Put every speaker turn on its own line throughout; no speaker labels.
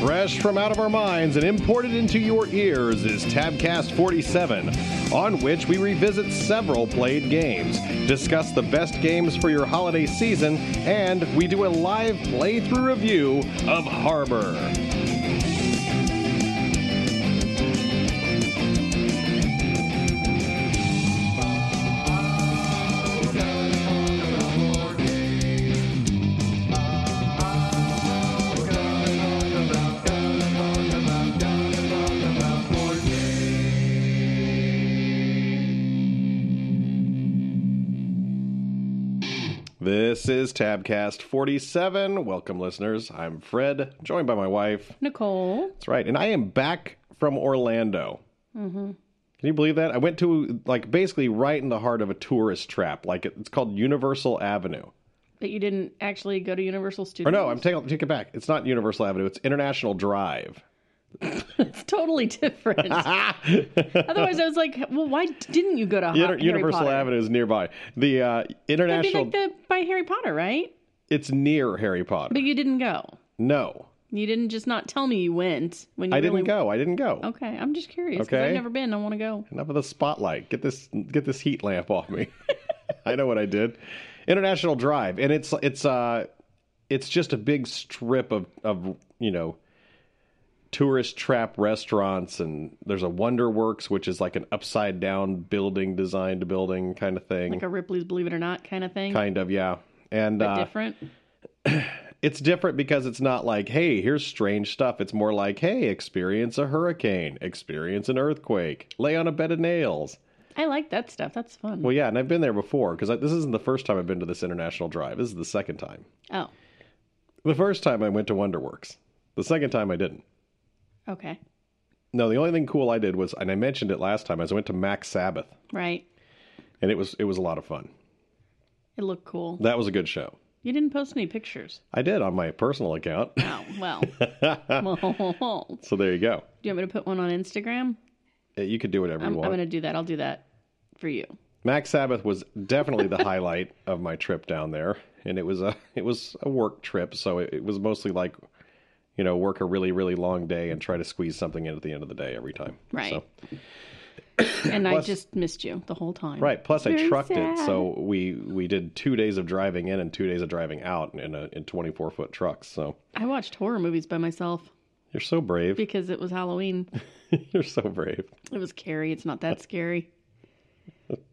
fresh from out of our minds and imported into your ears is Tabcast 47, on which we revisit several played games, discuss the best games for your holiday season, and we do a live playthrough review of Harbor. This is Tabcast 47. Welcome, listeners. I'm Fred, joined by my wife.
Nicole.
That's right. And I am back from Orlando. Can you believe that? I went to, like, basically right in the heart of a tourist trap. Like, it- it's called Universal Avenue.
But you didn't actually go to Universal Studios.
Or no, I'm taking take it back. It's not Universal Avenue, it's International Drive.
it's totally different. Otherwise, I was like, well, why didn't you go to Ho-
Inter-
Uh, Harry
Universal
Potter?
Avenue is nearby. The uh,
That'd be
International,
like the by Harry Potter, right?
it's near Harry Potter.
But you didn't go.
no,
You didn't just not tell me you went when you
I
really-
didn't go. I didn't go.
Okay, I'm just curious because
Okay.
I've never been. I want to go.
Enough of the spotlight. Get this get this heat lamp off me. I know what I did. International Drive, and it's it's uh it's just a big strip of of you know tourist trap restaurants, and there's a WonderWorks, which is like an upside down building designed building kind of thing,
Like a Ripley's Believe It or Not kind of thing.
kind of yeah. And
Mm-hmm. but
uh,
different.
it's different because it's not like, hey, here's strange stuff. It's more like, hey, experience a hurricane, experience an earthquake, lay on a bed of nails.
I like that stuff. That's fun.
Well, yeah, and I've been there before because this isn't the first time I've been to this international drive. This is the second time.
oh,
The first time I went to WonderWorks. The second time I didn't.
okay.
No, the only thing cool I did was, and I mentioned it last time, is I went to Max Sabbath,
Right.
and it was it was a lot of fun.
It looked cool.
That was a good show.
You didn't post any pictures.
I did on my personal account,
Oh, well. well.
so there you go.
Do you want me to put one on Instagram?
Uh, You could do whatever
I'm,
you
I'm
want.
going to do that. I'll do that for you.
Max Sabbath was definitely the highlight of my trip down there, and it was a it was a work trip, so it, it was mostly like, you know, work a really really long day and try to squeeze something in at the end of the day every time.
Right.
So-
And I
Plus-
just missed you the whole time.
Right. Plus, I
Very
trucked it,
sad.
so we we did two days of driving in and two days of driving out in a in twenty four foot trucks. So
I watched horror movies by myself
you're so brave.
because it was Halloween.
you're so brave.
It was scary. It's not that scary.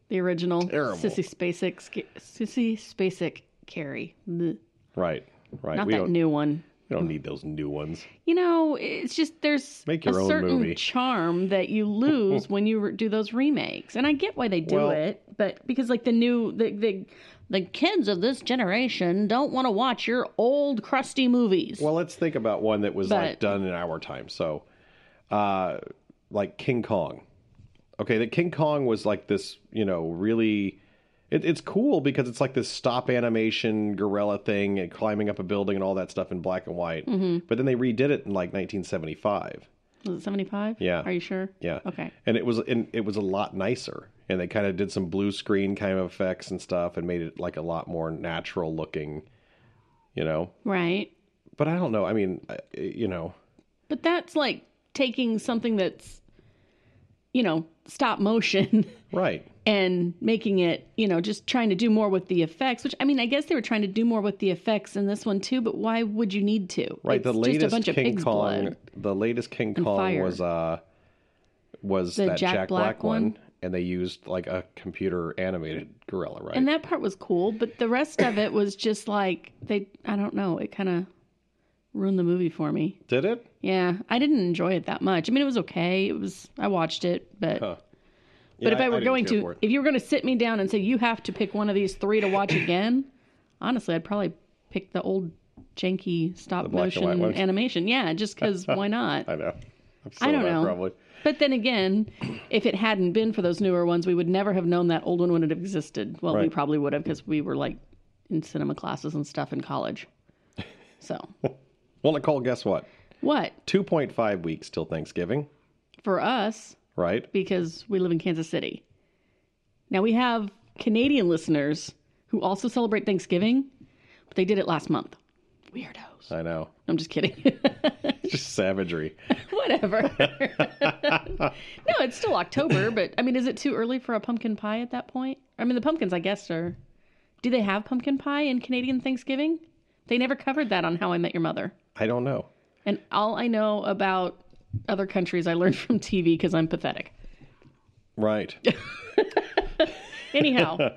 The original
Terrible.
Sissy Spacek, sca- Sissy Spacek Carrie. Bleh.
Right. Right.
Not
we
that
don't
new one.
we don't need those new ones.
You know, it's just there's
Make your
a
own
certain
movie.
charm that you lose when you re- do those remakes, and I get why they do
Well-
it, but because like the new the the, the kids of this generation don't want to watch your old crusty movies.
Well, let's think about one that was like
But-
done in our time. So, uh, like King Kong. Okay, that King Kong was like this, you know, really. It, it's cool because it's like this stop animation gorilla thing and climbing up a building and all that stuff in black and white.
Mm-hmm.
But then they redid it in like 1975.
Was it seventy five?
Yeah.
Are you sure?
Yeah.
Okay.
And it was and it was a lot nicer. And they kind of did some blue screen kind of effects and stuff and made it like a lot more natural looking, you know.
Right.
But I don't know. I mean, I- you know,
But that's like taking something that's you know stop motion
right.
and making it, you know, just trying to do more with the effects, which I mean, I guess they were trying to do more with the effects in this one too, but why would you need to?
Right,
It's
the latest
just a bunch of
King
pig's
Kong,
blood.
the latest King Kong
fire.
was uh was
The
that Jack,
Jack
Black,
Black
one,
one?
and they used like a computer animated gorilla, right?
And that part was cool, but the rest of it was just like they I don't know, it kind of ruined the movie for me.
Did it?
Yeah, I didn't enjoy it that much. I mean, it was okay. It was I watched it, but
Huh.
but if I, were
didn't
going
care for
to
it.
if you were going to sit me down and say you have to pick one of these 3 to watch again, honestly, I'd probably pick the old janky stop
black and white
motion
ones.
animation. Yeah, just cuz why not?
I know. I'm so
I don't
mad,
know.
Probably.
But then again, if it hadn't been for those newer ones, we would never have known that old one would have existed. Well, we
Right.
probably would have because we were like in cinema classes and stuff in college. So,
Well, Nicole, guess what?
what
Two point five weeks till Thanksgiving,
for us
right?
because we live in Kansas City. Now we have Canadian listeners who also celebrate Thanksgiving, but they did it last month. Weirdos.
I know.
I'm just kidding.
Just savagery.
Whatever. no, it's still October, but I mean, is it too early for a pumpkin pie at that point? I mean, the pumpkins, I guess, are. Do they have pumpkin pie in Canadian Thanksgiving? They never covered that on How I Met Your Mother.
I don't know.
And all I know about other countries I learned from TV because I'm pathetic.
Right.
Anyhow,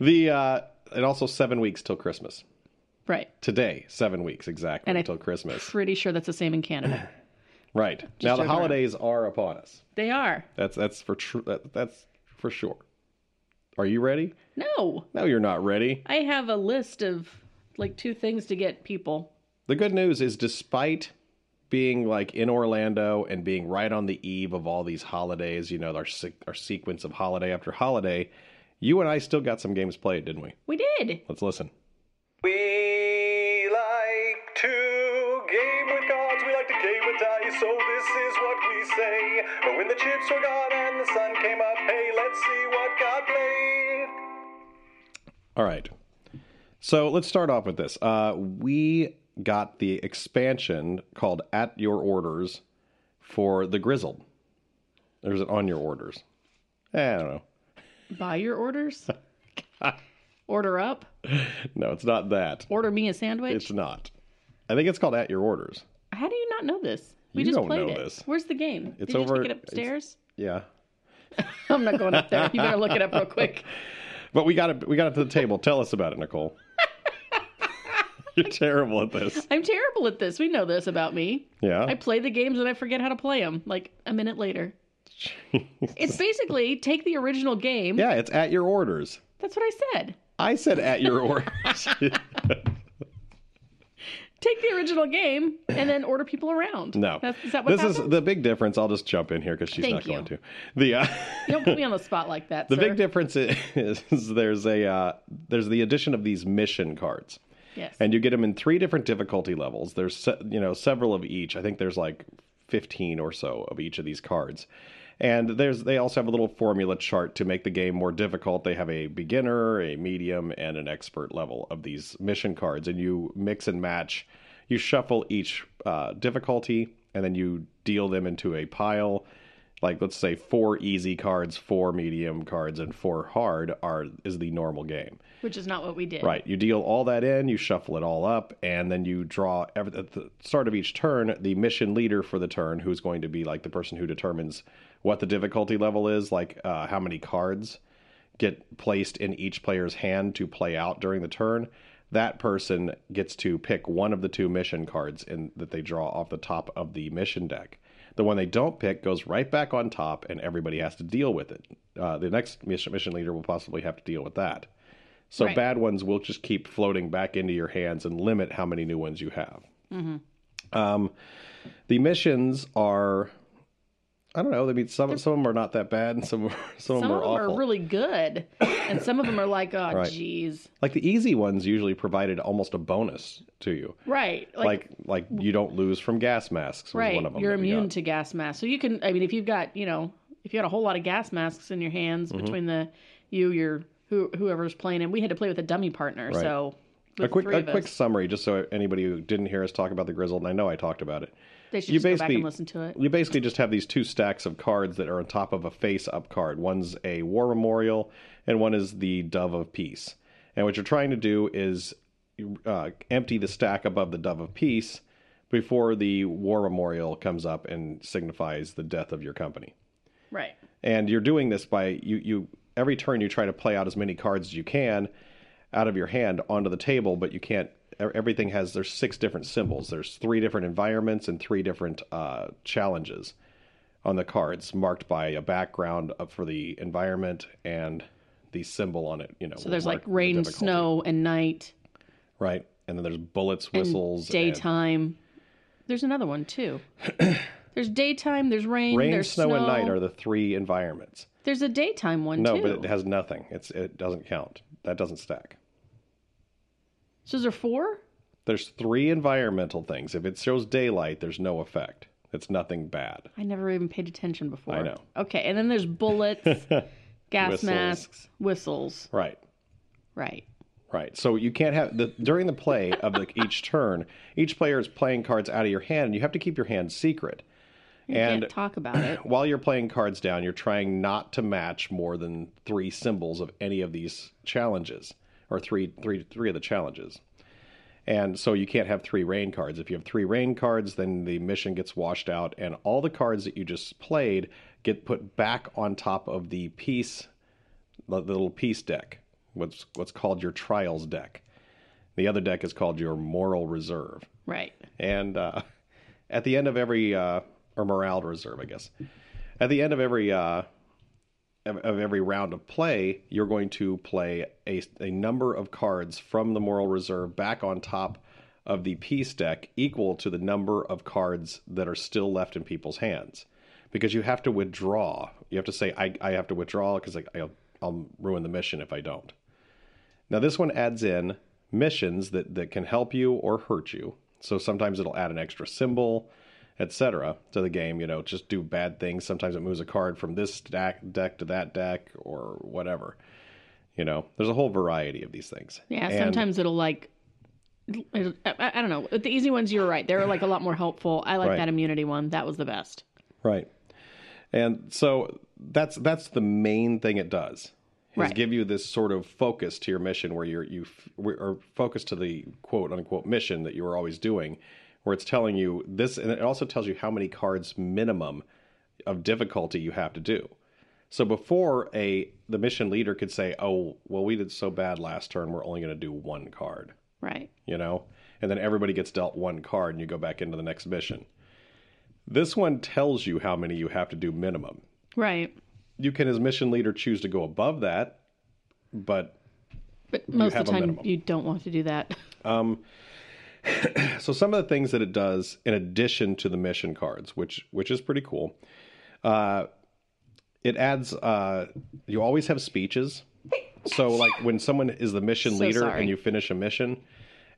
the uh, and also seven weeks till Christmas.
right.
Today, seven weeks exactly
And I-
until Christmas.
Pretty sure that's the same in Canada.
Right now, the
over.
holidays are upon us.
They are.
That's that's for true. That, that's for sure. Are you ready?
No.
No, you're not ready.
I have a list of like two things to get people.
The good news is, despite being like in Orlando and being right on the eve of all these holidays, you know, our se- our sequence of holiday after holiday, you and I still got some games played, didn't we?
We did.
Let's listen.
We like to game with cards, we like to game with dice, so this is what we say. But when the chips were gone and the sun came up, hey, let's see what got played.
All right. So let's start off with this. Uh, we got the expansion called At Your Orders for the Grizzled. Or is it on your orders? Eh, I don't know.
Buy your orders. Order up.
No, it's not that.
Order me a sandwich.
It's not. I think it's called At Your Orders.
How do you not know this? We
You
just
don't
played
know
it.
this.
Where's the game?
It's
Did you
over-
take it
it's-
upstairs?
Yeah.
I'm not going up there. You better look it up real quick.
But we got it we got it to the table. Tell us about it, Nicole. You're terrible at this.
I'm terrible at this. We know this about me.
Yeah.
I play the games and I forget how to play them like a minute later. It's basically take the original game.
yeah, it's At Your Orders.
That's what I said.
I said At Your Orders.
Take the original game and then order people around.
No,
That's, is that what
this
happens?
is the big difference. I'll just jump in here because she's
Thank
not going
you.
to. The uh,
You don't put me on the spot like that.
the
sir.
big difference is, is there's a uh, there's the addition of these mission cards,
Yes.
and you get them in three different difficulty levels. There's se- you know several of each. I think there's like fifteen or so of each of these cards. And there's they also have a little formula chart to make the game more difficult. They have a beginner, a medium, and an expert level of these mission cards, and you mix and match you shuffle each uh, difficulty and then you deal them into a pile like let's say four easy cards four medium cards and four hard are is the normal game
Which is not what we did.
right you deal all that in you shuffle it all up and then you draw every, at the start of each turn the mission leader for the turn who's going to be like the person who determines what the difficulty level is like uh, how many cards get placed in each player's hand to play out during the turn, that person gets to pick one of the two mission cards in, that they draw off the top of the mission deck. The one they don't pick goes right back on top, and everybody has to deal with it. Uh, the next mission, mission leader will possibly have to deal with that. So
Right.
bad ones will just keep floating back into your hands and limit how many new ones you have.
Mm-hmm.
Um, the missions are. I don't know. I mean, some some of them are not that bad, and some some, of
Some
them are
of them
awful.
are really good, and some of them are like, oh,
Right.
jeez.
Like the easy ones usually provided almost a bonus to you.
Right.
Like like, you don't lose from gas masks was
right.
one of them.
You're
that we
immune
got.
to gas masks. So you can, I mean, if you've got, you know, if you got a whole lot of gas masks in your hands
Mm-hmm.
between the you, your who, whoever's playing, and we had to play with a dummy partner. So
a
with
quick
three
a
of
quick
us,
summary just so anybody who didn't hear us talk about the grizzle and I know I talked about it.
they should
you
just go back
basically-
and listen to it.
You basically just have these two stacks of cards that are on top of a face up card. One's a war memorial, and one is the dove of peace. And what you're trying to do is uh, empty the stack above the dove of peace before the war memorial comes up and signifies the death of your company.
Right.
and you're doing this by you you every turn you try to play out as many cards as you can out of your hand onto the table but you can't e- everything has there's six different symbols there's three different environments and three different uh, challenges on the cards marked by a background of- for the environment and the symbol on it you know
So there's like rain, snow, and night,
right and then there's bullets whistles and
Mm, daytime. There's another one too. there's daytime. There's rain.
rain
there's
snow, and night are the three environments
There's a daytime one
no
too.
but it has nothing it's it doesn't count that doesn't stack
so is there four?
There's three environmental things. If it shows daylight, there's no effect. It's nothing bad.
I never even paid attention before.
I know.
Okay, and then there's bullets, gas
Whistles.
masks, whistles.
Right.
Right.
Right. So you can't have the during the play of like each turn, each player is playing cards out of your hand, and you have to keep your hand secret. and
Can't talk about it.
while you're playing cards down, you're trying not to match more than three symbols of any of these challenges, or three, three, three of the challenges. And so you can't have three rain cards. If you have three rain cards, then the mission gets washed out, and all the cards that you just played get put back on top of the piece, the the little piece deck, what's what's called your trials deck. The other deck is called your moral reserve
Right.
and uh, at the end of every uh, or morale reserve, I guess. At the end of every uh, of, of every round of play, you're going to play a a number of cards from the moral reserve back on top of the peace deck, equal to the number of cards that are still left in people's hands, because you have to withdraw. You have to say, "I I have to withdraw because I I'll, I'll ruin the mission if I don't." Now this one adds in missions that that can help you or hurt you. So sometimes it'll add an extra symbol, etc. to the game, you know, just do bad things. Sometimes it moves a card from this deck, deck to that deck or whatever. You know, there's a whole variety of these things.
Yeah.
And-
sometimes it'll like. It'll, I, I- I don't know. The easy ones, you're right. They're like a lot more helpful. I like
Right.
that immunity one. That was the best.
Right. And so that's that's the main thing it does. Is
Right.
give you this sort of focus to your mission where you're you f- or focus to the quote unquote mission that you were always doing where it's telling you this and it also tells you how many cards minimum of difficulty you have to do. So before a the mission leader could say, "Oh, well we did so bad last turn, we're only going to do one card."
Right.
you know and then everybody gets dealt one card and you go back into the next mission this one tells you how many you have to do minimum
Right.
you can as mission leader choose to go above that but
But most of
have
the
a
time,
minimum.
you don't want to do that.
so some of the things that it does in addition to the mission cards which which is pretty cool uh it adds uh you always have speeches so like when someone is the mission
So
leader
sorry.
and you finish a mission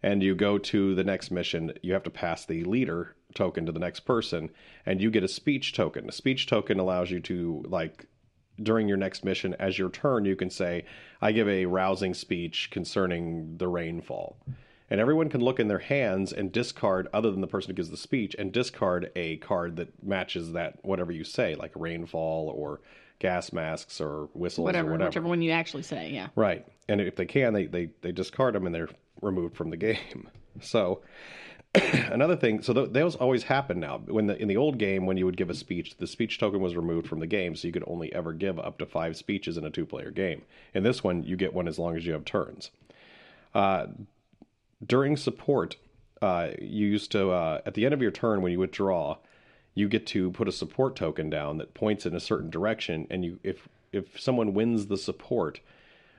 and you go to the next mission you have to pass the leader token to the next person and you get a speech token a speech token allows you to like during your next mission as your turn you can say i give a rousing speech concerning the rainfall and everyone can look in their hands and discard other than the person who gives the speech and discard a card that matches that whatever you say like rainfall or gas masks or whistles
whatever,
or whatever
Whichever one you actually say. Yeah.
Right. And if they can, they, they, they discard them and they're removed from the game. So another thing, so th- those always happen now. When the, in the old game, when you would give a speech, the speech token was removed from the game, so you could only ever give up to five speeches in a two-player game. In this one, you get one as long as you have turns. Uh, during support, uh, you used to uh, at the end of your turn when you withdraw, you get to put a support token down that points in a certain direction, and you if if someone wins the support,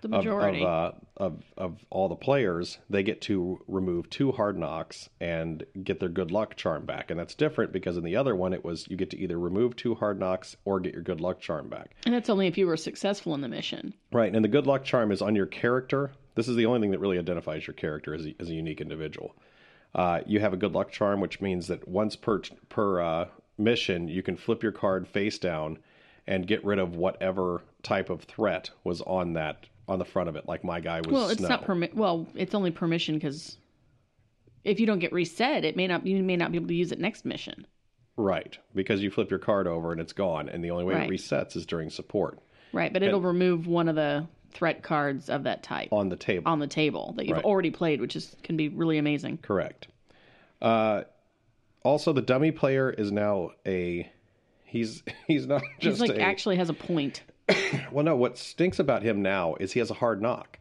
The
of-
majority.
Of, uh, of of all the players, they get to remove two hard knocks and get their good luck charm back, and that's different because in the other one it was you get to either remove two hard knocks or get your good luck charm back.
and that's only if you were successful in the mission.
Right, and the good luck charm is on your character. This is the only thing that really identifies your character as a, as a unique individual. Uh, you have a good luck charm, which means that once per per uh, mission, you can flip your card face down and get rid of whatever type of threat was on that on the front of it. Like my guy was
Well, it's
snow.
not permit. Well, it's only permission because if you don't get reset, it may not. You may not be able to use it next mission.
Right, because you flip your card over and it's gone, and the only way
Right.
it resets is during support
Right. But it'll remove one of the threat cards of that type
on the table.
on the table that you've
Right.
already played, which is can be really amazing.
Correct. Uh, also, the dummy player is now a he's he's not just
He's like
a,
actually has a point.
well. No, what stinks about him now is he has a hard knock.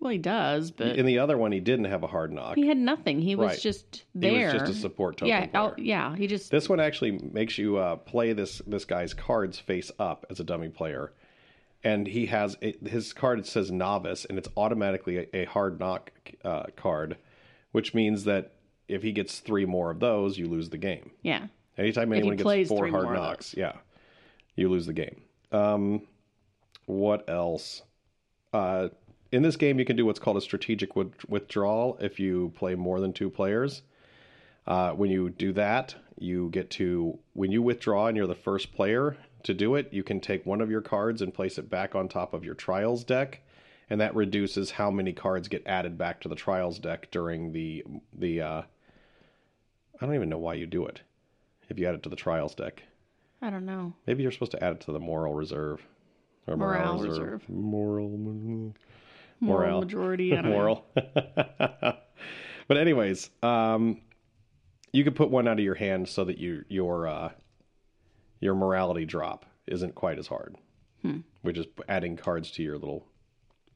Well, he does, but
In the other one, he didn't have a hard knock.
he had nothing. He was
Right.
just
He
there.
was just a support token.
yeah, I'll-
player.
yeah. He just
This one actually makes you uh, play this this guy's cards face up as a dummy player, and he has it, his card says novice, and it's automatically a, a hard knock uh, card, which means that if he gets three more of those, you lose the game.
yeah.
Anytime anyone gets
plays
four
three
hard
more of
knocks, yeah, you lose the game. Um, what else? Uh, in this game, you can do what's called a strategic with- withdrawal if you play more than two players. Uh, when you do that, you get to when you withdraw and you're the first player to do it, you can take one of your cards and place it back on top of your trials deck, and that reduces how many cards get added back to the trials deck during the the. Uh, I don't even know why you do it. If you add it to the trials deck,
I don't know.
maybe you're supposed to add it to the moral reserve or
Morale reserve.
Moral.
Moral
Morale.
majority. I don't know.
moral. but anyways, um, you could put one out of your hand so that you your uh, your morality drop isn't quite as hard,
Hmm.
which is adding cards to your little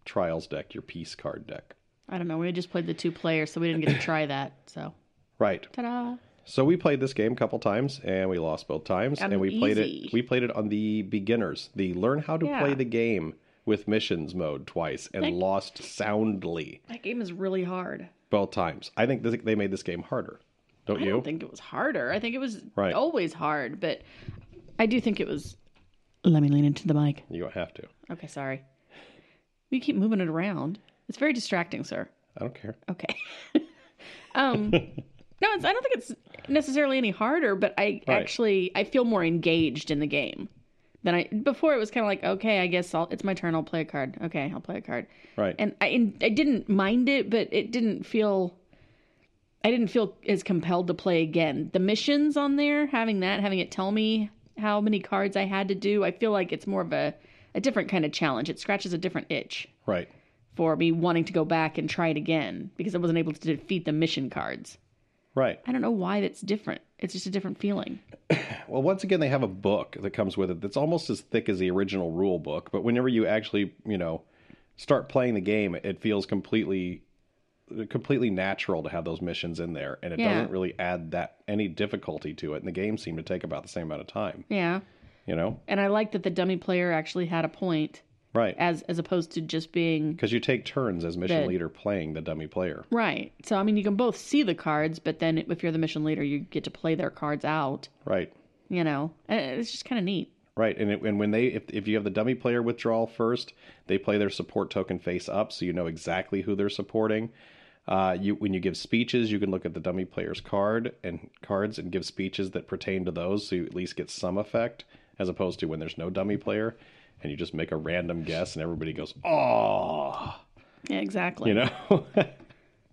trials deck, your peace card deck.
I don't know. We just played the two players, so we didn't get to try that. So
Right.
ta-da!
So we played this game a couple times and we lost both times.
Got
and we
it
played
easy.
it we played it on the beginners, the learn how to
Yeah.
play the game with missions mode twice and
That-
lost soundly
That game is really hard.
both times. I think this, they made this game harder. Don't
I
you?
don't think it was harder. I think it was
Right.
always hard, but I do think it was. Let me lean into the mic.
You don't have to.
Okay, sorry. You keep moving it around. It's very distracting, sir.
I don't care.
Okay. um, no, it's, I don't think it's necessarily any harder, but I
Right.
actually I feel more engaged in the game than I before. It was kind of like, okay, I guess I'll, it's my turn. I'll play a card. Okay, I'll play a card.
Right.
And I and I didn't mind it, but it didn't feel. I didn't feel as compelled to play again. The missions on there, having that, having it tell me how many cards I had to do, I feel like it's more of a, a different kind of challenge. It scratches a different itch
right.
for me wanting to go back and try it again because I wasn't able to defeat the mission cards.
Right.
I don't know why that's different. It's just a different feeling.
Well, once again, they have a book that comes with it that's almost as thick as the original rule book. But whenever you actually, you know, start playing the game, it feels completely, completely natural to have those missions in there, and it
Yeah.
doesn't really add that any difficulty to it. And the game seemed to take about the same amount of time.
Yeah.
You know.
And I like that the dummy player actually had a point
Right.
as as opposed to just being
Because you take turns as mission
The-
leader playing the dummy player.
right. So I mean you can both see the cards, but then if you're the mission leader, you get to play their cards out,
Right.
you know. And It's just kind of neat.
Right, and it, and when they if if you have the dummy player withdrawal first, they play their support token face up, so you know exactly who they're supporting. Uh, you when you give speeches, you can look at the dummy player's card and cards and give speeches that pertain to those, so you at least get some effect, as opposed to when there's no dummy player, and you just make a random guess and everybody goes oh,
Yeah, exactly.
you know.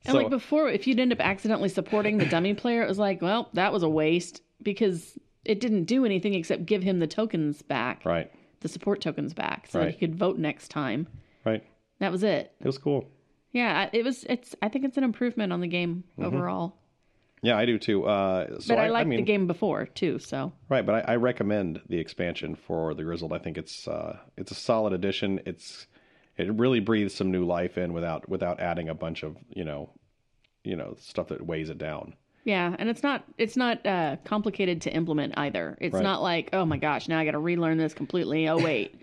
And like before, if you'd end up accidentally supporting the dummy player, it was like, well, that was a waste because it didn't do anything except give him the tokens back.
right,
the support tokens back so
Right.
that he could vote next time.
right,
That was it.
it was cool.
Yeah, I- it was. It's. I think it's an improvement on the game overall.
Yeah, I do too. Uh, Mm-hmm. so
But I, liked
mean,
the game before too. So
Right, but I, I recommend the expansion for the Grizzled. I think it's uh, it's a solid addition. It's it really breathes some new life in without without adding a bunch of you know you know stuff that weighs it down.
yeah, and it's not. It's not uh, complicated to implement either. It's
Right.
not like oh my gosh, now I got to relearn this completely. Oh wait,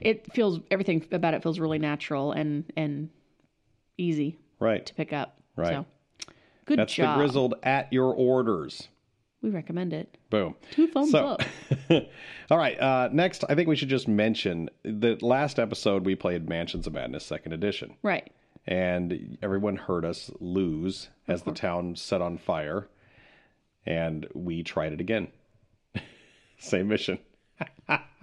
it feels everything about it feels really natural and and easy
Right,
to pick up.
Right.
So good
that's
job.
the Grizzled at your orders.
We recommend it.
Boom.
Two thumbs
So-
up.
All right. Uh, next, I think we should just mention that last episode we played Mansions of Madness Second Edition,
Right.
and everyone heard us lose as the town set on fire, and we tried it again. Same mission.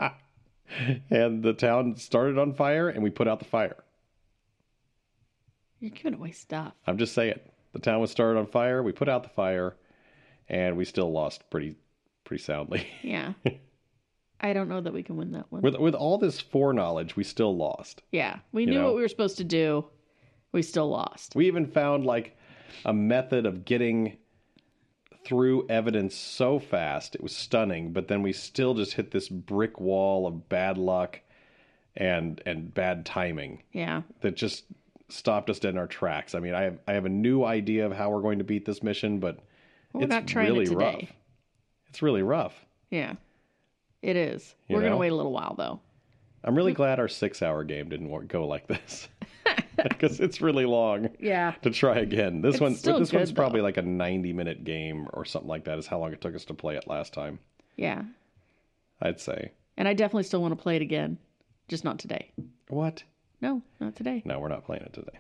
and the town started on fire, and we put out the fire.
You're giving away stuff.
I'm just saying, the town was started on fire. We put out the fire, and we still lost pretty, pretty soundly.
Yeah. I don't know that we can win that one.
with with all this foreknowledge, we still lost.
Yeah, we knew
know?
what we were supposed to do. We still lost.
We even found like a method of getting through evidence so fast. It was stunning, but then we still just hit this brick wall of bad luck and and bad timing
Yeah,
that just stopped us in our tracks. I mean, I have I have a new idea of how we're going to beat this mission, but
we're
it's
not trying
really
it today.
rough. It's really rough.
Yeah, it is.
You
we're gonna
know?
wait a little while though.
I'm really glad our six hour game didn't work, go like this because it's really long.
Yeah,
to try again. This one,
still
this one's
good, though.
probably like a ninety-minute game or something like that. Is how long it took us to play it last time.
yeah,
I'd say.
and I definitely still want to play it again, just not today.
What?
No, not today.
No, we're not playing it today.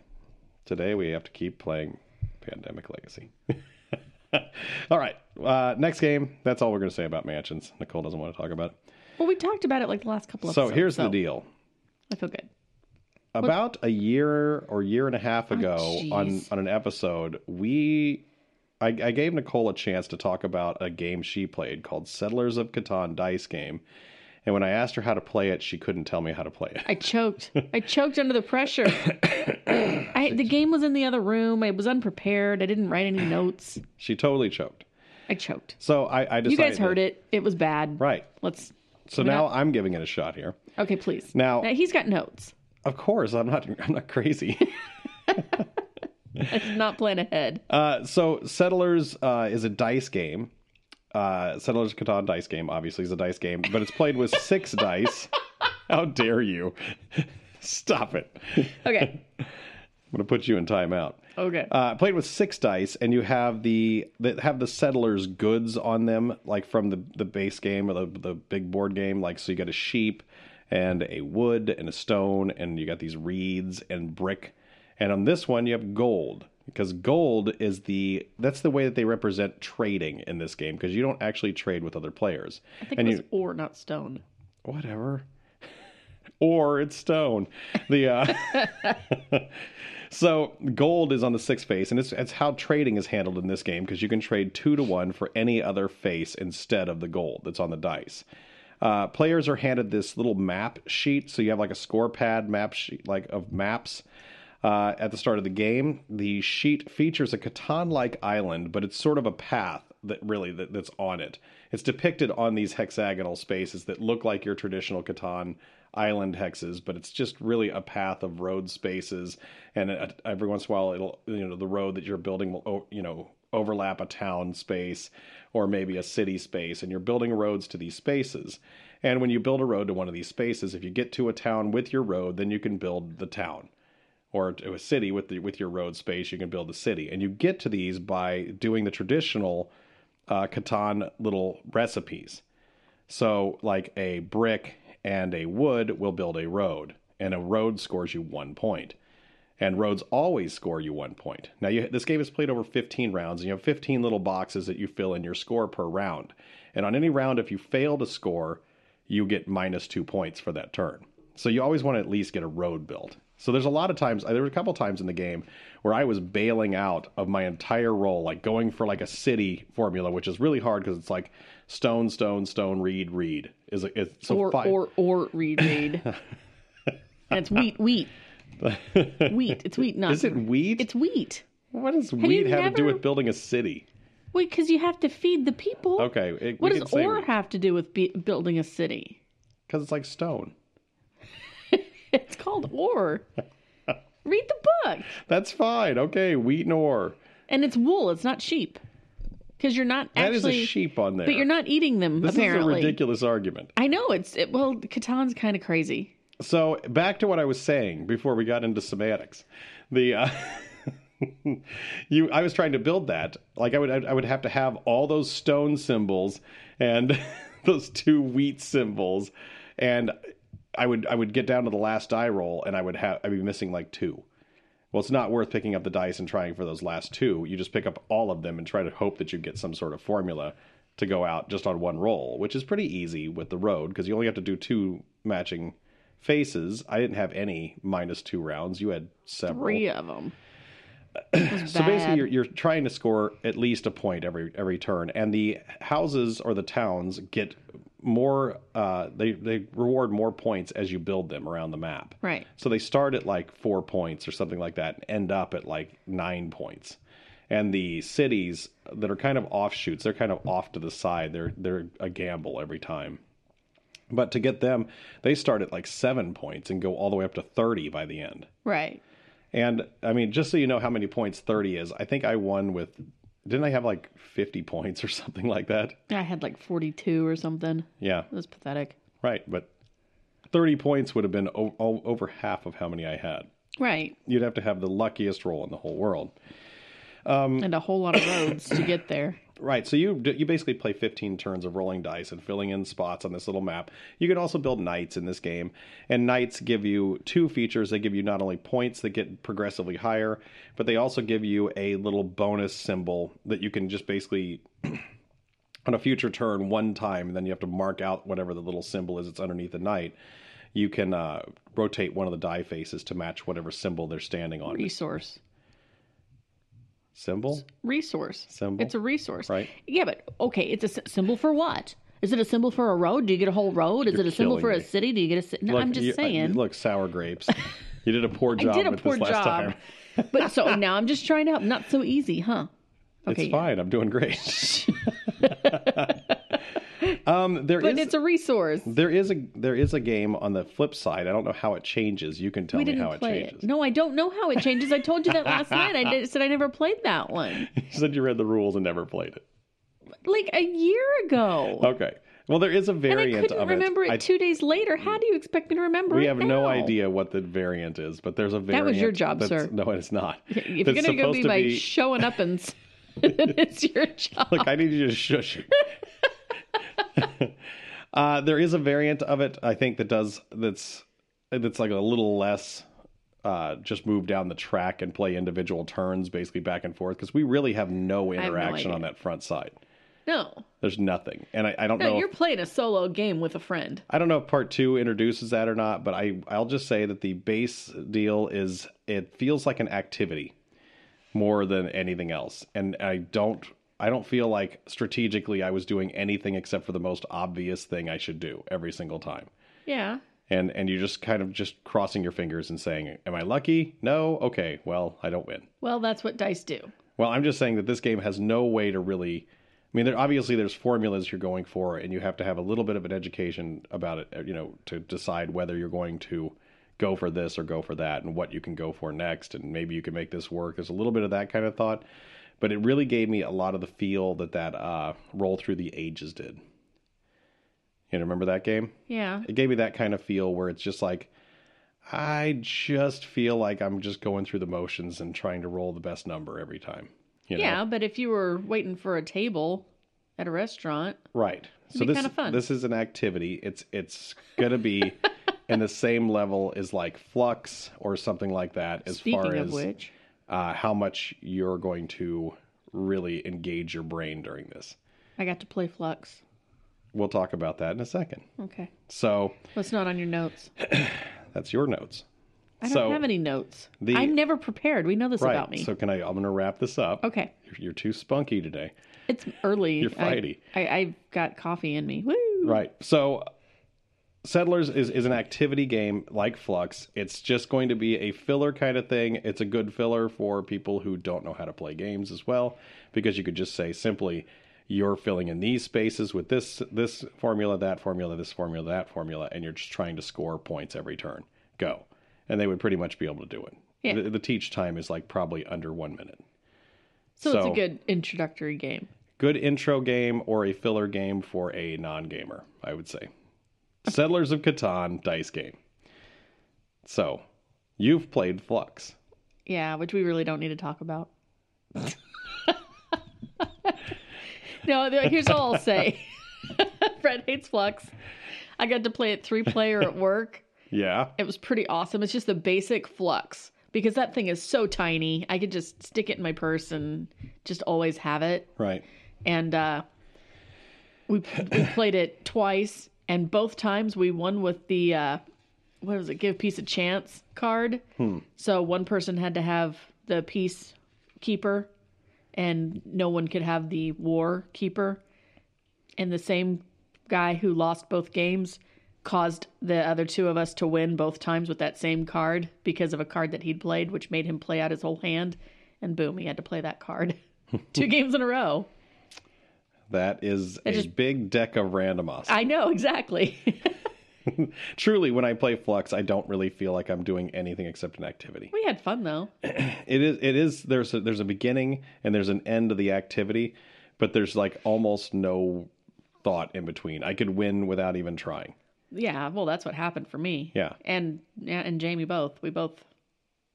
Today we have to keep playing Pandemic Legacy. all right, uh, next game. That's all we're going to say about mansions. Nicole doesn't want to talk about it.
Well, we talked about it like the last couple of.
so here's the deal.
I feel good.
about a year or year and a half ago on
Oh, jeez.
on an episode, we I, I gave Nicole a chance to talk about a game she played called Settlers of Catan Dice Game, and when I asked her how to play it, she couldn't tell me how to play it.
I choked. I choked under the pressure. I, the game was in the other room. I was unprepared. I didn't write any notes.
She totally choked.
I choked.
So I, I decided
You guys heard it. It was bad.
right?
Let's.
So now I'm giving it a shot here.
Okay, please.
Now-
he's got notes.
Of course, I'm not I'm not crazy.
I did not plan ahead.
Uh, so Settlers uh, is a dice game. Uh, Settlers of Catan dice game obviously is a dice game, but it's played with six dice. How dare you? Stop it! I'm
Okay.
gonna put you in timeout.
Okay.
Uh, played with six dice, and you have the that have the settlers' goods on them, like from the the base game or the the big board game. Like so, you got a sheep and a wood and a stone, and you got these reeds and brick. And on this one, you have gold because gold is the that's the way that they represent trading in this game because you don't actually trade with other players.
I think
and
it was
you
or not stone.
whatever. or it's stone. The uh So gold is on the sixth face, and it's it's how trading is handled in this game because you can trade two to one for any other face instead of the gold that's on the dice. Uh, players are handed this little map sheet, so you have like a score pad map sheet like of maps. Uh, at the start of the game, the sheet features a Catan-like island, but it's sort of a path that really that, that's on it. It's depicted on these hexagonal spaces that look like your traditional Catan island hexes, but it's just really a path of road spaces. And uh every once in a while, it'll you know the road that you're building will o- you know overlap a town space or maybe a city space, and you're building roads to these spaces. And when you build a road to one of these spaces, if you get to a town with your road, then you can build the town or to a city with the with your road space, you can build a city, and you get to these by doing the traditional uh, Catan little recipes. So, like a brick and a wood will build a road, and a road scores you one point. And roads always score you one point. Now, you, this game is played over 15 rounds, and you have 15 little boxes that you fill in your score per round. And on any round, if you fail to score, you get minus two points for that turn. So you always want to at least get a road built. So there's a lot of times, there were a couple times in the game where I was bailing out of my entire role, like going for like a city formula, which is really hard because it's like stone, stone, stone, reed, reed. Is it, it's- so
or
fi-
or or read read. and it's wheat wheat. Wheat. It's wheat. Not
is it weed?
It's wheat.
what does weed have to do
never-
with building a city?
Wait, because you have to feed the people.
Okay, it,
What
we
does
can say
or have to do with be- building a city?
because it's like stone.
It's called or. Read the book.
That's fine. Okay, wheat and ore.
And it's wool. It's not sheep. Because you're not
That is
actually.
a sheep on there.
But you're not eating them.
This
apparently.
is a ridiculous argument.
I know it's it, well. Catan's kind of crazy.
So back to what I was saying before we got into semantics. The uh, you, I was trying to build that. Like I would, I would have to have all those stone symbols and those two wheat symbols, and I would, I would get down to the last die roll, and I would have, I'd be missing like two. Well, it's not worth picking up the dice and trying for those last two. You just pick up all of them and try to hope that you get some sort of formula to go out just on one roll, which is pretty easy with the road because you only have to do two matching faces. I didn't have any minus two rounds. You had several.
Three of them.
So basically, you're, you're trying to score at least a point every every turn, and the houses or the towns get more. Uh, they they reward more points as you build them around the map.
Right.
So they start at like four points or something like that, and end up at like nine points. And the cities that are kind of offshoots, they're kind of off to the side. They're they're a gamble every time. But to get them, they start at like seven points and go all the way up to thirty by the end.
Right.
And I mean, just so you know how many points 30 is, I think I won with, didn't I have like 50 points or something like that?
I had like 42 or something.
Yeah,
It was pathetic.
right. But 30 points would have been o- o- over half of how many I had.
Right.
You'd have to have the luckiest roll in the whole world. Um,
and a whole lot of roads to get there.
Right. So you d- you basically play 15 turns of rolling dice and filling in spots on this little map. You can also build knights in this game, and knights give you two features. They give you not only points that get progressively higher, but they also give you a little bonus symbol that you can just basically on a future turn one time, and then you have to mark out whatever the little symbol is that's underneath the knight. you can uh, rotate one of the die faces to match whatever symbol they're standing on.
Resource.
symbol?
Resource.
Symbol?
It's a resource.
Right.
Yeah, but okay, it's a s- symbol for what? Is it a symbol for a road? Do you get a whole road? Is
You're
it a symbol
killing
for
me.
a city? Do you get a city? No, I'm just
you- uh,
saying.
look, sour grapes. You did a poor
I
job
did a
with
poor
this last
job.
time.
but so now I'm just trying out. Not so easy, huh? Okay.
It's fine. I'm doing great. um, there
But
is-
it's a resource.
there is a there is a game on the flip side. I don't know how it changes. You can tell
We
me
didn't
how it
play
changes.
it. No, I don't know how it changes. I told you that last night. I did, said I never played that one.
You said you read the rules and never played it.
Like a year ago.
Okay. Well, there is a
and I
variant
couldn't
of
remember it
I-
two days later. How do you expect me to remember
we
it
have no
now?
idea what the variant is, but there's a variant.
was your job,
that's-
sir.
No, it's not.
If
That's
you're gonna go
supposed
be
to
by showing up and s- it's your job.
Look, I need you to shush. uh, there is a variant of it, I think, that does that's that's like a little less. Uh, just move down the track and play individual turns, basically back and forth, because we really have no
have no
interaction
idea.
on that front side.
no,
There's nothing, and I, I don't
no,
know.
you're
If,
playing a solo game with a friend.
I don't know if part two introduces that or not, but I I'll just say that the base deal is it feels like an activity more than anything else, and I don't I don't feel like strategically I was doing anything except for the most obvious thing I should do every single time.
Yeah,
And and you're just kind of just crossing your fingers and saying, "Am I lucky? No. Okay. Well, I don't win."
well, that's what dice do.
Well, I'm just saying that this game has no way to really. I mean, there obviously there's formulas you're going for, and you have to have a little bit of an education about it, uh, you know, to decide whether you're going to go for this or go for that, and what you can go for next, and maybe you can make this work. There's a little bit of that kind of thought, but it really gave me a lot of the feel that that uh, Roll Through the Ages did. You remember that game?
Yeah,
it gave me that kind of feel where it's just like I just feel like I'm just going through the motions and trying to roll the best number every time. You know?
yeah. But if you were waiting for a table at a restaurant,
Right. So
be
this
kinda fun.
this is an activity. It's it's gonna be in the same level as like flux or something like that as far
speaking
as
of which,
uh, how much you're going to really engage your brain during this.
I got to play Flux.
We'll talk about that in a second.
Okay,
So
what's not on your notes?
that's your notes.
I don't
So-
have any notes.
The-
I'm never prepared. We know this about me.
So can I? I'm gonna wrap this up.
okay,
You're, you're too spunky today.
it's early.
You're
I-
flighty.
I, I, have got coffee in me. Woo!
Right. So Settlers is, is an activity game like Flux. It's just going to be a filler kind of thing. It's a good filler for people who don't know how to play games as well, because you could just say simply, you're filling in these spaces with this this formula, that formula, this formula, that formula, and you're just trying to score points every turn. Go. And they would pretty much be able to do it.
Yeah.
The, the teach time is like probably under one minute.
So, it's
So-
a good introductory game.
good intro game or a filler game for a non-gamer, I would say. Settlers of Catan dice game. So, you've played Flux.
Yeah, which we really don't need to talk about. no, th- here's all I'll say. Fred hates Flux. I got to play it three player at work.
Yeah.
It was pretty awesome. It's just the basic Flux because that thing is so tiny. I could just stick it in my purse and just always have it
Right.
and uh, we, we played it twice, and both times we won with the uh, what was it? Give piece a chance card. So one person had to have the peace keeper, and no one could have the war keeper. And the same guy who lost both games caused the other two of us to win both times with that same card because of a card that he'd played, which made him play out his whole hand. And boom, he had to play that card two games in a row.
That is a
just-
big deck of randomos.
I know exactly.
Truly, when I play Flux, I don't really feel like I'm doing anything except an activity.
we had fun though.
It is it is there's a, there's a beginning and there's an end of the activity, but there's like almost no thought in between. I could win without even trying.
Yeah, well, that's what happened for me.
Yeah.
and yeah, and Jamie both. We both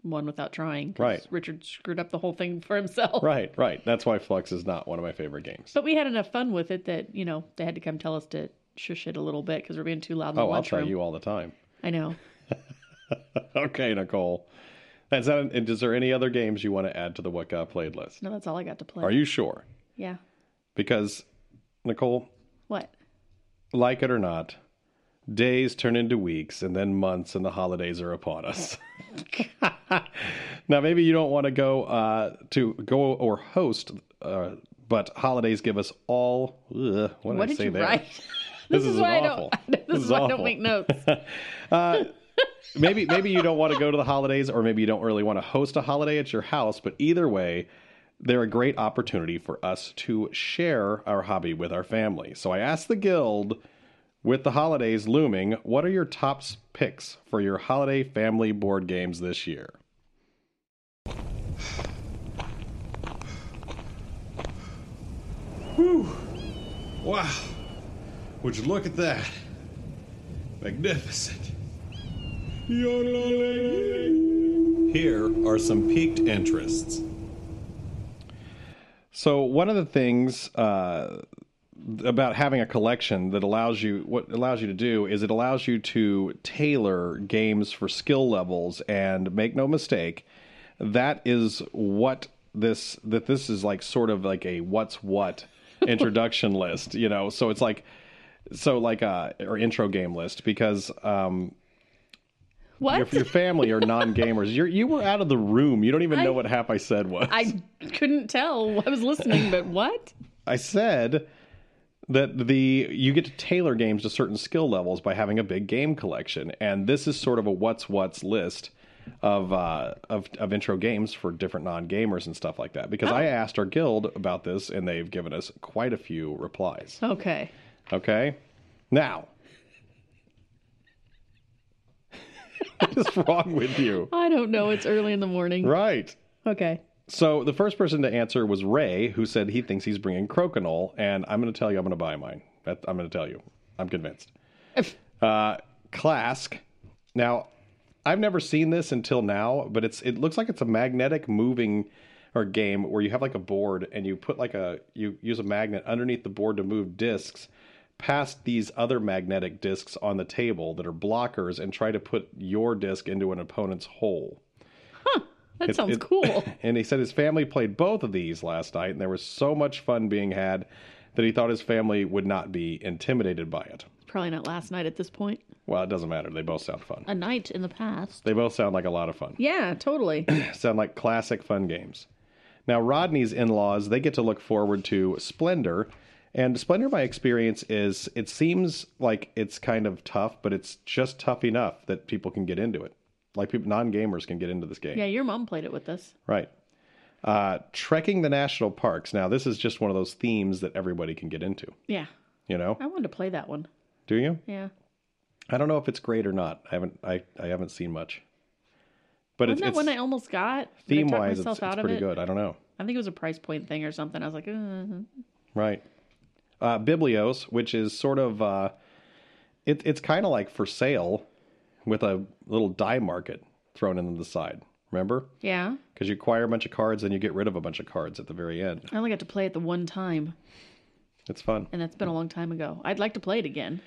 won without trying. 'cause
Right.
Richard screwed up the whole thing for himself.
Right, right. That's why Flux is not one of my favorite games.
But we had enough fun with it that you know they had to come tell us to shush it a little bit because we're being too loud in the
Oh, I'll try
lunchroom.
you all the time.
I know.
Okay, Nicole. That's not. and Is there any other games you want to add to the what got played list?
No, that's all I got to play.
Are you sure?
Yeah.
Because Nicole,
What?
like it or not, Days turn into weeks and then months, and the holidays are upon us. now, maybe you don't want to go uh, to go or host, uh, but holidays give us all. Ugh, what did I
What did
say
you
there?
write?
This, is,
why
awful.
I don't. This, is why I don't make notes.
maybe maybe you don't want to go to the holidays or maybe you don't really want to host a holiday at your house but either way they're a great opportunity for us to share our hobby with our family so i asked the guild with the holidays looming what are your top s- picks for your holiday family board games this year
Wow. Would you look at that? Magnificent.
Here are some peaked interests. So one of the things uh, about having a collection that allows you what it allows you to do is it allows you to tailor games for skill levels and make no mistake, that is what this that this is like sort of like a what's what introduction list, you know. So it's like so like uh or intro game list because um your,
What?
your family are non-gamers. You're, you were out of the room. You don't even
I-
know what half I said was. I,
I couldn't tell. I was listening, but what?
said that the you get to tailor games to certain skill levels by having a big game collection, and this is sort of a what's what's list of uh, of of intro games for different non-gamers and stuff like that. Because I asked our guild about this, and they've given us quite a few replies.
Okay.
Okay, now. What is wrong with you?
I don't know. It's early in the morning.
Right.
Okay.
So the first person to answer was Ray, who said he thinks he's bringing crokinole, and I'm going to tell you, I'm going to buy mine. That, I'm going to tell you, I'm convinced. Uh, Clask. Now, I've never seen this until now, but it's it looks like it's a magnetic moving or game where you have like a board and you put like a you use a magnet underneath the board to move discs past these other magnetic discs on the table that are blockers and try to put your disc into an opponent's hole.
That
It-
sounds
it-
cool.
And he said his family played both of these last night, and there was so much fun being had that he thought his family would not be intimidated by it.
Probably not last night at this point.
Well, it doesn't matter. They both sound fun.
A night in the past.
They both sound like a lot of fun.
Yeah, totally.
Sound like classic fun games. Now, Rodney's in laws, they get to look forward to Splendor. And Splendor, my experience is it seems like it's kind of tough, but it's just tough enough that people can get into it. Like people, non gamers can get into this game.
yeah, your mom played it with us.
Right. Uh, trekking the national parks. Now, this is just one of those themes that everybody can get into.
Yeah.
You know?
I wanted to play that one.
Do you?
Yeah.
I don't know if it's great or not. I haven't. I, I haven't seen much. But
Wasn't
it's,
that one I
it's
almost got? But I
theme
talked
wise, it's,
myself
it's pretty good. I don't know.
I think it was a price point thing or something. I was like, uh
Right. Uh, Biblios, which is sort of uh, it, it's kind of like for sale, with a little die market thrown into the side. Remember?
yeah.
Because you acquire a bunch of cards and you get rid of a bunch of cards at the very end.
I only got to play it the one time,
It's fun.
and that's been a long time ago. I'd like to play it again.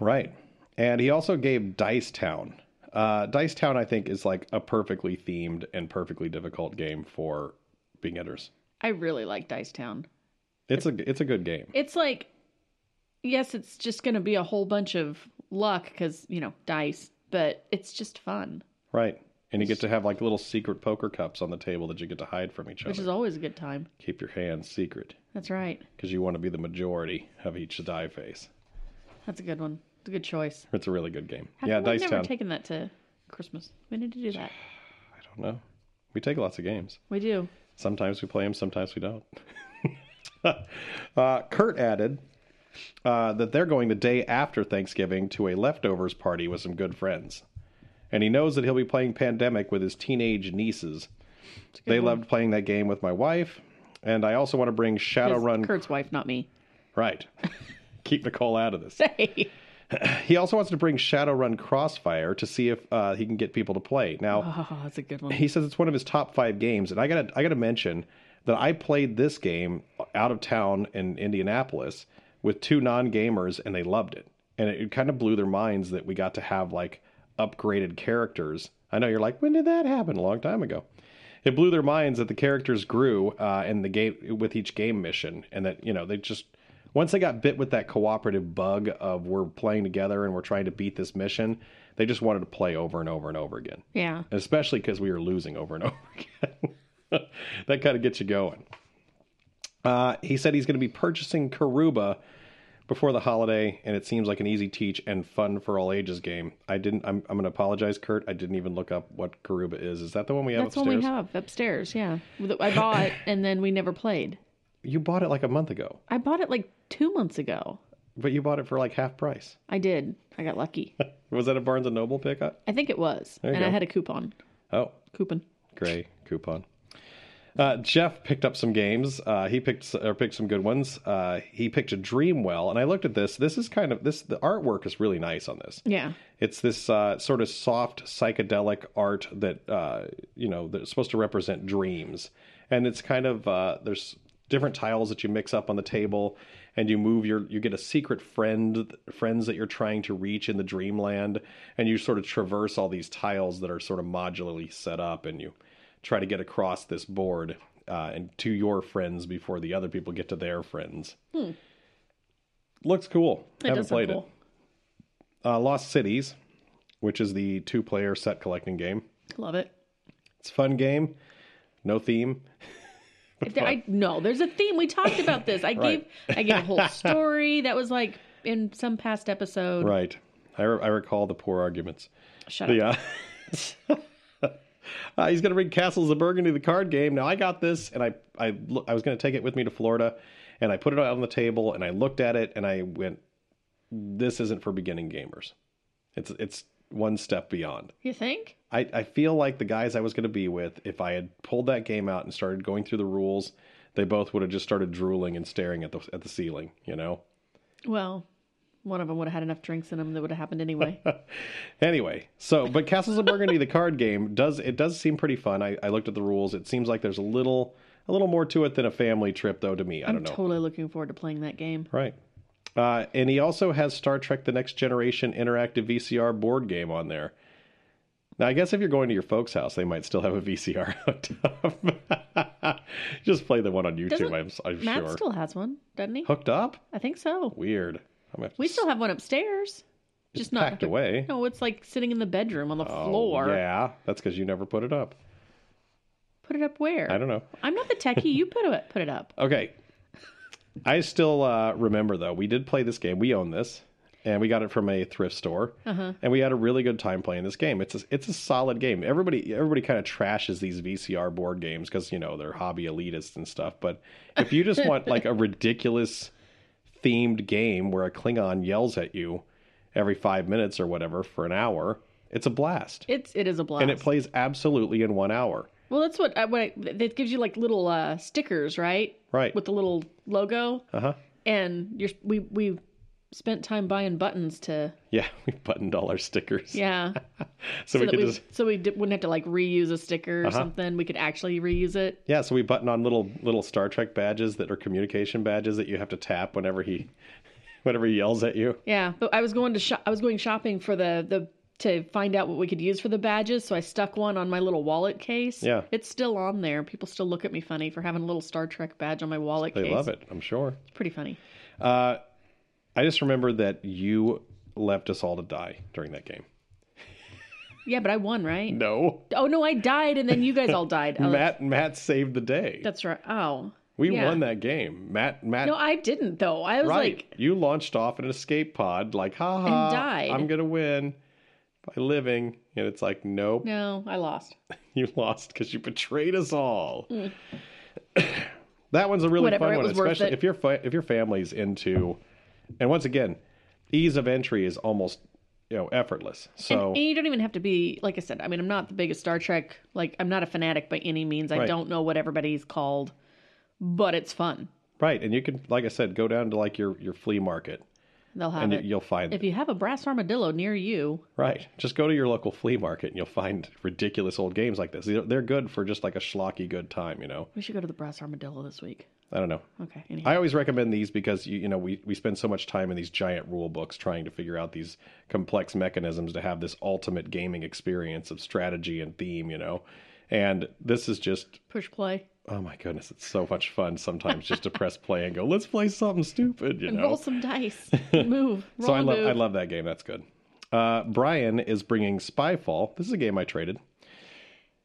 Right. And he also gave Dice Town. Uh, Dice Town, I think, is like a perfectly themed and perfectly difficult game for beginners.
I really like Dice Town.
It's a it's a good game.
It's like, yes, it's just going to be a whole bunch of luck because, you know, dice, but it's just fun,
Right. And you get to have like little secret poker cups on the table that you get to hide from each
which
other.
is always a good time.
Keep your hands secret
That's right.
because you want to be the majority of each die face.
That's a good one. It's a good choice.
It's a really good game.
How
yeah,
come we've
Dice
never
Town.
taken that to Christmas. We need to do that.
I don't know. We take lots of games.
We do.
Sometimes we play them, sometimes we don't. uh, Kurt added uh, that they're going the day after Thanksgiving to a leftovers party with some good friends. And he knows that he'll be playing Pandemic with his teenage nieces. They loved playing that game with my wife. And I also want to bring
'Cause
Shadowrun.
Kurt's wife, not me.
Right. Keep Nicole out of this.
Say.
He also wants to bring Shadowrun Crossfire to see if uh, he can get people to play. Now,
Oh, that's a good one.
he says it's one of his top five games, and I gotta I gotta mention that I played this game out of town in Indianapolis with two non gamers, and they loved it, and it, kind of blew their minds that we got to have like upgraded characters. I know you're like, when did that happen? A long time ago. It blew their minds that the characters grew uh, in the game with each game mission, and that you know they just Once they got bit with that cooperative bug of we're playing together and we're trying to beat this mission, they just wanted to play over and over and over again.
Yeah.
Especially because we were losing over and over again. that kind of gets you going. Uh, he said he's going to be purchasing Karuba before the holiday, and it seems like an easy teach and fun for all ages game. I didn't. I'm, I'm going to apologize, Kurt. I didn't even look up what Karuba is. Is that the one we have
That's
upstairs?
what we have upstairs. Yeah. That I bought and then we never played.
You bought it like a month ago,
I bought it like two months ago.
but you bought it for like half price.
I did. I got lucky.
Was that a Barnes and Noble pickup?
I think it was.
you
And I
go.
had a coupon.
Oh,
Coupon.
gray coupon. Uh, Jeff picked up some games. Uh, he picked s- or picked some good ones. Uh, he picked a Dreamwell, and I looked at this. This is kind of this. The artwork is really nice on this.
Yeah.
It's this uh, sort of soft psychedelic art that uh, you know that's supposed to represent dreams, and it's kind of uh, there's different tiles that you mix up on the table, and you move your you get a secret friend friends that you're trying to reach in the dreamland, and you sort of traverse all these tiles that are sort of modularly set up, and you try to get across this board uh, and to your friends before the other people get to their friends. Looks cool.
Hmm. It
Haven't
does sound
played it
cool.
uh, Lost Cities, which is the two player set collecting game.
Love it.
It's a fun game, no theme.
If there, I no, there's a theme. We talked about this. I
Right.
gave I gave a whole story that was like in some past episode.
Right. I, re- I recall the poor arguments.
Shut up.
Yeah. uh, he's going to bring Castles of Burgundy, the card game. Now, I got this, and I, I, lo- I was going to take it with me to Florida, and I put it out on the table, and I looked at it, and I went, this isn't for beginning gamers. It's, it's one step beyond.
You think?
I, I feel like the guys I was going to be with, if I had pulled that game out and started going through the rules, they both would have just started drooling and staring at the at the ceiling. You know.
Well, one of them would have had enough drinks in them that would have happened anyway.
Anyway, so but Castles of Burgundy, the card game, does it does seem pretty fun. I, I looked at the rules. It seems like there's a little a little more to it than a family trip, though. To me, I
I'm
don't know.
totally looking forward to playing that game.
Right. Uh, and he also has Star Trek The Next Generation interactive VCR board game on there. Now, I guess if you're going to your folks' house, they might still have a VCR hooked up. Just play the one on YouTube,
Doesn't
I'm, I'm
Matt
sure.
still has one, doesn't he?
Hooked up?
I think so.
Weird. I'm gonna have to
We still have one upstairs. just not
packed away.
No, it's like sitting in the bedroom on the
Oh,
floor.
Yeah, that's because you never put it up.
Put it up where?
I don't know.
I'm not the techie. You put it put it up.
Okay. I still uh, remember though. We did play this game. We own this, and we got it from a thrift store.
Uh-huh.
And we had a really good time playing this game. It's a, it's a solid game. Everybody everybody kind of trashes these VCR board games because you know they're hobby elitists and stuff. But if you just want like a ridiculous themed game where a Klingon yells at you every five minutes or whatever for an hour, it's a blast.
It's it is a blast.
And it plays absolutely in one hour.
well, that's what I, what I, that gives you like little uh, stickers, right?
Right.
With the little logo.
Uh huh.
and you're we we spent time buying buttons to
Yeah, we buttoned all our stickers.
yeah
So, we
that
could just Uh-huh.
so we di- wouldn't have to like reuse a sticker or something we could actually reuse it
Yeah, so we button on little little Star Trek badges that are communication badges that you have to tap whenever he whenever he yells at you.
yeah but i was going to shop i was going shopping for the the to find out what we could use for the badges so i stuck one on my little wallet case
Yeah.
it's still on there people still look at me funny for having a little star trek badge on my wallet
They
case
love it, I'm sure.
it's pretty funny
I just remember that you left us all to die during that game.
yeah but i won right
No.
oh no i died and then you guys all died oh,
Matt Matt saved the day.
that's right oh
we
yeah.
won that game. Matt Matt
no i didn't though i was
right.
like
you launched off in an escape pod like ha ha
And died.
I'm going to win by living and it's like nope.
no i lost
You lost because you betrayed us all. that one's a really
Hmm. Whatever,
fun
it
one,
was worth
especially
it.
if your fa- if your family's into. And once again, ease of entry is almost you know effortless. So
and e-, you don't even have to be like I said. I mean, I'm not the biggest Star Trek. Like, I'm not a fanatic by any means. I
Right.
don't know what everybody's called, but it's fun.
right, and you can like I said, go down to like your your flea market,
They'll have
and you,
it.
you'll find
if you have a brass armadillo near you,
right. Just go to your local flea market, and you'll find ridiculous old games like this. They're, they're good for just like a schlocky good time. You know,
we should go to the brass armadillo this week.
I don't know.
Okay. Anyhow.
I always recommend these because you you know we we spend so much time in these giant rule books trying to figure out these complex mechanisms to have this ultimate gaming experience of strategy and theme, you know. And this is just
Push play.
oh my goodness, it's so much fun sometimes just to press play and go, let's play something stupid, you know.
Roll some dice. Move. Roll
so I
and
love
move.
I love that game. That's good. Uh, Brian is bringing Spyfall. This is a game I traded.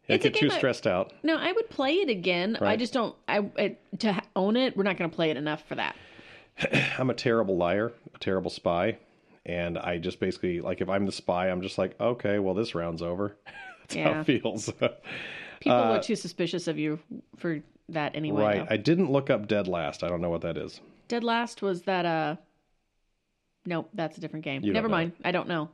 I
It's a
get too
game I-
stressed out.
No, I would play it again. I
Right.
just don't. I, I to ha- own it. We're not going to play it enough for that.
I'm a terrible liar, a terrible spy, and I just basically like if I'm the spy, I'm just like, okay, well this round's over. That's how
Yeah.
it feels.
People were too suspicious of you for that anyway.
right.
though.
I didn't look up Dead Last. I don't know what that is.
Dead Last was that. uh Nope, that's a different game.
don't
Never
know
mind. I don't know.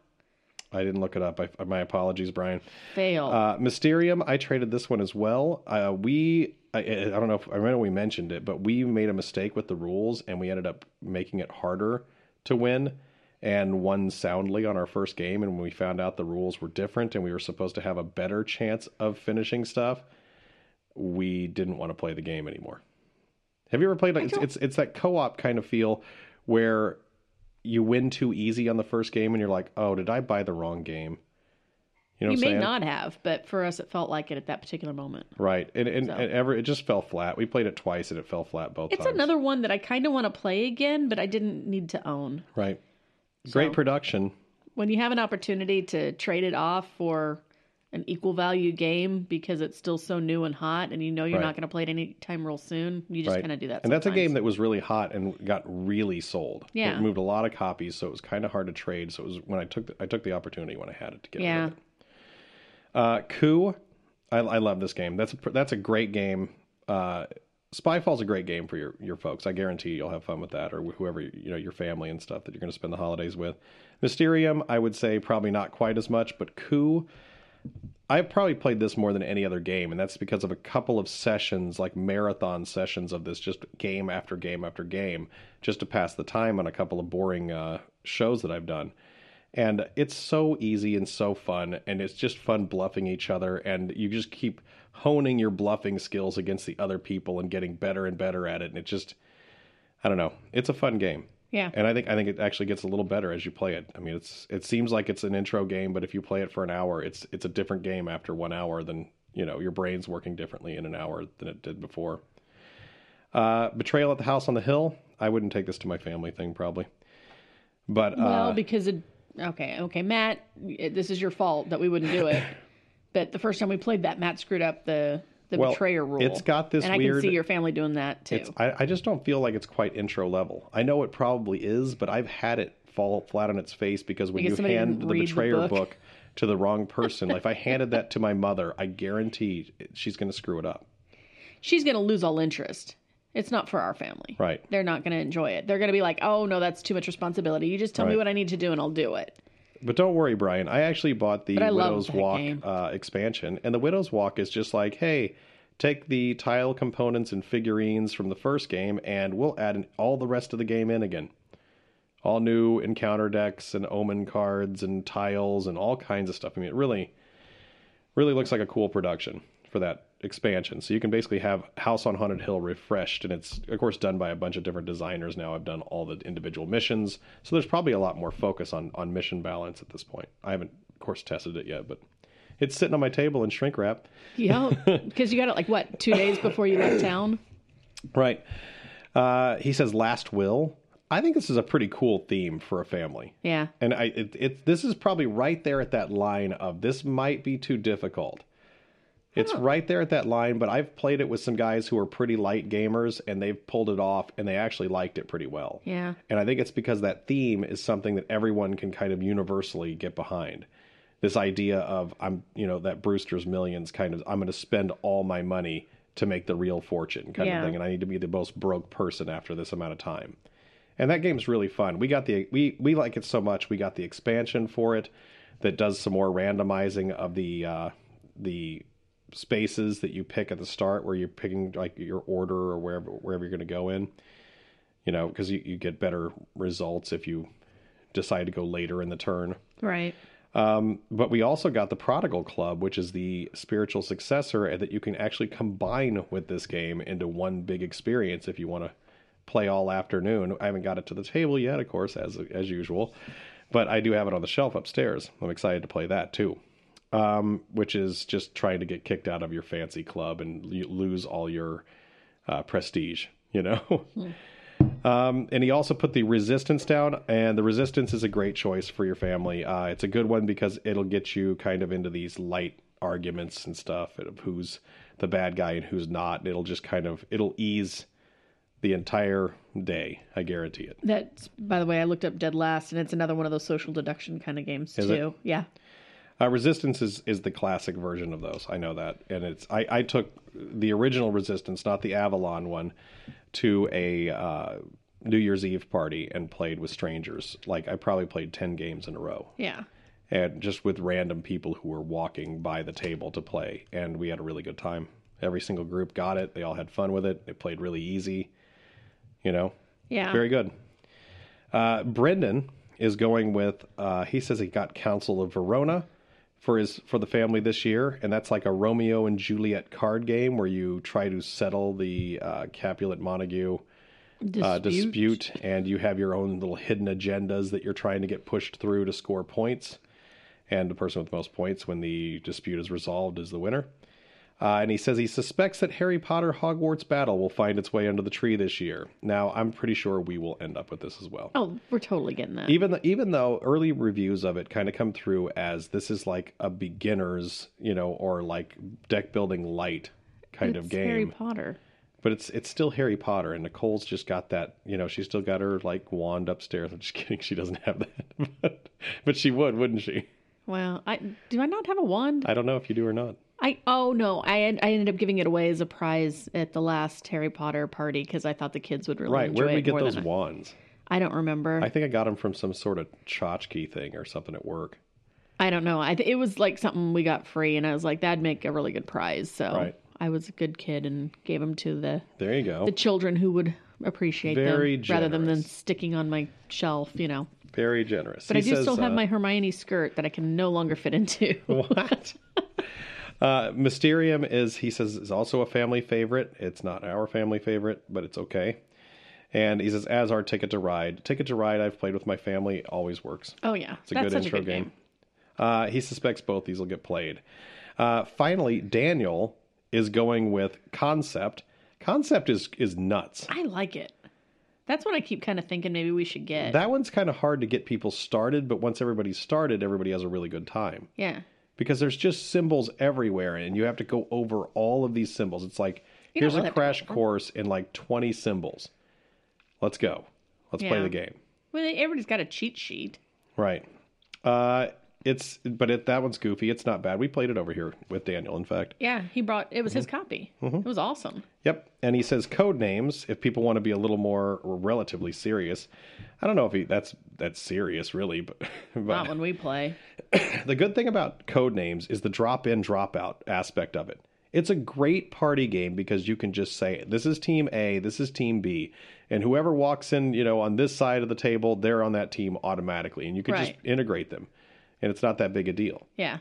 I didn't look it up. I, my apologies, Brian.
Fail.
Uh, Mysterium, I traded this one as well. Uh, we, I, I I don't know if I remember we mentioned it, but we made a mistake with the rules and we ended up making it harder to win and won soundly on our first game. And when we found out the rules were different and we were supposed to have a better chance of finishing stuff, we didn't want to play the game anymore. Have you ever played like it's,
don't-
it's it's that co-op kind of feel where you win too easy on the first game and you're like, "Oh, did I buy the wrong game?" You know
you
what I'm
may
saying?
not have, but for us, it felt like it at that particular moment.
Right. And and,
So.
and ever it just fell flat. We played it twice and it fell flat both
It's
times.
another one that I kind of want to play again, but I didn't need to own.
right. Great
So-
production.
When you have an opportunity to trade it off for an equal value game because it's still so new and hot and you know you're
Right.
not going to play it any time real soon, you just
Right.
kind of do that.
and that's a
sometimes.
game that was really hot and got really sold.
Yeah.
It moved a lot of copies, so it was kind of hard to trade. So it was when I took the, I took the opportunity when I had it to get rid
Yeah.
of it. Uh, Coup, I, I love this game. That's a, pr- that's a great game. Uh, Spyfall's a great game for your, your folks. I guarantee you'll have fun with that, or wh- whoever you know your family and stuff that you're going to spend the holidays with. Mysterium, I would say probably not quite as much, but Coup, I've probably played this more than any other game, and that's because of a couple of sessions, like marathon sessions of this, just game after game after game, just to pass the time on a couple of boring uh, shows that I've done. And it's so easy and so fun, and it's just fun bluffing each other, and you just keep honing your bluffing skills against the other people and getting better and better at it. And it just, I don't know, it's a fun game.
Yeah.
And I think I think it actually gets a little better as you play it. I mean, it's it seems like it's an intro game, but if you play it for an hour, it's it's a different game after one hour than you know your brain's working differently in an hour than it did before. Uh, Betrayal at the House on the Hill. I wouldn't take this to my family thing probably, but
Well,
uh,
because it. Okay, okay, Matt, it- this is your fault that we wouldn't do it. but the first time we played that, Matt screwed up the the
Well,
betrayer rule.
it's got this
and I
weird-
can see your family doing that too.
it's, I, I just don't feel like it's quite intro level. I know it probably is, but I've had it fall flat on its face because when
Because
you
somebody
hand
didn't
the
read the
betrayer
book.
book to the wrong person, like if I handed that to my mother, I guarantee she's going to screw it up.
She's going to lose all interest. It's not for our family.
Right.
They're not going to enjoy it. They're going to be like, "Oh no, that's too much responsibility. You just tell
Right.
me what I need to do, and I'll do it."
But don't worry, Brian. I actually bought the
But I love
Widow's
that
Walk
game.
uh, expansion, and the Widow's Walk is just like, hey, take the tile components and figurines from the first game, and we'll add in all the rest of the game in again. All new encounter decks and omen cards and tiles and all kinds of stuff. I mean, it really, really looks like a cool production for that expansion. So you can basically have House on Haunted Hill refreshed, and it's of course done by a bunch of different designers. Now I've done all the individual missions, so there's probably a lot more focus on on mission balance at this point. I haven't, of course, tested it yet, but it's sitting on my table in shrink wrap.
Yeah, because you got it like what two days before you left town.
Right. Uh, he says last will. I think this is a pretty cool theme for a family.
Yeah,
And I, it, it, this is probably right there at that line of this might be too difficult. It's right there at that line, but I've played it with some guys who are pretty light gamers and they've pulled it off and they actually liked it pretty well.
yeah.
And I think it's because that theme is something that everyone can kind of universally get behind. This idea of I'm, you know, that Brewster's Millions kind of I'm going to spend all my money to make the real fortune kind
Yeah.
of thing, and I need to be the most broke person after this amount of time. And that game's really fun. We got the we we like it so much. We got the expansion for it that does some more randomizing of the uh, the spaces that you pick at the start, where you're picking like your order or wherever wherever you're going to go in you know, because you, you get better results if you decide to go later in the turn.
Right.
But we also got the Prodigal Club, which is the spiritual successor and that you can actually combine with this game into one big experience if you want to play all afternoon. I haven't got it to the table yet, of course, as as usual, but I do have it on the shelf upstairs. I'm excited to play that too. um, which is just trying to get kicked out of your fancy club and you lose all your uh, prestige, you know? Um, and he also put the resistance down, and the resistance is a great choice for your family. Uh, it's a good one because it'll get you kind of into these light arguments and stuff of who's the bad guy and who's not. It'll just kind of it'll ease the entire day. I guarantee it.
That's by the way, I looked up Dead Last, and it's another one of those social deduction kind of games
Is it?
too. Yeah,
Uh, Resistance is, is the classic version of those. I know that, and it's I, I took the original Resistance, not the Avalon one, to a uh, New Year's Eve party and played with strangers. Like I probably played ten games in a row,
yeah.
and just with random people who were walking by the table to play, and we had a really good time. Every single group got it. They all had fun with it. They played really easy. You know,
Yeah.
very good. Uh, Brendan is going with. Uh, he says he got Council of Verona for his for the family this year, and that's like a Romeo and Juliet card game where you try to settle the uh, Capulet Montague
dispute.
uh, dispute, and you have your own little hidden agendas that you're trying to get pushed through to score points. And the person with the most points, when the dispute is resolved, is the winner. Uh, and he says he suspects that Harry Potter Hogwarts Battle will find its way under the tree this year. Now, I'm pretty sure we will end up with this as well.
Oh, we're totally getting that.
Even though, even though early reviews of it kind of come through as this is like a beginner's, you know, or like deck building light kind
it's
of game
Harry Potter.
but it's it's still Harry Potter, and Nicole's just got that. You know, she's still got her like wand upstairs. I'm just kidding, she doesn't have that, but, but she would, wouldn't she?
Wow. I do I not have a wand?
I don't know if you do or not.
I oh no, I en- I ended up giving it away as a prize at the last Harry Potter party because I thought the kids would really
Right?
enjoy
Where did we
it
get
more
those
than I-
wands?
I don't remember.
I think I got them from some sort of tchotchke thing or something at work.
I don't know. I th- it was like something we got free, and I was like, that'd make a really good prize. So
Right.
I was a good kid and gave them to the
There you go.
the children who would appreciate
Very
them rather than them
generous.
sticking on my shelf, you know.
Very generous.
But I do still
uh,
have my Hermione skirt that I can no longer fit into.
what? Uh, Mysterium is he says is also a family favorite. It's not our family favorite, but it's okay. And he says, as our Ticket to Ride. Ticket to Ride, I've played with my family, always works.
Oh yeah,
It's a good intro game. Uh, he suspects both these will get played. Uh, finally, Daniel is going with concept. Concept is is nuts.
I like it. That's what I keep kind of thinking. Maybe we should get.
That one's kind of hard to get people started, but once everybody's started, everybody has a really good time
yeah,
because there's just symbols everywhere, and you have to go over all of these symbols. It's like
You don't
here's a
really have to go
crash
over 'em.
course in like 20 symbols. Let's go. Let's play
Yeah.
the game.
well, they- everybody's got a cheat sheet.
Right. Uh, it's but it, that one's goofy. It's not bad. We played it over here with Daniel. In fact.
Yeah, he brought it was his
Mm-hmm.
copy. It was awesome.
Yep. And he says code names if people want to be a little more or relatively serious. I don't know if he, that's that's serious really, but,
Not
but
when we play.
the good thing about code names is the drop in drop out aspect of it. It's a great party game because you can just say this is team A, this is team B, and whoever walks in, you know, on this side of the table, they're on that team automatically and you can just
Right.
integrate them. And it's not that big a deal.
Yeah,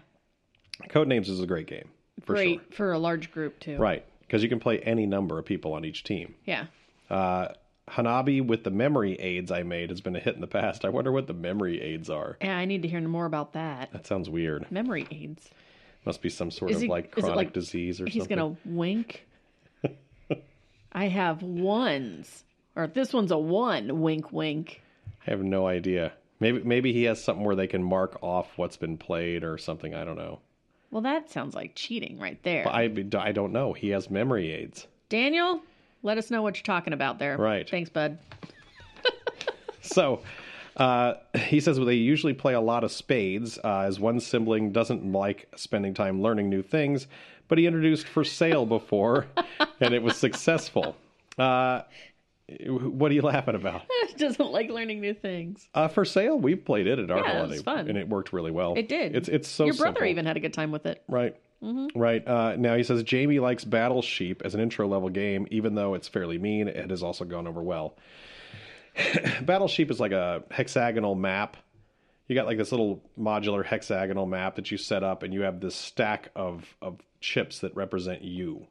Code names is a great game. For
great
sure.
for a large group too.
Right. Because you can play any number of people on each team.
Yeah.
Uh, Hanabi with the memory aids I made has been a hit in the past. I wonder what the memory aids are.
Yeah, I need to hear more about that.
That sounds weird.
Memory aids.
Must be some sort
Is
of
he-
like
is it
chronic
like
disease or
He's
something.
gonna wink. I have ones, or this one's a one. Wink, wink.
I have no idea. Maybe maybe he has something where they can mark off what's been played or something. I don't know.
Well, that sounds like cheating right there.
But I I don't know. He has memory aids.
Daniel, let us know what you're talking about there.
Right.
Thanks, bud.
So uh, he says well, they usually play a lot of spades, uh, as one sibling doesn't like spending time learning new things, but he introduced for sale before, and it was successful. Uh, what are you laughing about?
Doesn't like learning new things.
Uh, for sale, we played it at our
Yeah, it
holiday,
was fun.
and it worked really well.
It did.
It's it's so
Your brother
simple.
even had a good time with it.
right. Right uh, now, he says Jamie likes Battle Sheep as an intro level game, even though it's fairly mean. It has also gone over well. Battle Sheep is like a hexagonal map. You got like this little modular hexagonal map that you set up, and you have this stack of of chips that represent you,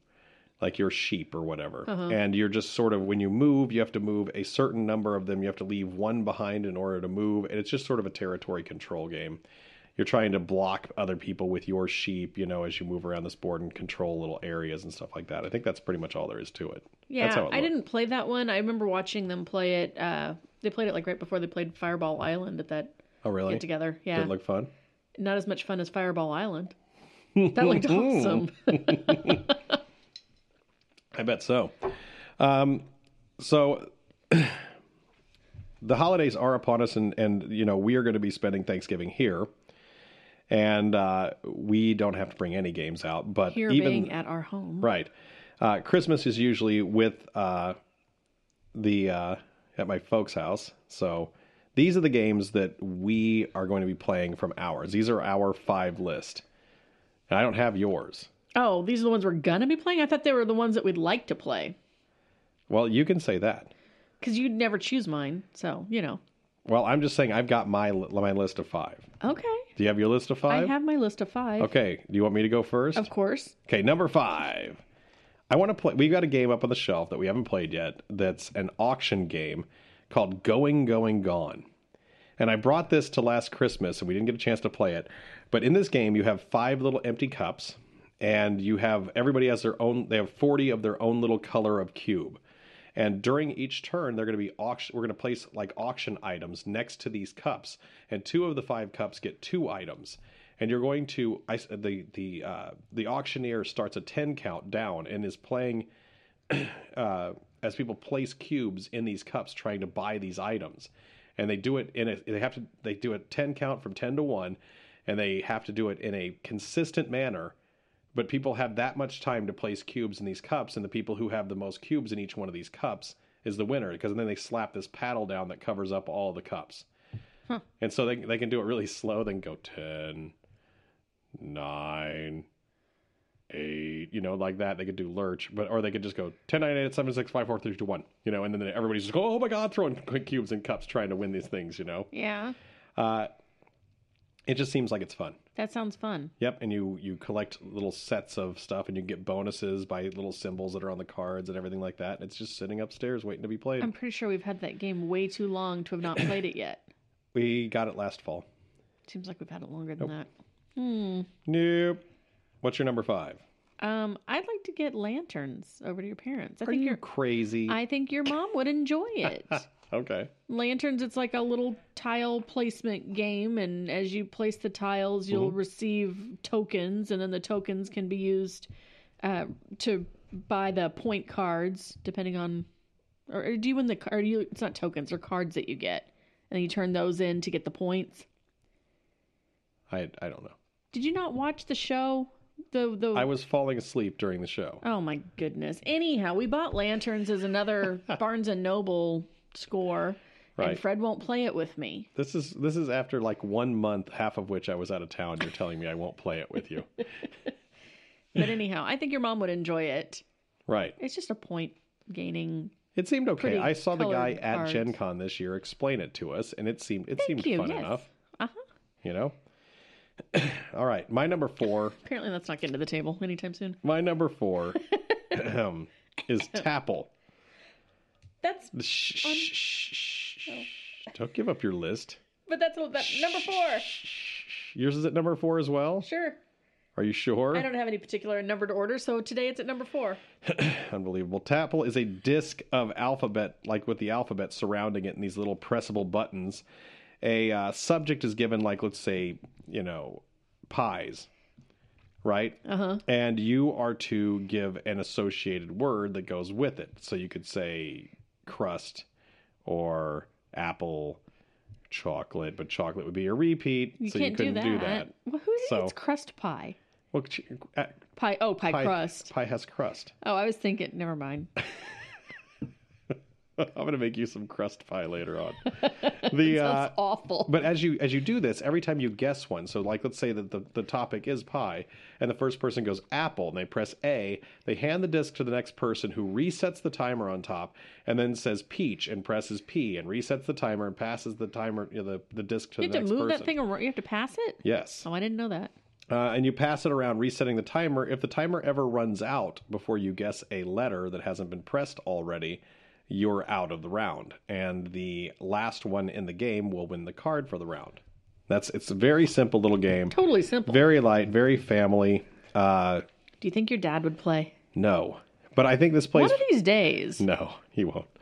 like your sheep or whatever. And you're just sort of when you move, you have to move a certain number of them. You have to leave one behind in order to move, and it's just sort of a territory control game. you're trying to block other people with your sheep, you know, as you move around this board and control little areas and stuff like that. I think that's pretty much all there is to it.
Yeah,
that's how it
I
looked.
didn't play that one. I remember watching them play it. Uh, they played it like right before they played Fireball Island at that
Oh, really?
get together. Yeah,
Did it look fun?
not as much fun as Fireball Island. That looked awesome.
I bet so. Um, so the holidays are upon us, and and you know we are going to be spending Thanksgiving here, and uh, we don't have to bring any games out. But
Here
even
being at our home,
right, uh, Christmas is usually with uh, the uh, at my folks' house. So these are the games that we are going to be playing from ours. These are our five list, and I don't have yours.
Oh, these are the ones we're gonna be playing. I thought they were the ones that we'd like to play
Well, you can say that.
because you'd never choose mine. So you know.
Well, I'm just saying I've got my li- my list of five.
Okay,
Do you have your list of
I
five?
have my list of five.
Okay. Do you want me to go first?
Of course.
Okay, number five. I want to play. We've got a game up on the shelf that we haven't played yet. That's an auction game called Going, Going, Gone. And I brought this to last Christmas, and we didn't get a chance to play it. But in this game, you have five little empty cups, and you have everybody has their own. They have forty of their own little color of cube. And during each turn, they're going to be auction. We're going to place like auction items next to these cups, and two of the five cups get two items. And you're going to I, s- the the uh, the auctioneer starts a ten count down and is playing uh, as people place cubes in these cups trying to buy these items and they do it in a they have to they do a 10 count from 10 to 1 and they have to do it in a consistent manner but people have that much time to place cubes in these cups and the people who have the most cubes in each one of these cups is the winner because then they slap this paddle down that covers up all the cups and so they, they can do it really slow they can go 10 9 eight, you know, like that. They could do lurch, but or they could just go ten, nine, eight, seven, six, five, four, three, two, one, you know, and then everybody's just go, oh my god, throwing cubes and cups trying to win these things, you know.
Yeah,
It just seems like it's fun.
that sounds fun.
Yep, and you you collect little sets of stuff, and you get bonuses by little symbols that are on the cards and everything like that. It's just sitting upstairs waiting to be played.
I'm pretty sure we've had that game way too long to have not played it yet.
we got it last fall.
Seems like we've had it longer than that.
Nope. What's your number five?
Um, I'd like to get lanterns over to your parents. I
Are
think
you
your
crazy?
I think your mom would enjoy it.
Okay.
lanterns, it's like a little tile placement game, and as you place the tiles, you'll
Mm-hmm.
receive tokens, and then the tokens can be used uh, to buy the point cards, depending on, or, or do you win the card? You it's not tokens or cards that you get, and you turn those in to get the points.
I I don't know.
Did you not watch the show? The the
I was falling asleep during the show.
Oh my goodness. Anyhow, we bought lanterns as another Barnes and Noble score.
Right.
And Fred won't play it with me.
This is this is after like one month, half of which I was out of town. You're telling me I won't play it with you,
But anyhow, I think your mom would enjoy it.
right?
It's just a point gaining.
It seemed okay.
Pretty
I saw the guy
colored
at
cards.
Gen Con this year explain it to us, and it seemed it seemed
you,
fun
yes.
enough. You know. All right, my number four.
Apparently, that's not getting to the table anytime soon.
My number four is Tapple.
That's
Shh, shh, shh, shh. Don't give up your list.
but that's that, number four.
Yours is at number four as well.
Sure.
Are you sure?
I don't have any particular numbered order, so today it's at number four.
Unbelievable. Tapple is a disc of alphabet, like with the alphabet surrounding it and these little pressable buttons. A uh, subject is given, like, let's say, you know, pies, right? Uh huh. And you are to give an associated word that goes with it. So you could say crust or apple, chocolate, but chocolate would be a repeat.
You
so
can't
you couldn't
do that. Well, who
So-
eats crust pie?
Well, ch- uh,
Pie. Oh, pie,
pie,
crust.
pie has crust.
Oh, I was thinking. Never mind.
I'm going to make you some crust pie later on. The uh,
That's awful.
But as you as you do this, every time you guess one, so like let's say that the, the topic is pie, and the first person goes apple, and they press A, they hand the disc to the next person who resets the timer on top, and then says peach and presses P and resets the timer and passes the timer you know, the the disc to
you have
the
to
next
move
person.
that thing around. You have to pass it.
Yes,
Oh, I didn't know that.
uh, and you pass it around, resetting the timer. If the timer ever runs out before you guess a letter that hasn't been pressed already, you're out of the round, and the last one in the game will win the card for the round. That's it's a very simple little game.
Totally simple.
Very light, very family. Uh,
Do you think your dad would play?
no, but I think this plays
One of these days.
No, he won't.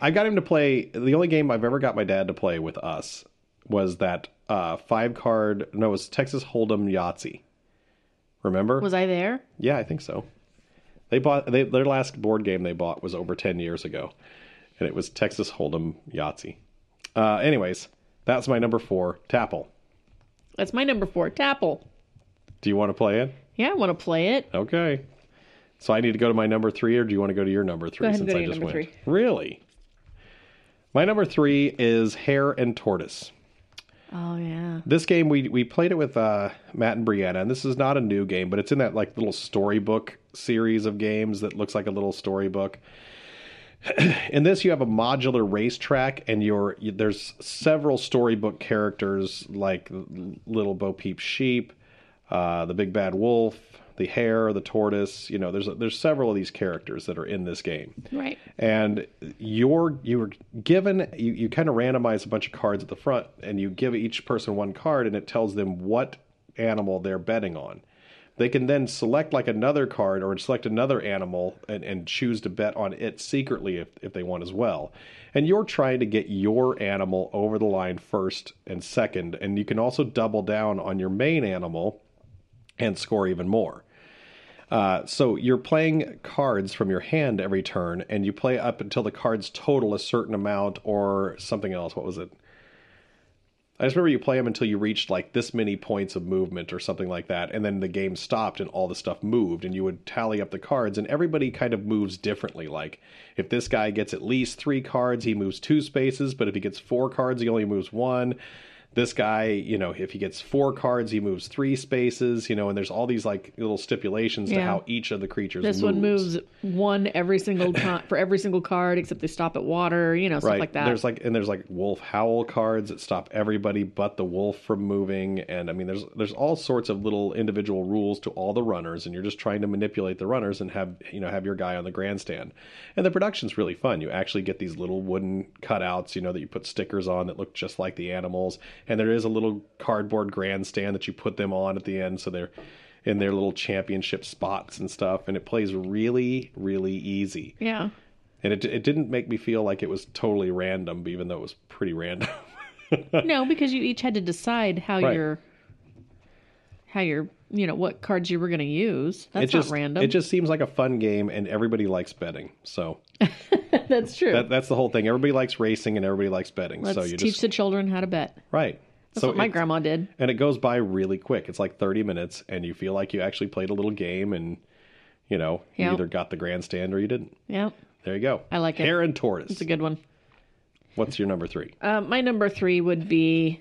I got him to play. The only game I've ever got my dad to play with us was that uh, five card. No, it was Texas Hold'em Yahtzee. Remember?
Was I there?
yeah, I think so. They bought they, their last board game they bought was over ten years ago, and it was Texas Hold'em Yahtzee. Uh, anyways, that's my number four. Tapple.
That's my number four, Tapple.
Do you want to play it?
Yeah, I want to play it.
Okay. So I need to go to my number three, or do you want to go to your number three
ahead and
since
go
I
to your
just went?
number
Really? My number three is Hare and Tortoise.
Oh yeah.
This game we we played it with uh, Matt and Brianna, and this is not a new game, but it's in that like little storybook series of games that looks like a little storybook. in this, you have a modular racetrack, and you're you, there's several storybook characters like l- Little Bo Peep Sheep, uh, the Big Bad Wolf, the Hare, the Tortoise. You know, there's there's several of these characters that are in this game
Right.
and you're you were given you, you kind of randomize a bunch of cards at the front and you give each person one card and it tells them what animal they're betting on they can then select like another card or select another animal and, and choose to bet on it secretly if, if they want as well and you're trying to get your animal over the line first and second and you can also double down on your main animal and score even more Uh, so you're playing cards from your hand every turn, and you play up until the cards total a certain amount or something else. What was it? I just remember you play them until you reached like this many points of movement or something like that, and then the game stopped and all the stuff moved, and you would tally up the cards, and everybody kind of moves differently. Like if this guy gets at least three cards, he moves two spaces, but if he gets four cards, he only moves one. This guy, you know, if he gets four cards, he moves three spaces, you know, and there's all these like little stipulations to
Yeah.
how each of the creatures
This one moves one every single time for every single card, except they stop at water. You know, stuff like that.
There's like and there's like wolf howl cards that stop everybody but the wolf from moving, and I mean there's there's all sorts of little individual rules to all the runners, and you're just trying to manipulate the runners and have you know have your guy on the grandstand. And the production's really fun. You actually get these little wooden cutouts, you know, that you put stickers on that look just like the animals, and there is a little cardboard grandstand that you put them on at the end, so they're in their little championship spots and stuff, and it plays really, really easy
yeah.
and it it didn't make me feel like it was totally random, even though it was pretty random.
No, because you each had to decide how
Right.
your how your you know what cards you were going to use. That's
it just
not random.
It just seems like a fun game, and everybody likes betting. So
that's true.
that, that's the whole thing. Everybody likes racing, and everybody likes betting.
Let's
so you
teach
just
the children how to bet.
right.
That's
so
what my
it-
grandma did.
and it goes by really quick. It's like thirty minutes, and you feel like you actually played a little game, and you know you
Yeah.
either got the grandstand or you didn't.
Yeah,
There you go.
I like it.
Hare and tortoise.
it's a good one.
What's your number three?
Um, my number three would be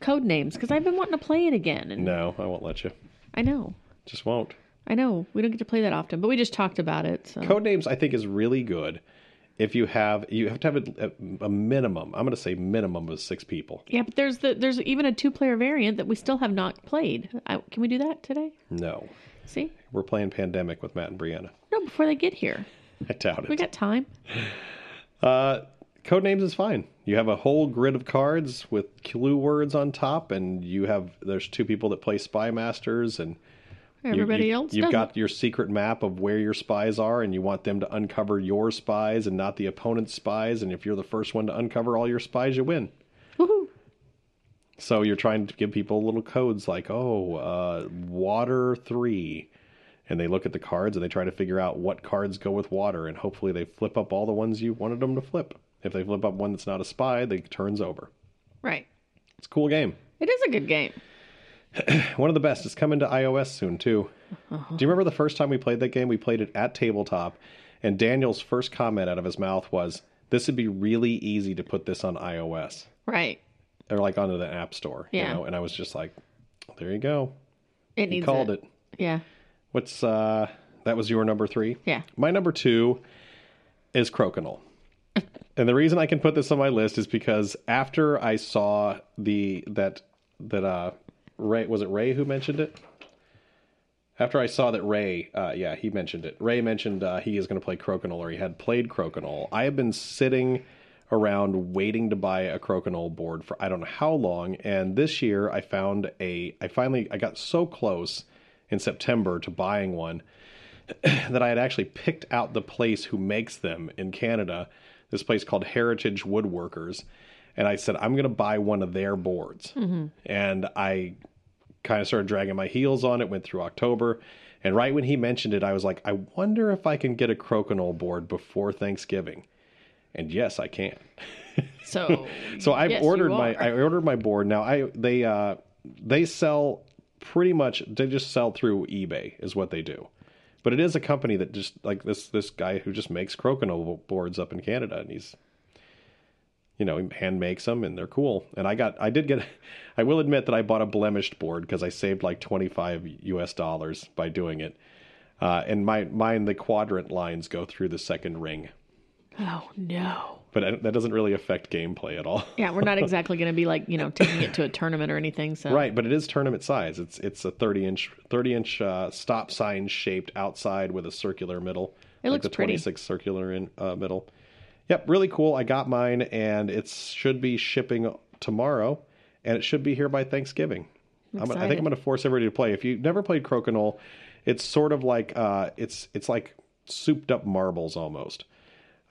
code names because I've been wanting to play it again, and
No, I won't let you.
I know,
Just won't.
I know, we don't get to play that often, but we just talked about it. So
Codenames, I think, is really good. If you have, you have to have a, a minimum. I'm going to say minimum of six people.
yeah, but there's the there's even a two player variant that we still have not played. I, can we do that today?
No,
See,
we're playing Pandemic with Matt and Brianna.
no, before they get here,
I doubt
we
it.
got time.
Codenames is fine. You have a whole grid of cards with clue words on top, and you have there's two people that play spy masters, and you- you-
Everybody else,
You've
doesn't.
got your secret map of where your spies are, and you want them to uncover your spies and not the opponent's spies. And if you're the first one to uncover all your spies, you win.
Woohoo.
So you're trying to give people little codes like, oh, uh, water three. And they look at the cards and they try to figure out what cards go with water. And hopefully they flip up all the ones you wanted them to flip. If they flip up one that's not a spy, they turns over.
Right.
It's a cool game.
It is a good game.
One of the best. It's coming to iOS soon, too.
Uh-huh.
Do you remember the first time we played that game? We played it at tabletop. And Daniel's first comment out of his mouth was, this would be really easy to put this on iOS
Right.
or like onto the App Store.
Yeah.
You know? And I was just like, there you go.
It needs
He called it.
Yeah.
What's uh that was your number three?
Yeah.
My number two is Crokinole. and the reason I can put this on my list is because after I saw the that that uh Ray was it Ray who mentioned it? After I saw that Ray, uh, yeah, he mentioned it. Ray mentioned uh, he is going to play Crokinole, or he had played Crokinole. I have been sitting around waiting to buy a crokinole board for I don't know how long. And this year I found a I finally I got so close in September to buying one that I had actually picked out the place who makes them in Canada, this place called Heritage Woodworkers. And I said, I'm going to buy one of their boards. And I kind of started dragging my heels on it, went through October. And right when he mentioned it, I was like, I wonder if I can get a crokinole board before Thanksgiving. And yes, I can.
So
So I've
Yes, you
ordered my
are.
I ordered my board now. I they uh they sell pretty much they just sell through eBay is what they do. But it is a company that just like this this guy who just makes crokinole boards up in Canada and he's you know, he hand makes them and they're cool. And I got I did get I will admit that I bought a blemished board because I saved like 25 US dollars by doing it. Uh, and my mine the quadrant lines go through the second ring.
oh no.
But I- that doesn't really affect gameplay at all.
Yeah, we're not exactly going to be like you know taking it to a tournament or anything. So
Right, but it is tournament size. It's it's a thirty inch thirty inch uh, stop sign shaped outside with a circular middle.
It looks
the
pretty.
six circular in uh, middle. Yep, really cool. I got mine, and it should be shipping tomorrow, and it should be here by Thanksgiving. I'm gonna, I think
excited.
I'm going to force everybody to play. If you've never played Crokinole, it's sort of like uh, it's it's like souped up marbles almost.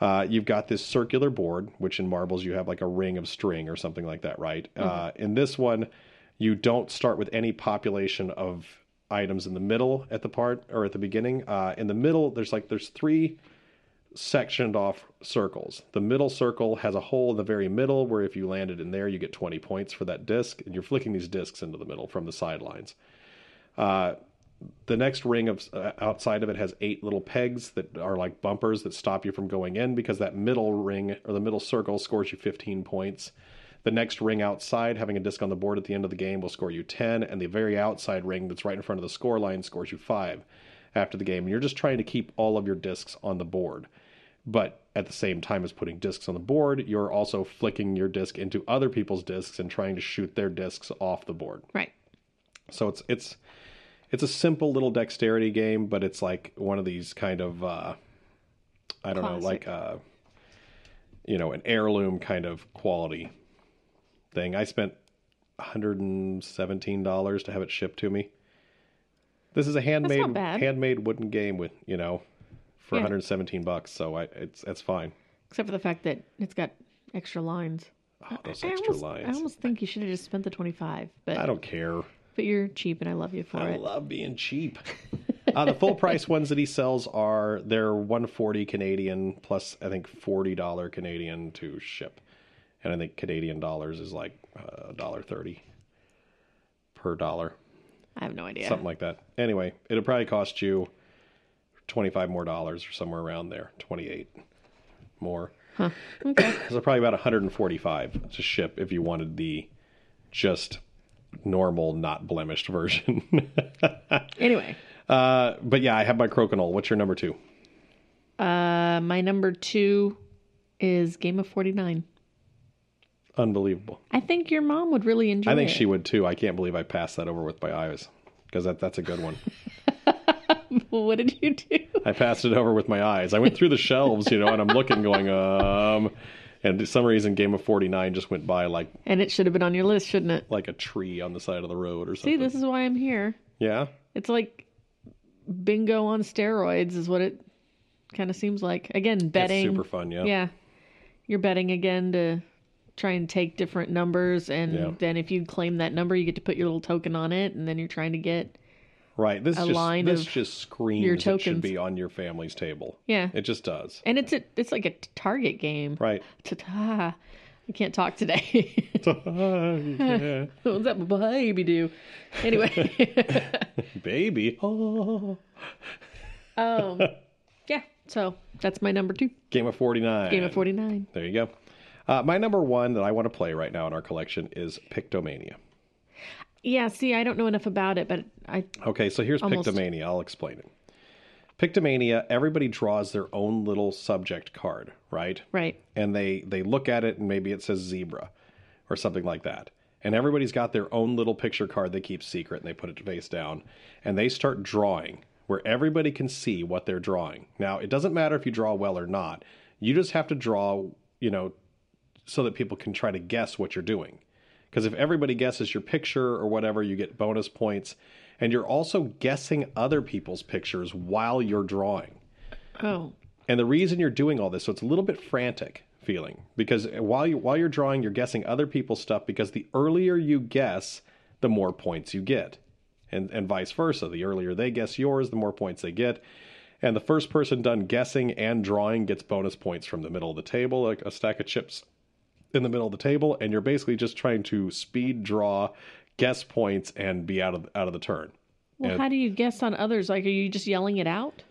Uh, you've got this circular board, which in marbles you have like a ring of string or something like that, right? Uh, in this one, you don't start with any population of items in the middle at the part or at the beginning. Uh, in the middle, there's like there's three sectioned off circles. The middle circle has a hole in the very middle where if you landed in there, you get 20 points for that disc, and you're flicking these discs into the middle from the sidelines. Uh, the next ring of uh, outside of it has eight little pegs that are like bumpers that stop you from going in because that middle ring or the middle circle scores you 15 points. The next ring outside, having a disc on the board at the end of the game, will score you 10, and the very outside ring that's right in front of the score line scores you 5 after the game. And you're just trying to keep all of your discs on the board but at the same time as putting discs on the board, you're also flicking your disc into other people's discs and trying to shoot their discs off the board.
right.
So it's it's it's a simple little dexterity game, but it's like one of these kind of uh, I don't know, like uh, you know, an heirloom kind of quality thing. I spent $117 to have it shipped to me. This is a handmade
bad.
handmade wooden game with, you know, for
Yeah.
117 bucks, so I it's that's fine.
Except for the fact that it's got extra lines.
Oh, those
I
extra
almost,
lines.
I almost think you should have just spent the twenty five, but
I don't care.
but you're cheap and I love you for
I
it.
love being cheap. uh, the full price ones that he sells are they're 140 Canadian plus I think $40 Canadian to ship. And I think Canadian dollars is like uh, a dollar 30 per dollar,
I have no idea.
something like that. Anyway, it'll probably cost you 25 more dollars or somewhere around there, 28 more. so probably about 145 to ship if you wanted the just normal not blemished version.
Anyway,
Uh, but yeah, I have my crokinole. What's your number two?
uh, my number two is Game of Forty Nine.
Unbelievable.
I think your mom would really enjoy.
I think
it.
she would too. I can't believe I passed that over with my eyes because that, that's a good one.
Well, what did you do?
I passed it over with my eyes. I went through the shelves, you know, and I'm looking, going, um, and for some reason, Game of 49 just went by like
And it should have been on your list, shouldn't it?
like a tree on the side of the road or
See,
something.
this is why I'm here.
yeah.
It's like bingo on steroids, is what it kind of seems like. Again, betting.
It's super fun. Yeah.
Yeah. You're betting again to try and take different numbers. And
Yeah.
then if you claim that number, you get to put your little token on it. And then you're trying to get.
Right. This
A
just
line
this
of
just screams
your
it should
tokens.
be on your family's table.
Yeah.
It just does.
And it's a, it's like a t- target game.
Right.
Ta-ta. I can't talk today. What's that baby do? Anyway.
Baby. Oh.
um, yeah. So that's my number two.
Game of 49.
Game of 49.
There you go. Uh, my number one that I want to play right now in our collection is Pictomania.
Yeah, see, I don't know enough about it, but I
Okay, so here's
Almost.
Pictomania. I'll explain it. Pictomania, everybody draws their own little subject card, right?
right.
And they they look at it and maybe it says zebra or something like that. And everybody's got their own little picture card they keep secret and they put it face down and they start drawing where everybody can see what they're drawing. Now, it doesn't matter if you draw well or not. You just have to draw, you know, so that people can try to guess what you're doing. Because if everybody guesses your picture or whatever, you get bonus points. And you're also guessing other people's pictures while you're drawing.
Oh,
And the reason you're doing all this, so it's a little bit frantic feeling because while you while you're drawing, you're guessing other people's stuff because the earlier you guess, the more points you get. And and vice versa. The earlier they guess yours, the more points they get. And the first person done guessing and drawing gets bonus points from the middle of the table, like a stack of chips in the middle of the table, and you're basically just trying to speed draw, guess points, and be out of out of the turn.
well,
Yeah.
how do you guess on others? Like, are you just yelling it out?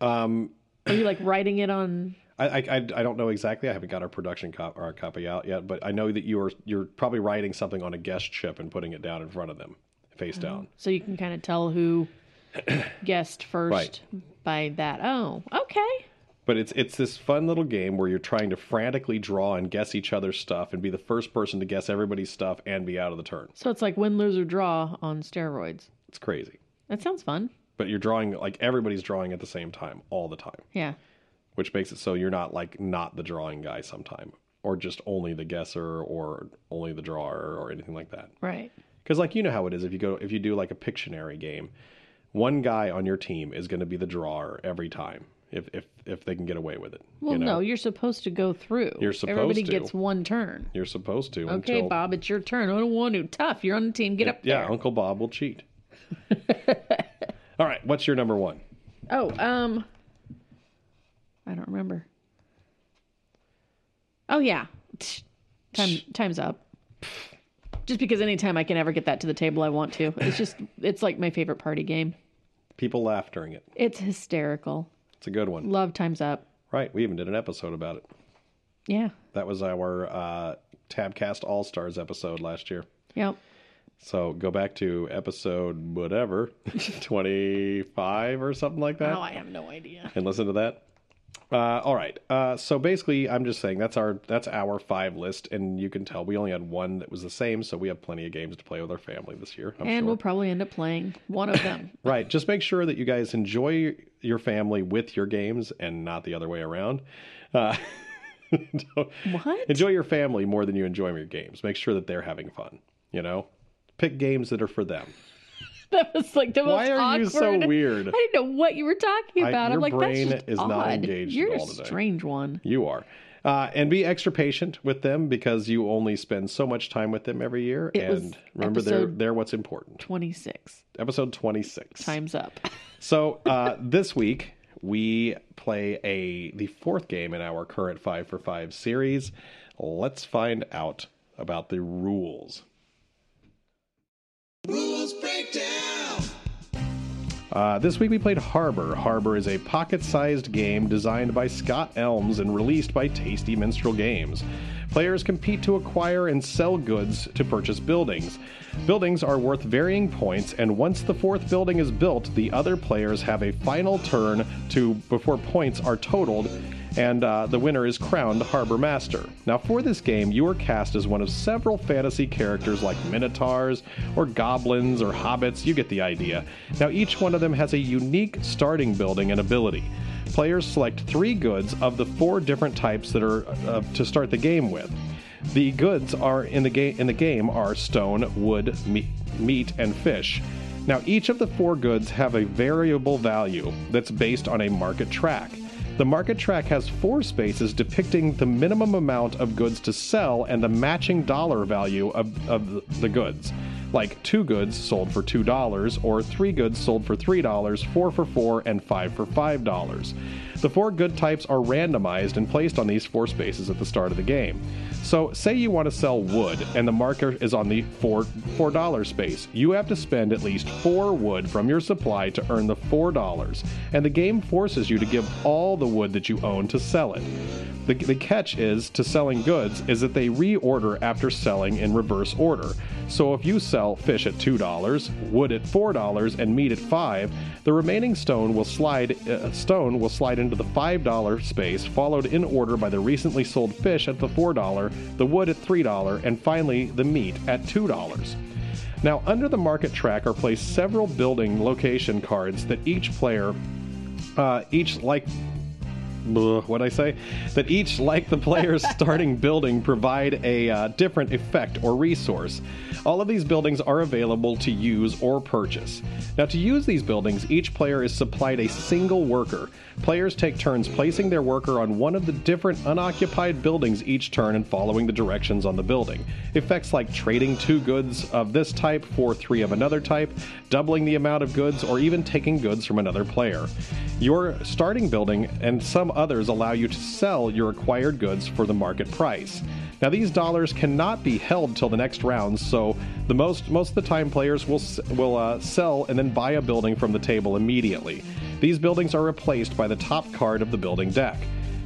Um, are you like writing it on?
I, I, I I don't know exactly. I haven't got our production cop, our copy out yet, but I know that you are you're probably writing something on a guest chip and putting it down in front of them, face down.
So you can kind of tell who guessed first
Right.
by that. Oh, okay.
But it's it's this fun little game where you're trying to frantically draw and guess each other's stuff and be the first person to guess everybody's stuff and be out of the turn.
So it's like win, lose, or draw on steroids.
It's crazy.
That sounds fun.
But you're drawing like everybody's drawing at the same time all the time,
Yeah.
which makes it so you're not like not the drawing guy sometime or just only the guesser or only the drawer or anything like that.
Right.
Because like you know how it is if you go if you do like a Pictionary game, one guy on your team is going to be the drawer every time if if if they can get away with it.
Well,
you know?
no, you're supposed to go through.
You're supposed
Everybody
to.
gets one turn.
you're supposed to.
Okay,
until,
Bob, it's your turn. I don't want to. Tough. You're on the team. Get up there.
Yeah, Uncle Bob will cheat. All right, what's your number one?
Oh, um, I don't remember. Oh yeah, Tch. time time's up. Just because anytime I can ever get that to the table, I want to. It's just it's like my favorite party game.
People laugh during it.
It's hysterical.
It's a good one,
Love time's up.
right? We even did an episode about it.
Yeah.
That was our uh, Tabcast All Stars episode last year.
Yep.
So go back to episode whatever, twenty five or something like that.
Oh, I have no idea.
and listen to that. Uh, all right. Uh, so basically, I'm just saying that's our that's our five list, and you can tell we only had one that was the same, so we have plenty of games to play with our family this year. I'm
and
sure.
we'll probably end up playing one of them.
Right. Just make sure that you guys enjoy your family with your games and not the other way around. Uh, don't-
What?
Enjoy your family more than you enjoy your games. Make sure that they're having fun. You know, pick games that are for them.
that was like the
Why
most
are you so
awkward-
weird?
I didn't know what you were talking
I-
about. I'm
your
like,
brain
that's just
is
odd.
not engaged at
You're
all
a
today.
strange one.
You are. Uh, and be extra patient with them because you only spend so much time with them every year.
It was
and remember, they're,
episode-
they're what's important.
Twenty six.
Episode 26.
Time's up.
So uh, this week, we play a the fourth game in our current 5 for 5 series. Let's find out about the rules. Uh, this week we played Harbor. Harbor is a pocket sized game designed by Scott Elms and released by Tasty Minstrel Games. Players compete to acquire and sell goods to purchase buildings. Buildings are worth varying points, and once the fourth building is built, the other players have a final turn to before points are totaled, and uh, the winner is crowned Harbor Master. Now, for this game, you are cast as one of several fantasy characters like Minotaurs or Goblins or Hobbits, you get the idea. Now, each one of them has a unique starting building and ability. Players select three goods of the four different types that are uh, to start the game with. The goods are in the game in the game are stone, wood, me- meat, and fish. Now, each of the four goods have a variable value that's based on a market track. The market track has four spaces depicting the minimum amount of goods to sell and the matching dollar value of, of the goods. Like two goods sold for $2, or three goods sold for $3, four for four, and five for $5. The four good types are randomized and placed on these four spaces at the start of the game. So, say you want to sell wood, and the marker is on the four four dollar space. You have to spend at least four wood from your supply to earn the four dollars, and the game forces you to give all the wood that you own to sell it. The, the catch is to selling goods is that they reorder after selling in reverse order. So if you sell fish at $2, wood at $4 and meat at 5, the remaining stone will slide uh, stone will slide into the $5 space followed in order by the recently sold fish at the $4, the wood at $3 and finally the meat at $2. Now, under the market track are placed several building location cards that each player uh, each like what I say, that each, like the player's starting building, provide a uh, different effect or resource. All of these buildings are available to use or purchase. Now, to use these buildings, each player is supplied a single worker. Players take turns placing their worker on one of the different unoccupied buildings each turn and following the directions on the building. Effects like trading two goods of this type for three of another type, doubling the amount of goods, or even taking goods from another player. Your starting building and some others allow you to sell your acquired goods for the market price. Now, these dollars cannot be held till the next round, so the most most of the time players will s- will uh, sell and then buy a building from the table immediately. These buildings are replaced by the top card of the building deck.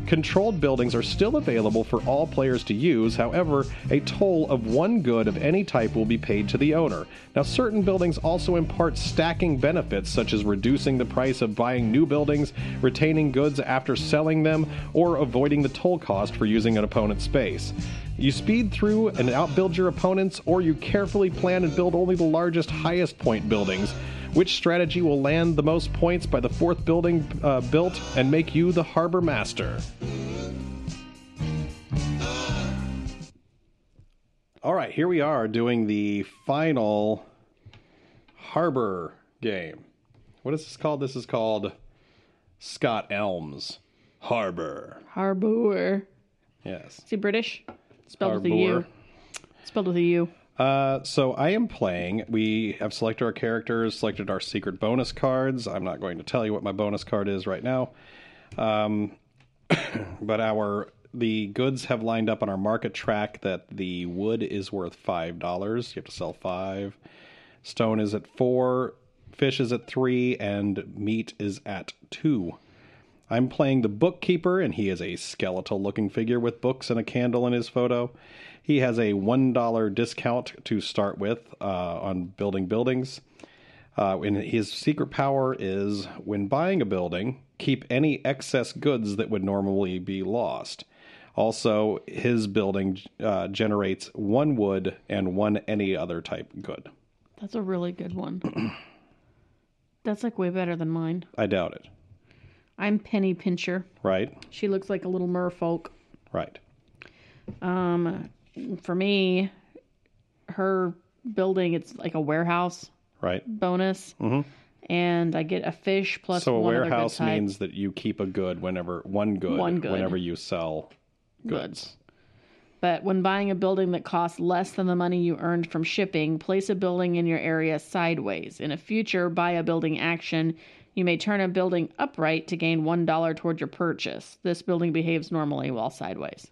Controlled buildings are still available for all players to use, however, a toll of one good of any type will be paid to the owner. Now, certain buildings also impart stacking benefits, such as reducing the price of buying new buildings, retaining goods after selling them, or avoiding the toll cost for using an opponent's space. You speed through and outbuild your opponents, or you carefully plan and build only the largest, highest point buildings. Which strategy will land the most points by the fourth building uh, built and make you the harbor master? All right, here we are doing the final harbor game. What is this called? This is called Scott Elms Harbor.
Harbour.
Yes.
Is he British? Spelled with a U.
Harbor.
Spelled with a U.
Uh, so I am playing. We have selected our characters, selected our secret bonus cards. I'm not going to tell you what my bonus card is right now. Um, but our the goods have lined up on our market track that the wood is worth five dollars. You have to sell five. Stone is at four. Fish is at three, and meat is at two. I'm playing the bookkeeper, and he is a skeletal looking figure with books and a candle in his photo. He has a $1 discount to start with uh, on building buildings. Uh, and his secret power is when buying a building, keep any excess goods that would normally be lost. Also, his building uh, generates one wood and one any other type good.
That's a really good one. That's like way better than mine.
I doubt it.
I'm Penny Pincher.
Right?
She looks like a little merfolk.
Right.
Um, for me, her building it's like a warehouse
Right.
bonus, and I get a fish plus
Mm-hmm. So a
one other good
warehouse
type.
means that you keep a good whenever one good,
One good.
whenever you sell goods.
But when buying a building that costs less than the money you earned from shipping, place a building in your area sideways. In a future buy a building action, you may turn a building upright to gain $1 toward your purchase. This building behaves normally while sideways.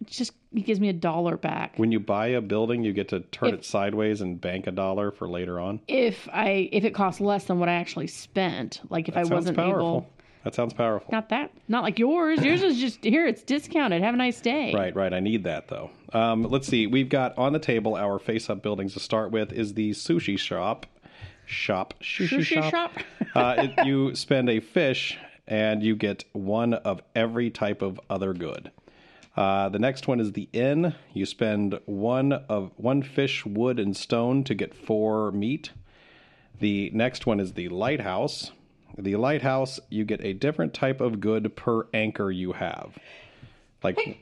It just it gives me a dollar back.
When you buy a building, you get to turn
If-
it sideways and bank a dollar for later on.
If I if it costs less than what I actually spent, like if I
Sounds
wasn't
powerful.
able
That sounds powerful.
not that not like yours. Yours is just here, it's discounted. Have a nice day.
Right, right. I need that though. Um, let's see. We've got on the table our face-up buildings to start with is the sushi shop, shop, sushi,
Sushi shop.
uh, it, you spend a fish and you get one of every type of other good. Uh, the next one is the inn. You spend one of one fish, wood, and stone to get four meat. The next one is the lighthouse. The lighthouse, you get a different type of good per anchor you have. Like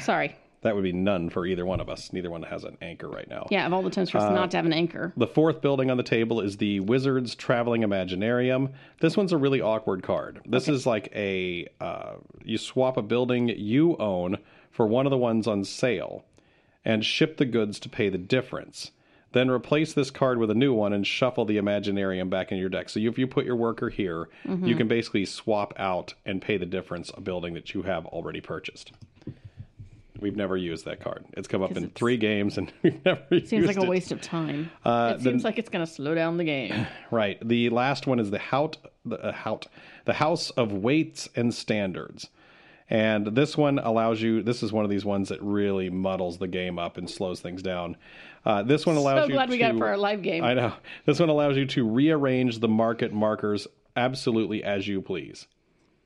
Sorry.
that would be none for either one of us. Neither one has an anchor right now.
Yeah, of all the times
Uh,
for us not to have an anchor.
The fourth building on the table is the Wizard's Traveling Imaginarium. This one's a really awkward card. This is like a uh, you swap a building you own for one of the ones on sale and ship the goods to pay the difference. Then replace this card with a new one and shuffle the Imaginarium back in your deck. So if you put your worker here,
Mm-hmm.
you can basically swap out and pay the difference a building that you have already purchased. We've never used that card. It's come up in
it's-
three games and we've never used Uh,
Seems like a
it.
waste of time. it seems like it's going to slow down the game.
Right. The last one is the Hout, the uh, Hout, the House of Weights and Standards. And this one allows you. This is one of these ones that really muddles the game up and slows things down. Uh, this one allows
So
you.
glad we got it
to-
for our live game.
I know. This one allows you to rearrange the market markers absolutely as you please.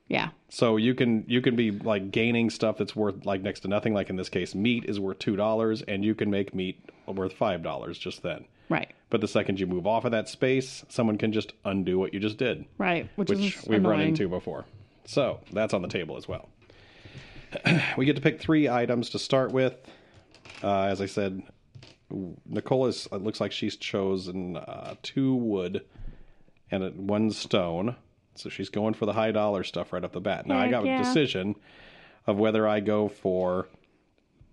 yeah.
So you can you can be like gaining stuff that's worth like next to nothing. Like in this case, meat is worth two dollars, and you can make meat worth five dollars just then.
Right.
But the second you move off of that space, someone can just undo what you just did,
Right. Which,
which
is
we've run
annoying.
into before. So that's on the table as well. we get to pick three items to start with. Uh, as I said, Nicole is, it looks like she's chosen uh, two wood and uh, one stone. So she's going for the high dollar stuff right off the bat. Now I
Heck
got
yeah.
a decision of whether I go for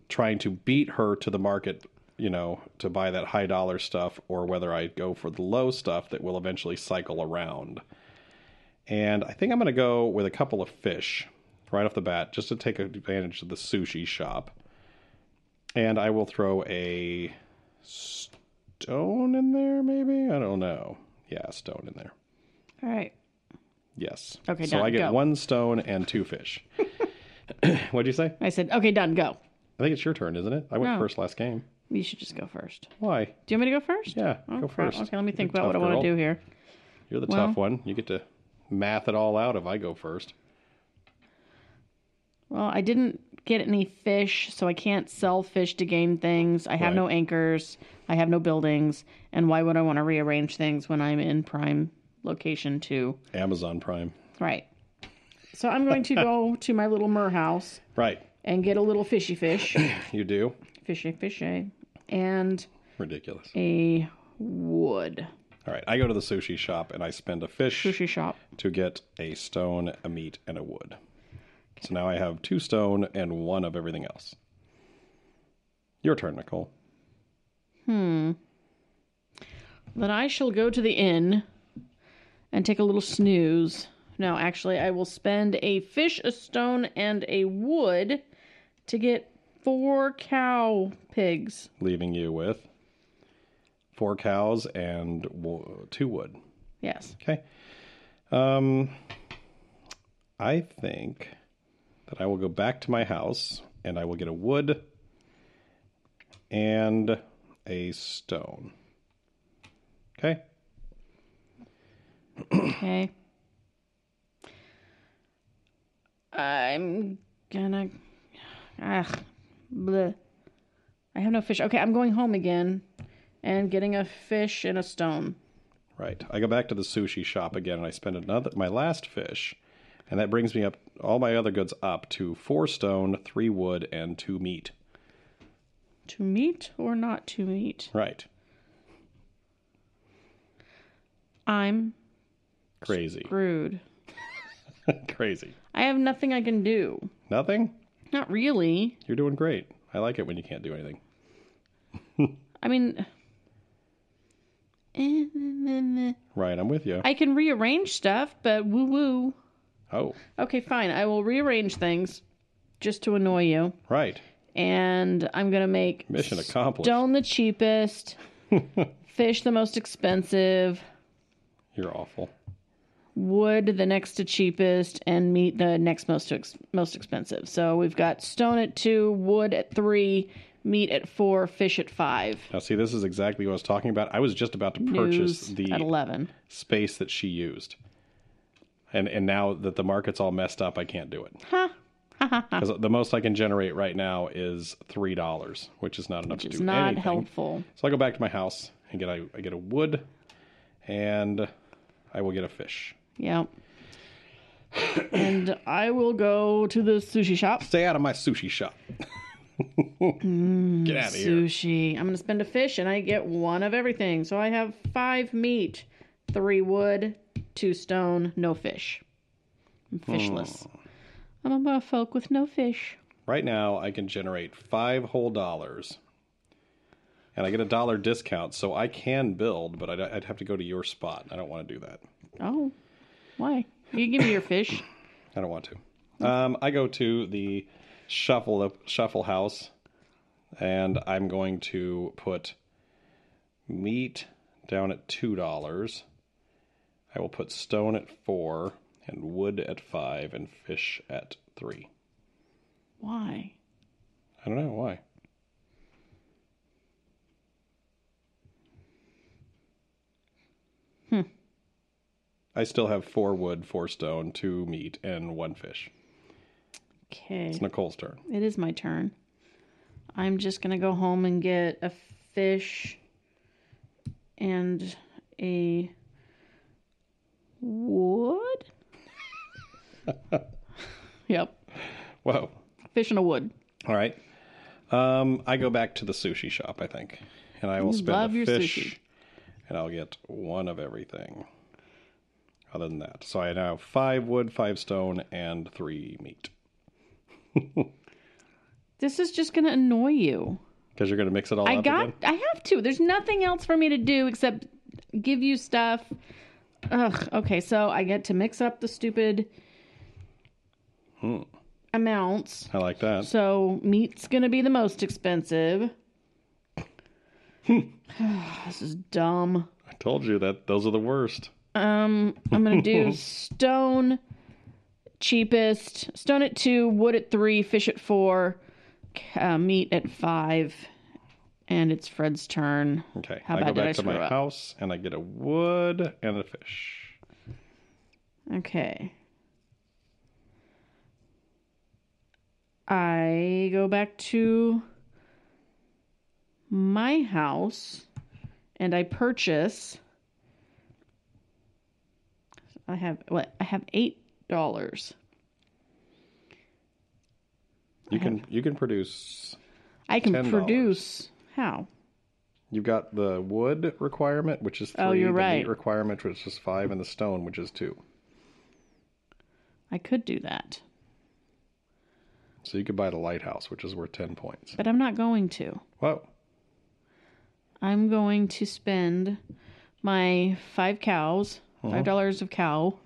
trying to beat her to the market, you know, to buy that high dollar stuff, or whether I go for the low stuff that will eventually cycle around. And I think I'm going to go with a couple of fish right off the bat, just to take advantage of the sushi shop. And I will throw a stone in there, maybe? I don't know. Yeah, stone in there.
All right.
Yes.
Okay,
So
done.
I get
Go.
one stone and two fish. What'd you say?
I said, okay, done. Go.
I think it's your turn, isn't it? I went
No.
first last game.
You should just go first.
Why?
Do you want me to go first?
Yeah, go
Okay,
first.
Oh, Okay, let me think
You're
about
a
what
tough
I want to
girl.
do here.
You're the
Well-
tough one. You get to math it all out if I go first.
Well, I didn't get any fish, so I can't sell fish to gain things. I have
Right.
no anchors. I have no buildings. And why would I want to rearrange things when I'm in prime location two?
Amazon Prime.
Right. So I'm going to go to my little mer house
Right.
and get a little fishy fish,
You do?
fishy fishy, and
Ridiculous.
a wood
All right. I go to the sushi shop and I spend a fish
sushi shop.
to get a stone, a meat, and a wood. So now I have two stone and one of everything else. Your turn, Nicole.
Then I shall go to the inn and take a little snooze. No, actually, I will spend a fish, a stone, and a wood to get four cow pigs.
Leaving you with four cows and wo- two wood.
Yes.
Okay. Um, I think that I will go back to my house and I will get a wood and a stone. Okay.
Okay. I'm gonna. Ugh. Bleh. I have no fish. Okay, I'm going home again and getting a fish and a stone.
Right. I go back to the sushi shop again and I spend another my last fish. And that brings me up all my other goods up to four stone, three wood, and two meat.
To meat or not to meat?
Right.
I'm
Crazy.
screwed.
Crazy.
I have nothing I can do.
Nothing?
Not really.
You're doing great. I like it when you can't do anything.
I mean,
Right, I'm with you.
I can rearrange stuff, but woo woo.
Oh,
Okay, fine. I will rearrange things just to annoy you.
right.
And I'm going to make
Mission accomplished.
stone the cheapest, fish the most expensive,
You're awful.
wood the next to cheapest, and meat the next most, ex- most expensive. So we've got stone at two, wood at three, meat at four, fish at five.
Now, see, this is exactly what I was talking about. I was just about to purchase
News at
the
11.
space that she used, and and now that the market's all messed up, I can't do it. Because the most I can generate right now is three dollars, which is not enough to
It's
do
not
anything.
helpful.
So I go back to my house and get a, I get a wood, and I will get a fish.
Yeah. and I will go to the sushi shop.
Stay out of my sushi shop. get out of here.
Sushi. I'm going to spend a fish and I get one of everything. So I have five meat, three wood, two stone, no fish. I'm fishless. I'm a merfolk with no fish.
Right now, I can generate five whole dollars, and I get a dollar discount, so I can build, but I'd, I'd have to go to your spot. I don't want to do that.
Oh, why? You give me your fish.
I don't want to. Um, I go to the shuffle shuffle house, and I'm going to put meat down at two dollars. I will put stone at four, and wood at five, and fish at three.
Why?
I don't know why. I still have four wood, four stone, two meat, and one fish.
Okay.
It's Nicole's turn.
It is my turn. I'm just gonna go home and get a fish and a wood. yep.
Whoa.
Fish and a wood.
All right. Um, I go back to the sushi shop, I think, and I will spend
love
a
your
fish,
sushi.
and I'll get one of everything. Other than that, so I now have five wood, five stone, and three meat.
This is just going to annoy you.
Because you're going to mix it all
I
up
got.
again.
I have to. There's nothing else for me to do except give you stuff. Ugh. Okay, so I get to mix up the stupid amounts.
I like that.
So meat's gonna be the most expensive. this is dumb.
I told you that those are the worst.
Um, I'm gonna do stone cheapest, stone at two, wood at three, fish at four, c- uh, meat at five, and it's Fred's turn.
Okay.
How
I go
bad did
back
I
to my
screw up?
house and I get a wood and a fish.
Okay. I go back to my house and I purchase I have what I have eight dollars.
You can you can produce.
I can
$10.
produce how?
You've got the wood requirement, which is three.
Oh, you're
the
right.
meat requirement, which is five, and the stone, which is two.
I could do that.
So you could buy the lighthouse, which is worth ten points.
But I'm not going to.
Whoa.
I'm going to spend my five cows, five dollars of cow,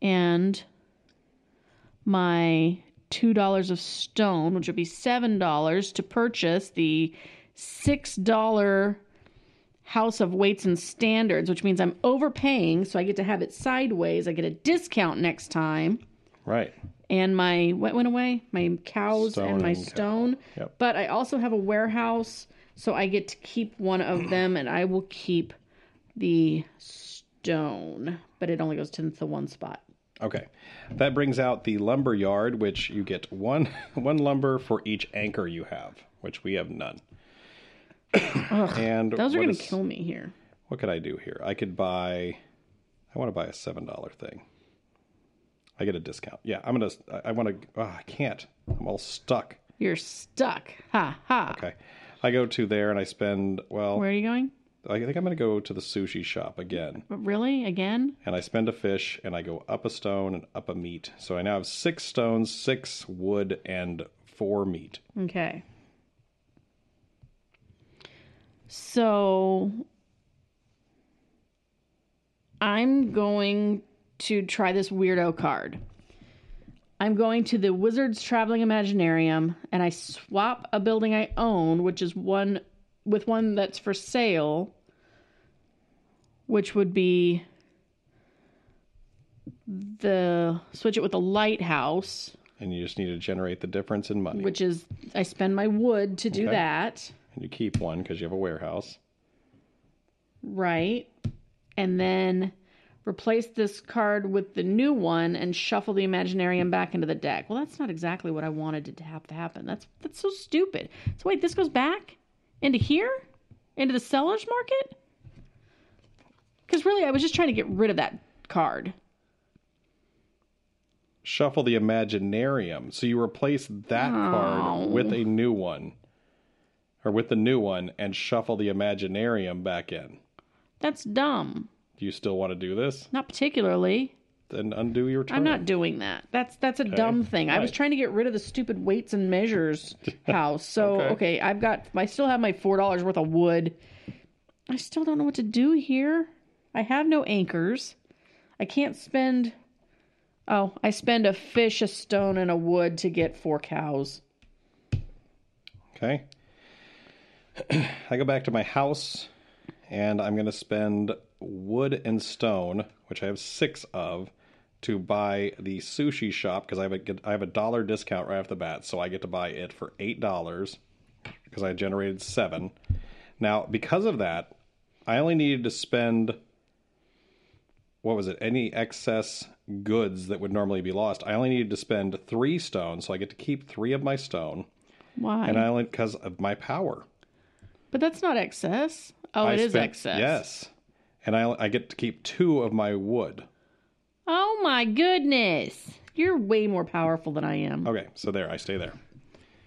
and my two dollars of stone, which would be seven dollars, to purchase the six dollar House of Weights and Standards, which means I'm overpaying, so I get to have it sideways. I get a discount next time
Right.
and my what went away? My cows
Stone
and my
and cow.
stone.
Yep.
But I also have a warehouse, so I get to keep one of them, and I will keep the stone. But it only goes to the one spot.
Okay. That brings out the lumber yard, which you get one one lumber for each anchor you have, which we have none. and
Those are
what
gonna
is-
kill me here.
What could I do here? I could buy. I want to buy a seven dollar thing. I get a discount. Yeah, I'm gonna. I, I want to. Oh, I can't. I'm all stuck.
You're stuck. Ha ha.
Okay, I go to there and I spend. Well,
Where are you going?
I think I'm gonna go to the sushi shop again,
Really? Again?
and I spend a fish, and I go up a stone and up a meat. So I now have six stones, six wood, and four meat.
Okay. So I'm going to try this weirdo card. I'm going to the Wizards Traveling Imaginarium and I swap a building I own, which is one with one that's for sale, which would be the switch it with the lighthouse
And you just need to generate the difference in money,
which is I spend my wood to do
Okay.
that,
and you keep one because you have a warehouse.
right? And then replace this card with the new one and shuffle the Imaginarium back into the deck. Well, that's not exactly what I wanted it to have to happen. That's that's so stupid. So wait, this goes back into here, into the seller's market? Because really, I was just trying to get rid of that card.
shuffle the imaginarium so you replace that card with a new one or with the new one and shuffle the imaginarium back in
That's dumb.
do you still want to do this
Not particularly.
then undo your turn
I'm not doing that. That's that's a dumb thing. I was
Right.
trying to get rid of the stupid weights and measures house. So
Okay.
okay. I've got I still have my four dollars worth of wood. I still don't know what to do here. I have no anchors. I can't spend. Oh, I spend a fish, a stone, and a wood to get four cows.
okay i go back to my house and i'm going to spend wood and stone which i have six of to buy the sushi shop because I have a get- I have a dollar discount right off the bat, so I get to buy it for eight dollars because I generated seven. Now, because of that, I only needed to spend what was it? Any excess goods that would normally be lost. I only needed to spend three stone, so I get to keep three of my stone,
Why?
and I only because of my power.
but that's not excess. Oh,
I
it is
spent-
excess.
Yes, and I I get to keep two of my wood.
Oh my goodness. You're way more powerful than I am.
Okay, so there I stay there.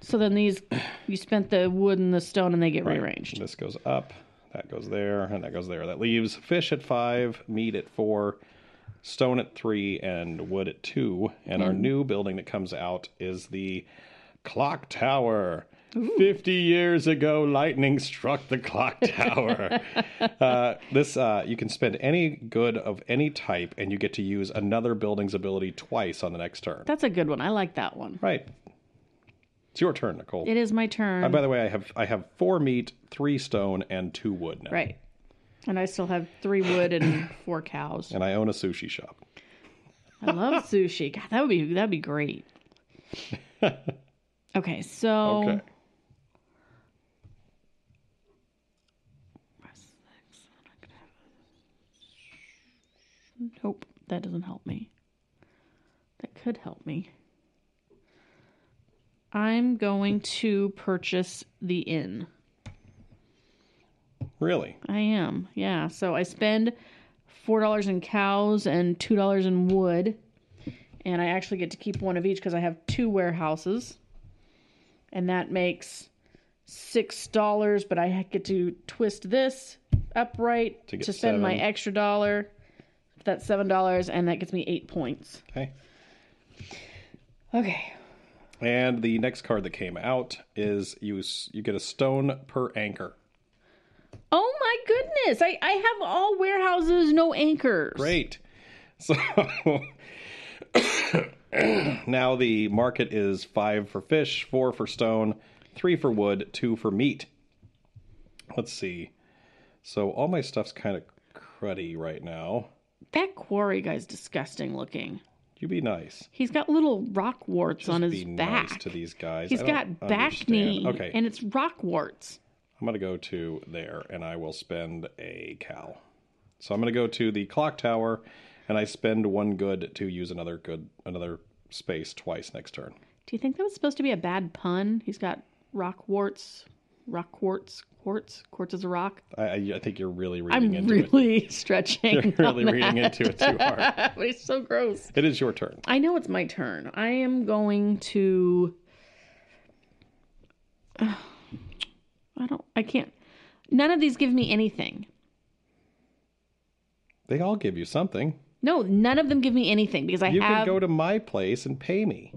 So then these, you spent the wood and the stone and they get rearranged.
This goes up, that goes there, and that goes there. That leaves fish at five, meat at four, stone at three, and wood at two. And our new building that comes out is the clock tower. 50 years ago, lightning struck the clock tower. uh, this, uh, you can spend any good of any type, and you get to use another building's ability twice on the next turn.
That's a good one. I like that one.
right. It's your turn, Nicole.
It is my turn.
By the way, I have I have four meat, three stone, and two wood now.
right. And I still have three wood and four cows.
And I own a sushi shop.
I love sushi. God, that would be that'd be great. Okay, so
Okay.
nope, that doesn't help me. That could help me. I'm going to purchase the inn.
Really?
I am. Yeah. So I spend four dollars in cows and two dollars in wood, and I actually get to keep one of each because I have two warehouses, and that makes six dollars. But I get to twist this upright
To
to,
get
spend my
seven.
extra dollar. That's seven dollars, and that gets me eight points.
Okay.
Okay.
And the next card that came out is you s- you get a stone per anchor.
Oh my goodness! I I have all warehouses, no anchors.
Great. So now the market is five for fish, four for stone, three for wood, two for meat. Let's see. So all my stuff's kind of cruddy right now.
That quarry guy's disgusting looking.
You be nice.
He's got little rock warts on his
be
back.
nice to these guys.
He's
I
got
don't
back
understand.
knee,
Okay,
and it's rock warts.
I'm gonna go to there, and I will spend a cow. So I'm gonna go to the clock tower, and I spend one good to use another good another space twice next turn.
Do you think that was supposed to be a bad pun? He's got rock warts, rock quartz, quartz, quartz is a rock.
I, I, I think you're really reading
I'm
into it.
really stretching.
You're really reading into it too hard.
but it's so gross.
It is your turn.
I know it's my turn. I am going to. I don't. I can't. None of these give me anything.
They all give you something.
No, none of them give me anything because I
You
have.
can go to my place and pay me.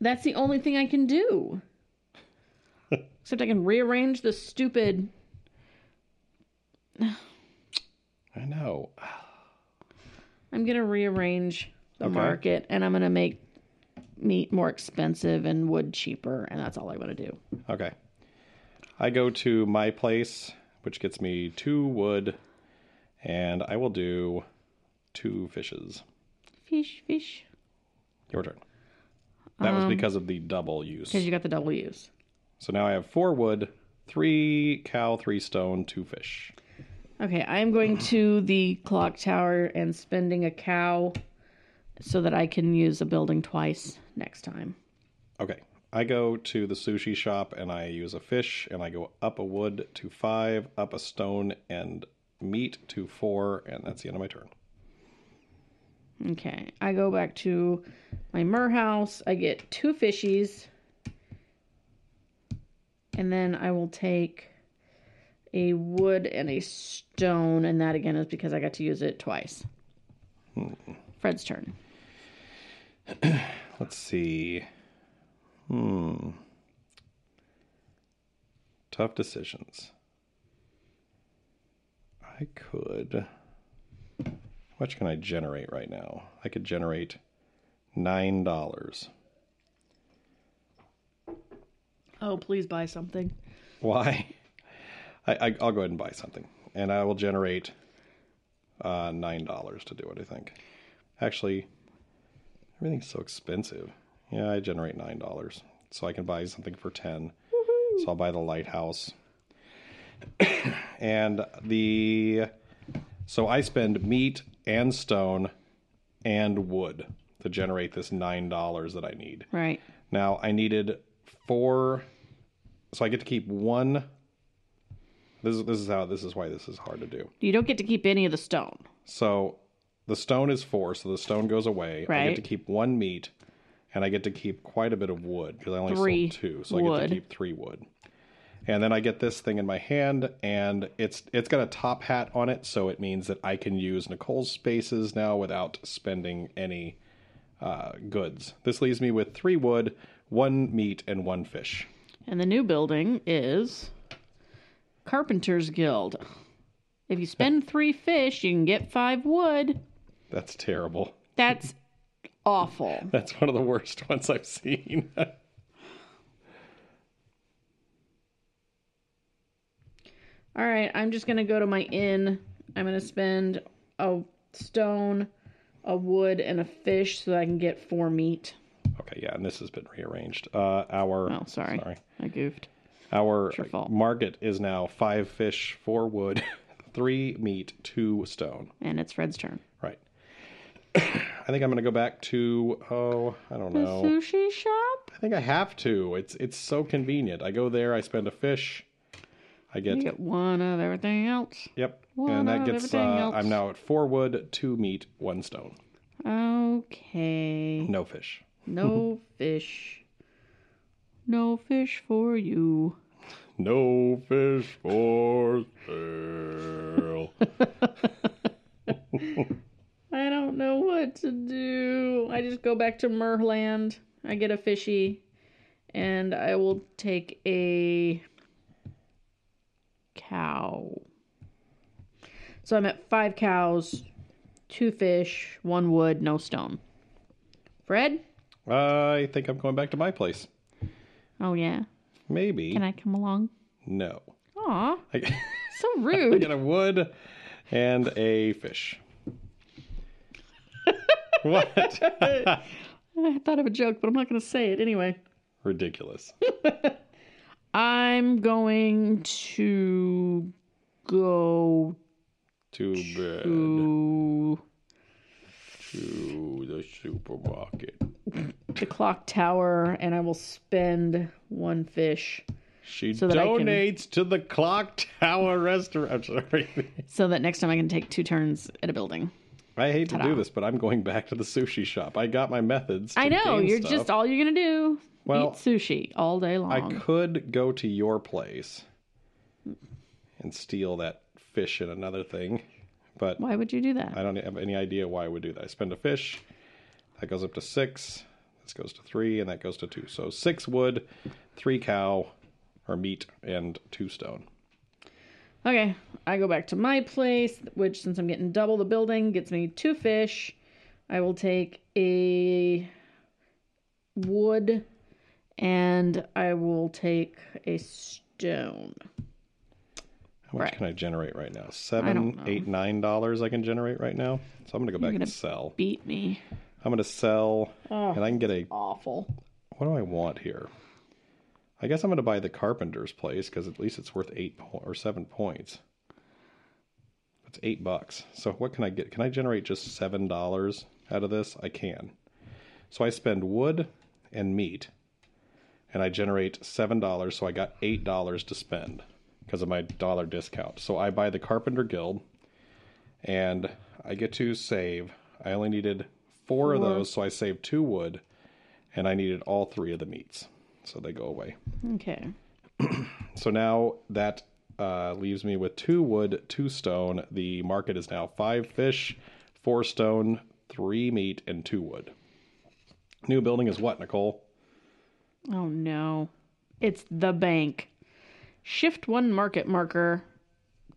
That's the only thing I can do. Except I can rearrange the stupid.
I know.
I'm gonna rearrange the
Okay.
market, and I'm gonna make meat more expensive and wood cheaper, and that's all I want to do.
Okay. I go to my place, which gets me two wood, and I will do two fishes.
Fish, fish,
Your turn. That was because of the double use.
because you got the double use.
So now I have four wood, three cow, three stone, two fish.
Okay, I am going to the clock tower and spending a cow, so that I can use a building twice next time.
Okay. I go to the sushi shop and I use a fish and I go up a wood to five, up a stone and meat to four, and that's the end of my turn.
Okay, I go back to my mer house. I get two fishies, and then I will take a wood and a stone, and that again is because I got to use it twice. Fred's turn.
Let's see. Hmm. Tough decisions. I could. How much can I generate right now? I could generate $9.
Oh, please buy something.
Why? I, I, I'll go ahead and buy something. And I will generate uh, $9 to do it, I think. Actually, everything's so expensive. Yeah, I generate $9. So I can buy something for 10 So I'll buy the lighthouse. and the. So I spend meat and stone and wood to generate this $9 that I need.
Right.
Now I needed four, so I get to keep one This is this is how this is why this is hard to do.
You don't get to keep any of the stone.
So the stone is four, so the stone goes away. I
Right.
get to keep one meat, and I get to keep quite a bit of wood because I only
Three
sold two, so I get
wood.
to keep three wood. And then I get this thing in my hand, and it's it's got a top hat on it, so it means that I can use Nicole's spaces now without spending any uh, goods. This leaves me with three wood, one meat, and one fish.
And the new building is Carpenter's Guild. If you spend three fish, you can get five wood.
That's terrible.
That's awful.
That's one of the worst ones I've seen.
All right, I'm just gonna go to my inn. I'm gonna spend a stone, a wood, and a fish so that I can get four meat.
okay, yeah, and this has been rearranged. Uh, our
Oh, sorry,
sorry.
I goofed.
Our
your fault.
market is now five fish, four wood, three meat, two stone.
And it's Fred's turn.
Right. I think I'm going to go back to oh, I don't
The
know.
sushi shop.
I think I have to. It's it's so convenient. I go there, I spend a fish, I get
You get one of everything else.
yep,
one
and that
out of
gets uh,
everything else.
I'm now at four wood, two meat, one stone,
Okay.
no fish.
No fish. No fish for you.
No fish for sale.
I don't know what to do. I just go back to Merland. I get a fishy, and I will take a cow. So I'm at five cows, two fish, one wood, no stone. Fred?
I think I'm going back to my place.
Oh yeah.
Maybe
Can I come along?
no.
Aw,
I-
so
I
rude.
get a wood and a fish. what?
I thought of a joke, but I'm not gonna say it anyway.
Ridiculous.
I'm going to go
Too bad.
to
To the supermarket.
the clock tower and I will spend one fish
She
So that I can-
donates to the Clock Tower restaurant. I'm sorry.
so that next time I can take two turns at a building.
I hate to do
Ta-da.
this, but I'm going back to the sushi shop. I got my methods. to
I know,
gain
you're
stuff.
just all you're going to do
Well,
eat sushi all day long.
I could go to your place and steal that fish and another thing, but
Why would you do that?
I don't have any idea why I would do that. I spend a fish, that goes up to six, this goes to three, and that goes to two. So six wood, three cow or meat, and two stone.
Okay, I go back to my place, which since I'm getting double the building, gets me two fish. I will take a wood and I will take a stone.
How much
Right.
can I generate right now?
don't
Seven,
know.
eight, nine dollars I can generate right now. So I'm gonna go back
gonna- Oh.
and sell.
Beat me.
I'm gonna sell, and I can get a.
Awful.
What do I want here? I guess I'm gonna buy the carpenter's place because at least it's worth eight po- or seven points. That's eight bucks. So what can I get? Can I generate just seven dollars out of this? I can. So I spend wood and meat, and I generate seven dollars. So I got eight dollars to spend because of my dollar discount. So I buy the Carpenter Guild, and I get to save. I only needed four, of those, so I saved two wood, and I needed all three of the meats, so they go away.
Okay.
So now that uh, leaves me with two wood, two stone. The market is now five fish, four stone, three meat, and two wood. New building is what, Nicole?
Oh no. It's the bank. Shift one market marker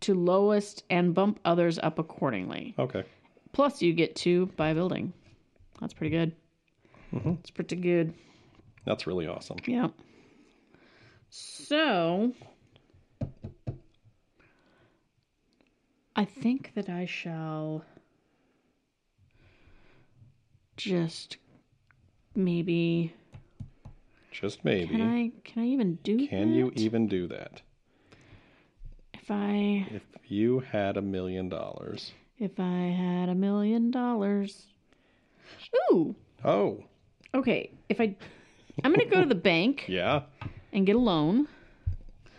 to lowest and bump others up accordingly.
Okay.
Plus, you get two by building. That's pretty good.
Mm-hmm.
It's pretty good.
That's really awesome.
Yeah. So, I think that I shall just maybe.
Just maybe.
Can I? Can I even do?
Can you e-
that?
even do that?
If I
If you had a million dollars.
if I had a million dollars. Ooh.
Oh,
Okay. If I, I'm gonna go to the bank
yeah.
and get a loan.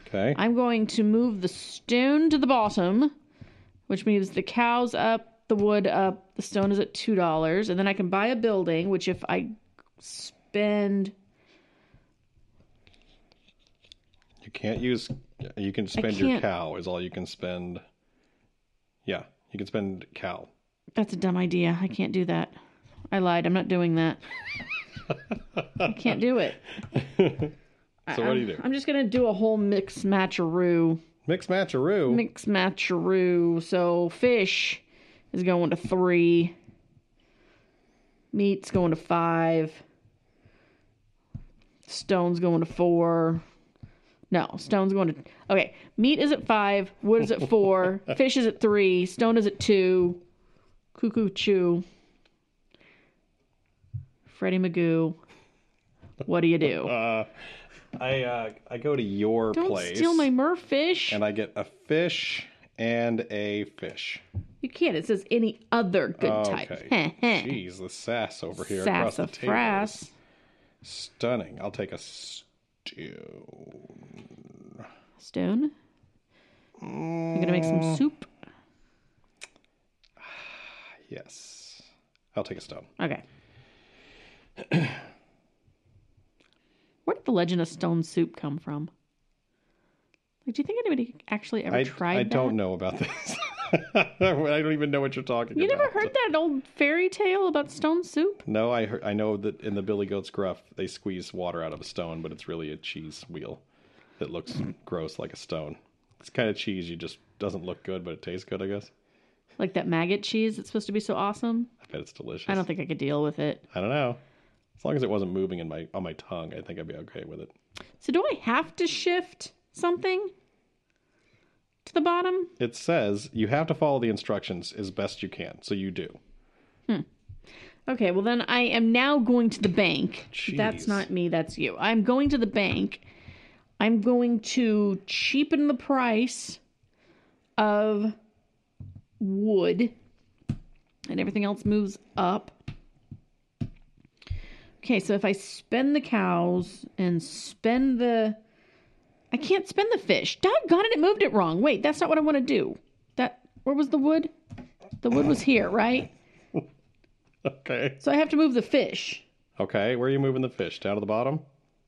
Okay.
I'm going to move the stone to the bottom, which means the cows up, the wood up, the stone is at two dollars, and then I can buy a building. Which if I spend,
You can't use. You can spend your
can't-
cow is all you can spend. Yeah, you can spend cow.
that's a dumb idea. I can't do that. I lied. I'm not doing that. I can't do it.
So what do you do?
I'm just gonna do a whole mix matcheroo.
Mix matcharoo.
Mix matcheroo. So fish is going to three. Meat's going to five. Stone's going to four. No, stone's going to okay. Meat is at five. Wood is at four. fish is at three. Stone is at two. Cuckoo chew. Freddie Magoo. What do you do?
I uh, I go to your
Don't
Uh, place
steal my merfish. fish.
and I get a fish and a fish.
You can't. It says any other good
Okay.
type.
Jeez, the sass over here across the table. is
Sassafras.
Stunning. I'll take a stew.
Stone. I'm going to make
Mm.
some soup.
Yes. I'll take a stone.
Okay. Where did the legend of stone soup come from? Like, do you think anybody actually ever
I,
tried
I
that?
don't know about this. I don't even know what you're talking
You
about.
never heard that old fairy tale about stone soup?
No, I heard, I know that in the Billy Goat's Gruff they squeeze water out of a stone, but it's really a cheese wheel that looks
Mm.
gross like a stone. It's kind of cheese you just doesn't look good, but it tastes good, I guess.
Like that maggot cheese that's supposed to be so awesome?
I bet it's delicious.
I don't think I could deal with it.
I don't know. As long as it wasn't moving in my on my tongue, I think I'd be okay with it.
So, do I have to shift something to the bottom?
It says you have to follow the instructions as best you can, so you do.
Okay, well then I am now going to the bank.
Jeez.
That's not me, that's you. I'm going to the bank. I'm going to cheapen the price of wood and everything else moves up. Okay, so if I spend the cows and spend the I can't spend the fish. Doggone it, it moved it wrong. Wait, that's not what I want to do. That where was the wood? The wood was here, right?
Okay.
So I have to move the fish.
Okay. Where are you moving the fish? Down to the bottom?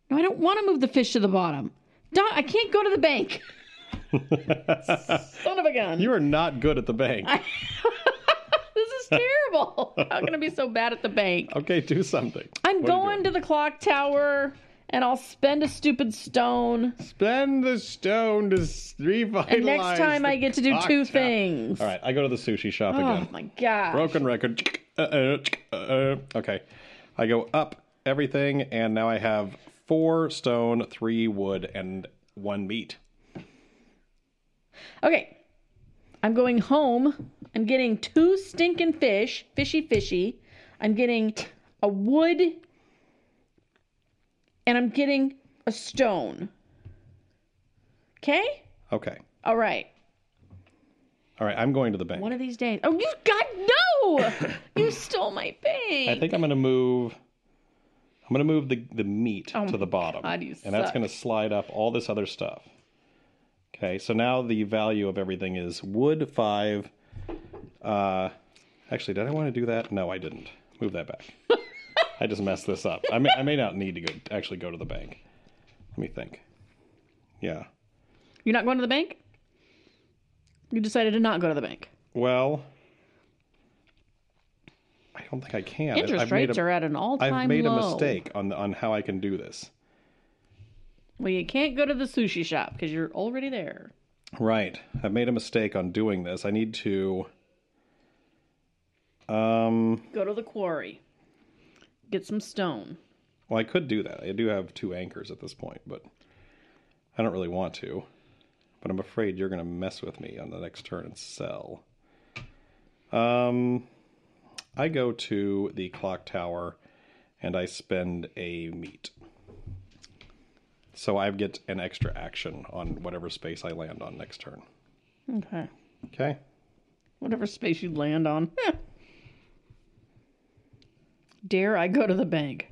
No, I don't want to move the fish to the bottom. Doc, I can't go to the bank. Son of a gun.
You are not good at the bank.
This is terrible. How can I be so bad at the bank?
Okay, do something.
I'm
What are you
going
doing?
to the clock tower and I'll spend a stupid stone.
Spend the stone to s- revitalize.
And next time
the
I get to do
cocktail.
two things.
All right, I go to the sushi shop
Oh
again.
my god.
Broken record. Uh, uh, uh, okay, I go up everything, and now I have four stone, three wood, and one meat.
Okay. I'm going home. I'm getting two stinking fish, fishy fishy. I'm getting a wood and I'm getting a stone. Okay?
Okay.
All right.
All right, I'm going to the bank.
One of these days. Oh, you God, no! you stole my bank.
I think I'm gonna move. I'm gonna move the the meat to the bottom,
Oh God, you
and that's
suck.
gonna slide up all this other stuff. Okay, so now the value of everything is wood five. Uh, actually, did I want to do that? No, I didn't. Move that back. I just messed this up. I may I may not need to go actually go to the bank. Let me think. Yeah.
You're not going to the bank? You decided to not go to the bank.
Well, I don't think I can.
Interest
I've made
rates
a-
are at an all time low.
I've made a mistake on the, on how I can do this.
Well, you can't go to the sushi shop because you're already there.
Right. I've made a mistake on doing this. I need to. Um.
Go to the quarry. Get some stone.
Well, I could do that. I do have two anchors at this point, but I don't really want to. But I'm afraid you're going to mess with me on the next turn and sell. Um. I go to the clock tower, and I spend a meat. So I get an extra action on whatever space I land on next turn.
Okay.
Okay.
Whatever space you land on. Dare I go to the bank?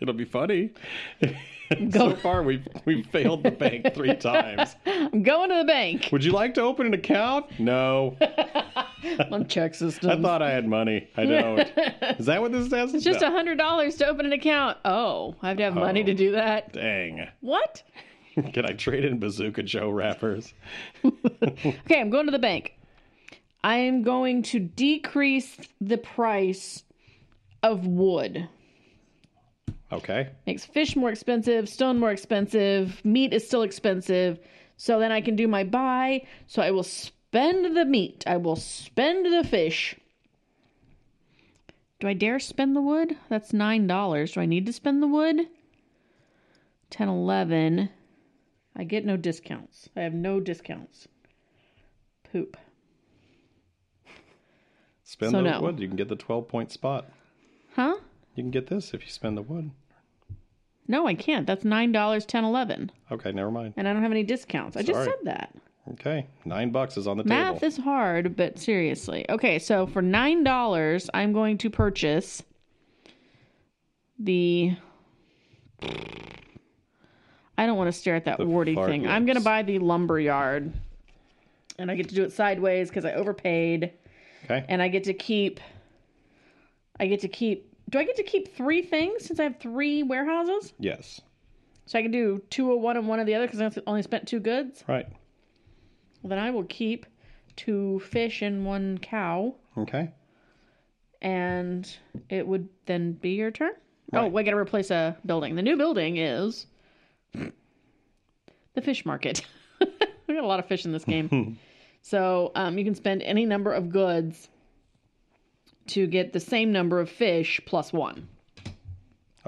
It'll be funny.
Go-
so far, we've we've failed the bank three times.
I'm going to the bank.
Would you like to open an account? No,
On check system.
I thought I had money. I don't. Is that what this says?
it's just
No.
a hundred dollars to open an account. Oh, I have to have money
Oh.
to do that.
dang.
What?
Can I trade in Bazooka Joe wrappers?
Okay, I'm going to the bank. I am going to decrease the price of wood.
Okay.
Makes fish more expensive, stone more expensive, meat is still expensive. So then I can do my buy. So I will spend the meat. I will spend the fish. Do I dare spend the wood? That's $9. Do I need to spend the wood? 10 11. I get no discounts. I have no discounts. Poop.
Spend
So
the
no.
wood. You can get the twelve point spot.
Huh?
You can get this if you spend the wood.
No, I can't. That's nine dollars, ten, eleven,
Okay, never mind.
and I don't have any discounts. I just
Sorry.
said that.
Okay, nine bucks is on the
Math
table.
is hard, but seriously. Okay, so for nine dollars, I'm going to purchase the. I don't want to stare at that warty
fart
thing. I'm going to
lips.
buy the lumber yard, and I get to do it sideways because I overpaid,
okay,
and I get to keep. I get to keep. Do I get to keep three things since I have three warehouses?
yes,
So I can do two of one and one of the other because I only spent two goods.
right,
Well, then I will keep two fish and one cow,
okay.
and it would then be your turn. Oh, we got to replace a building. The new building is the fish market. we got a lot of fish in this game, so um, you can spend any number of goods to get the same number of fish plus one.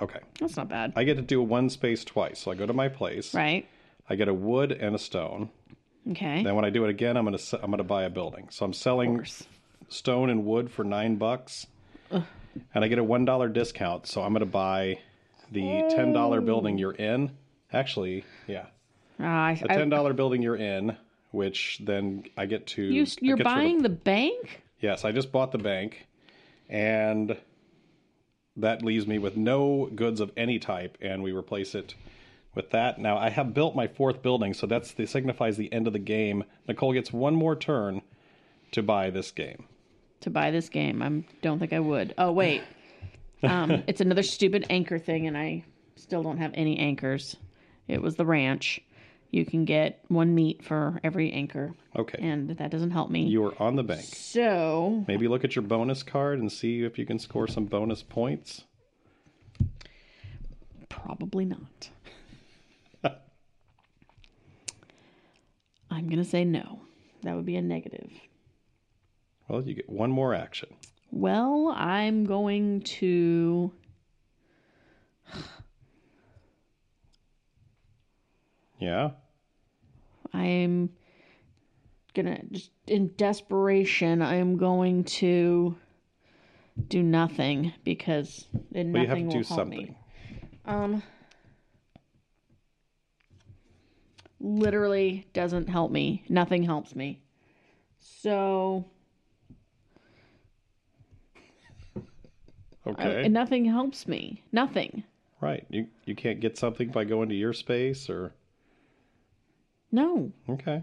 Okay.
That's not bad,
I get to do one space twice. So I go to my place.
right?
I get a wood and a stone.
Okay.
Then when I do it again, I'm gonna se- I'm gonna buy a building. So I'm selling stone and wood for nine bucks, and I get a one dollar discount. So I'm gonna buy the
Oh.
ten dollar building you're in. Actually, yeah,
Ah, I,
the
I-
ten dollar building you're in, which then I get to.
you,
I
you're
get to
buying the bank.
Yes, I just bought the bank, and that leaves me with no goods of any type, and we replace it with that. Now I have built my fourth building, so that's the signifies the end of the game. Nicole gets one more turn to buy this game.
to buy this game. I don't think I would. Oh wait, um, it's another stupid anchor thing, and I still don't have any anchors. It was the ranch. You can get one meat for every anchor,
Okay,
and that doesn't help me.
you are on the bank.
so
Maybe look at your bonus card and see if you can score some bonus points.
probably not. I'm gonna say no. That would be a negative.
Well, you get one more action.
Well, I'm going to.
Yeah.
I'm gonna just in desperation. I'm going to do nothing because then
Well, you have
nothing
to
will
do
help
something.
me. Um, literally doesn't help me. Nothing helps me. So I-
Okay.
nothing helps me. Nothing.
right. You you can't get something by going to your space or
No.
okay.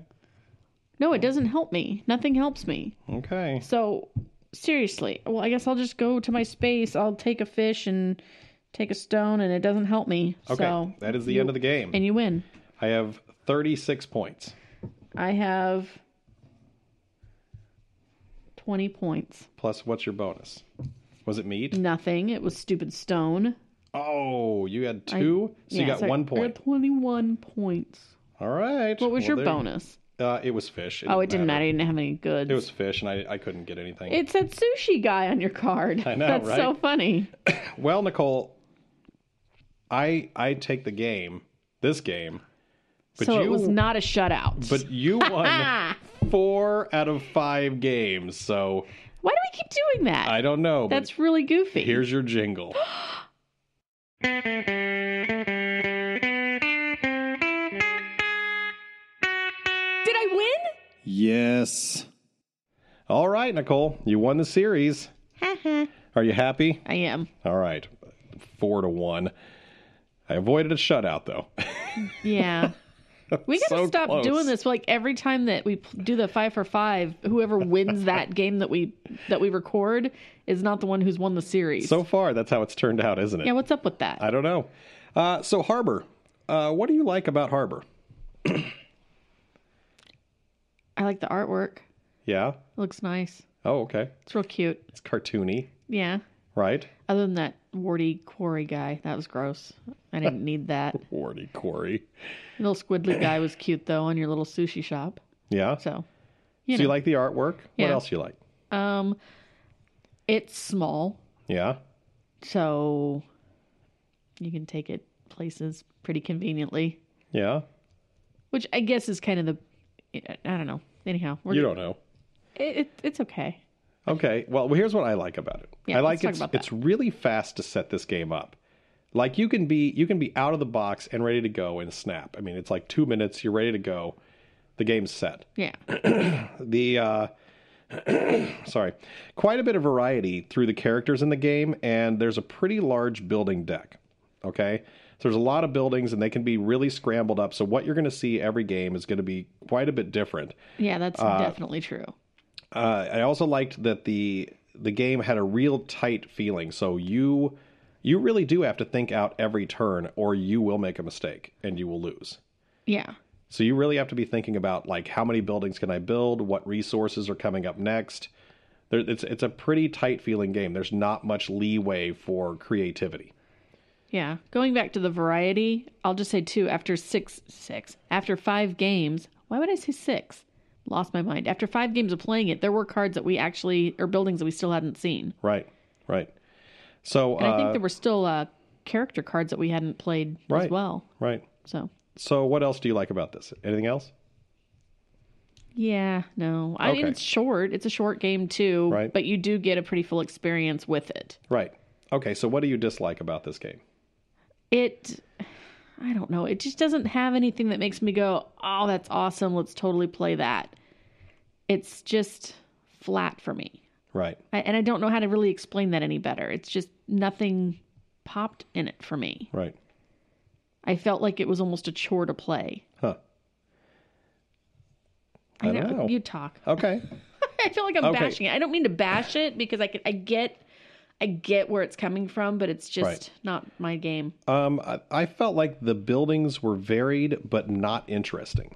No, it doesn't help me. Nothing helps me.
Okay.
So seriously, well, I guess I'll just go to my space. I'll take a fish and take a stone, and it doesn't help me.
Okay,
So
that is the end of the game.
and you win.
I have 36 points.
I have twenty points.
Plus, what's your bonus? Was it
Mm.
meat?
Nothing. It was stupid stone.
Oh, you had two, so you
Yeah,
got
so I-
one
I
point.
got Twenty-one points.
All right.
What was your bonus?
Uh, it was fish.
Oh, it didn't matter. You didn't have any goods.
It was fish, and I, I couldn't get anything.
It said sushi guy on your card.
I know,
That's so
right?
funny.
well, Nicole, I I take the game, this game, but
so
you
it was not a shutout.
but you won
ah,
four out of five games. So
why do we keep doing that?
I don't know. but
That's really goofy.
here's your jingle.
Did I win?
Yes. All right, Nicole, you won the
Uh-huh.
series. Are you happy?
I am.
All right, four to one. I avoided a shutout though.
Yeah. We gotta
So
stop
close.
doing this. Like every time that we pl- do the five for five, whoever wins that game that we that we record is not the one who's won the series.
so far, that's how it's turned out, isn't it?
yeah, what's up with that?
I don't know. Uh, so Harbor, uh, what do you like about Harbor?
I like the artwork.
Yeah.
It looks nice.
Oh, okay.
It's real cute.
It's cartoony,
Yeah.
right?
Other than that warty quarry guy, that was gross. I didn't need that.
Warty Corey.
little squidly guy was cute though on your little sushi shop.
Yeah. So
So
you,
you know.
like the artwork? What
Yeah.
else you like?
um it's small,
Yeah.
so you can take it places pretty conveniently.
Yeah.
which I guess is kind of the I don't know. Anyhow, we're
You don't know.
It, it, it's okay.
Okay. Well, here's what I like about it.
Yeah,
I like
let's talk
it's
about that.
it's really fast to set this game up. Like you can be you can be out of the box and ready to go and snap. I mean, it's like 2 minutes, you're ready to go. The game's set.
Yeah,
The uh sorry. Quite a bit of variety through the characters in the game and there's a pretty large building deck. Okay? So there's a lot of buildings and they can be really scrambled up. So what you're going to see every game is going to be quite a bit different.
yeah, that's definitely true.
Uh, I also liked that the the game had a real tight feeling. So you you really do have to think out every turn, or you will make a mistake and you will lose.
Yeah,
So you really have to be thinking about like how many buildings can I build, what resources are coming up next. There, it's it's a pretty tight feeling game. There's not much leeway for creativity.
yeah. Going back to the variety, I'll just say two. After six, six. After five games, why would I say six? Lost my mind. After five games of playing it, there were cards that we actually or buildings that we still hadn't seen,
Right, right. So
and I
uh,
think there were still uh, character cards that we hadn't played
Right.
as well.
right.
So
So what else do you like about this? Anything else?
Yeah, no. I mean,
Okay.
it's short. It's a short game too,
Right.
but you do get a pretty full experience with it.
Right. Okay. So what do you dislike about this game?
It, I don't know. It just doesn't have anything that makes me go, "Oh, that's awesome. Let's totally play that." It's just flat for me,
Right.
I, and I don't know how to really explain that any better. It's just nothing popped in it for me.
Right.
I felt like it was almost a chore to play.
Huh.
I,
don't know.
You talk.
Okay.
I feel like I'm
Okay.
bashing it. I don't mean to bash it because I can, I get I get where it's coming from, but it's just
Right.
not my game.
Um, I, I felt like the buildings were varied but not interesting.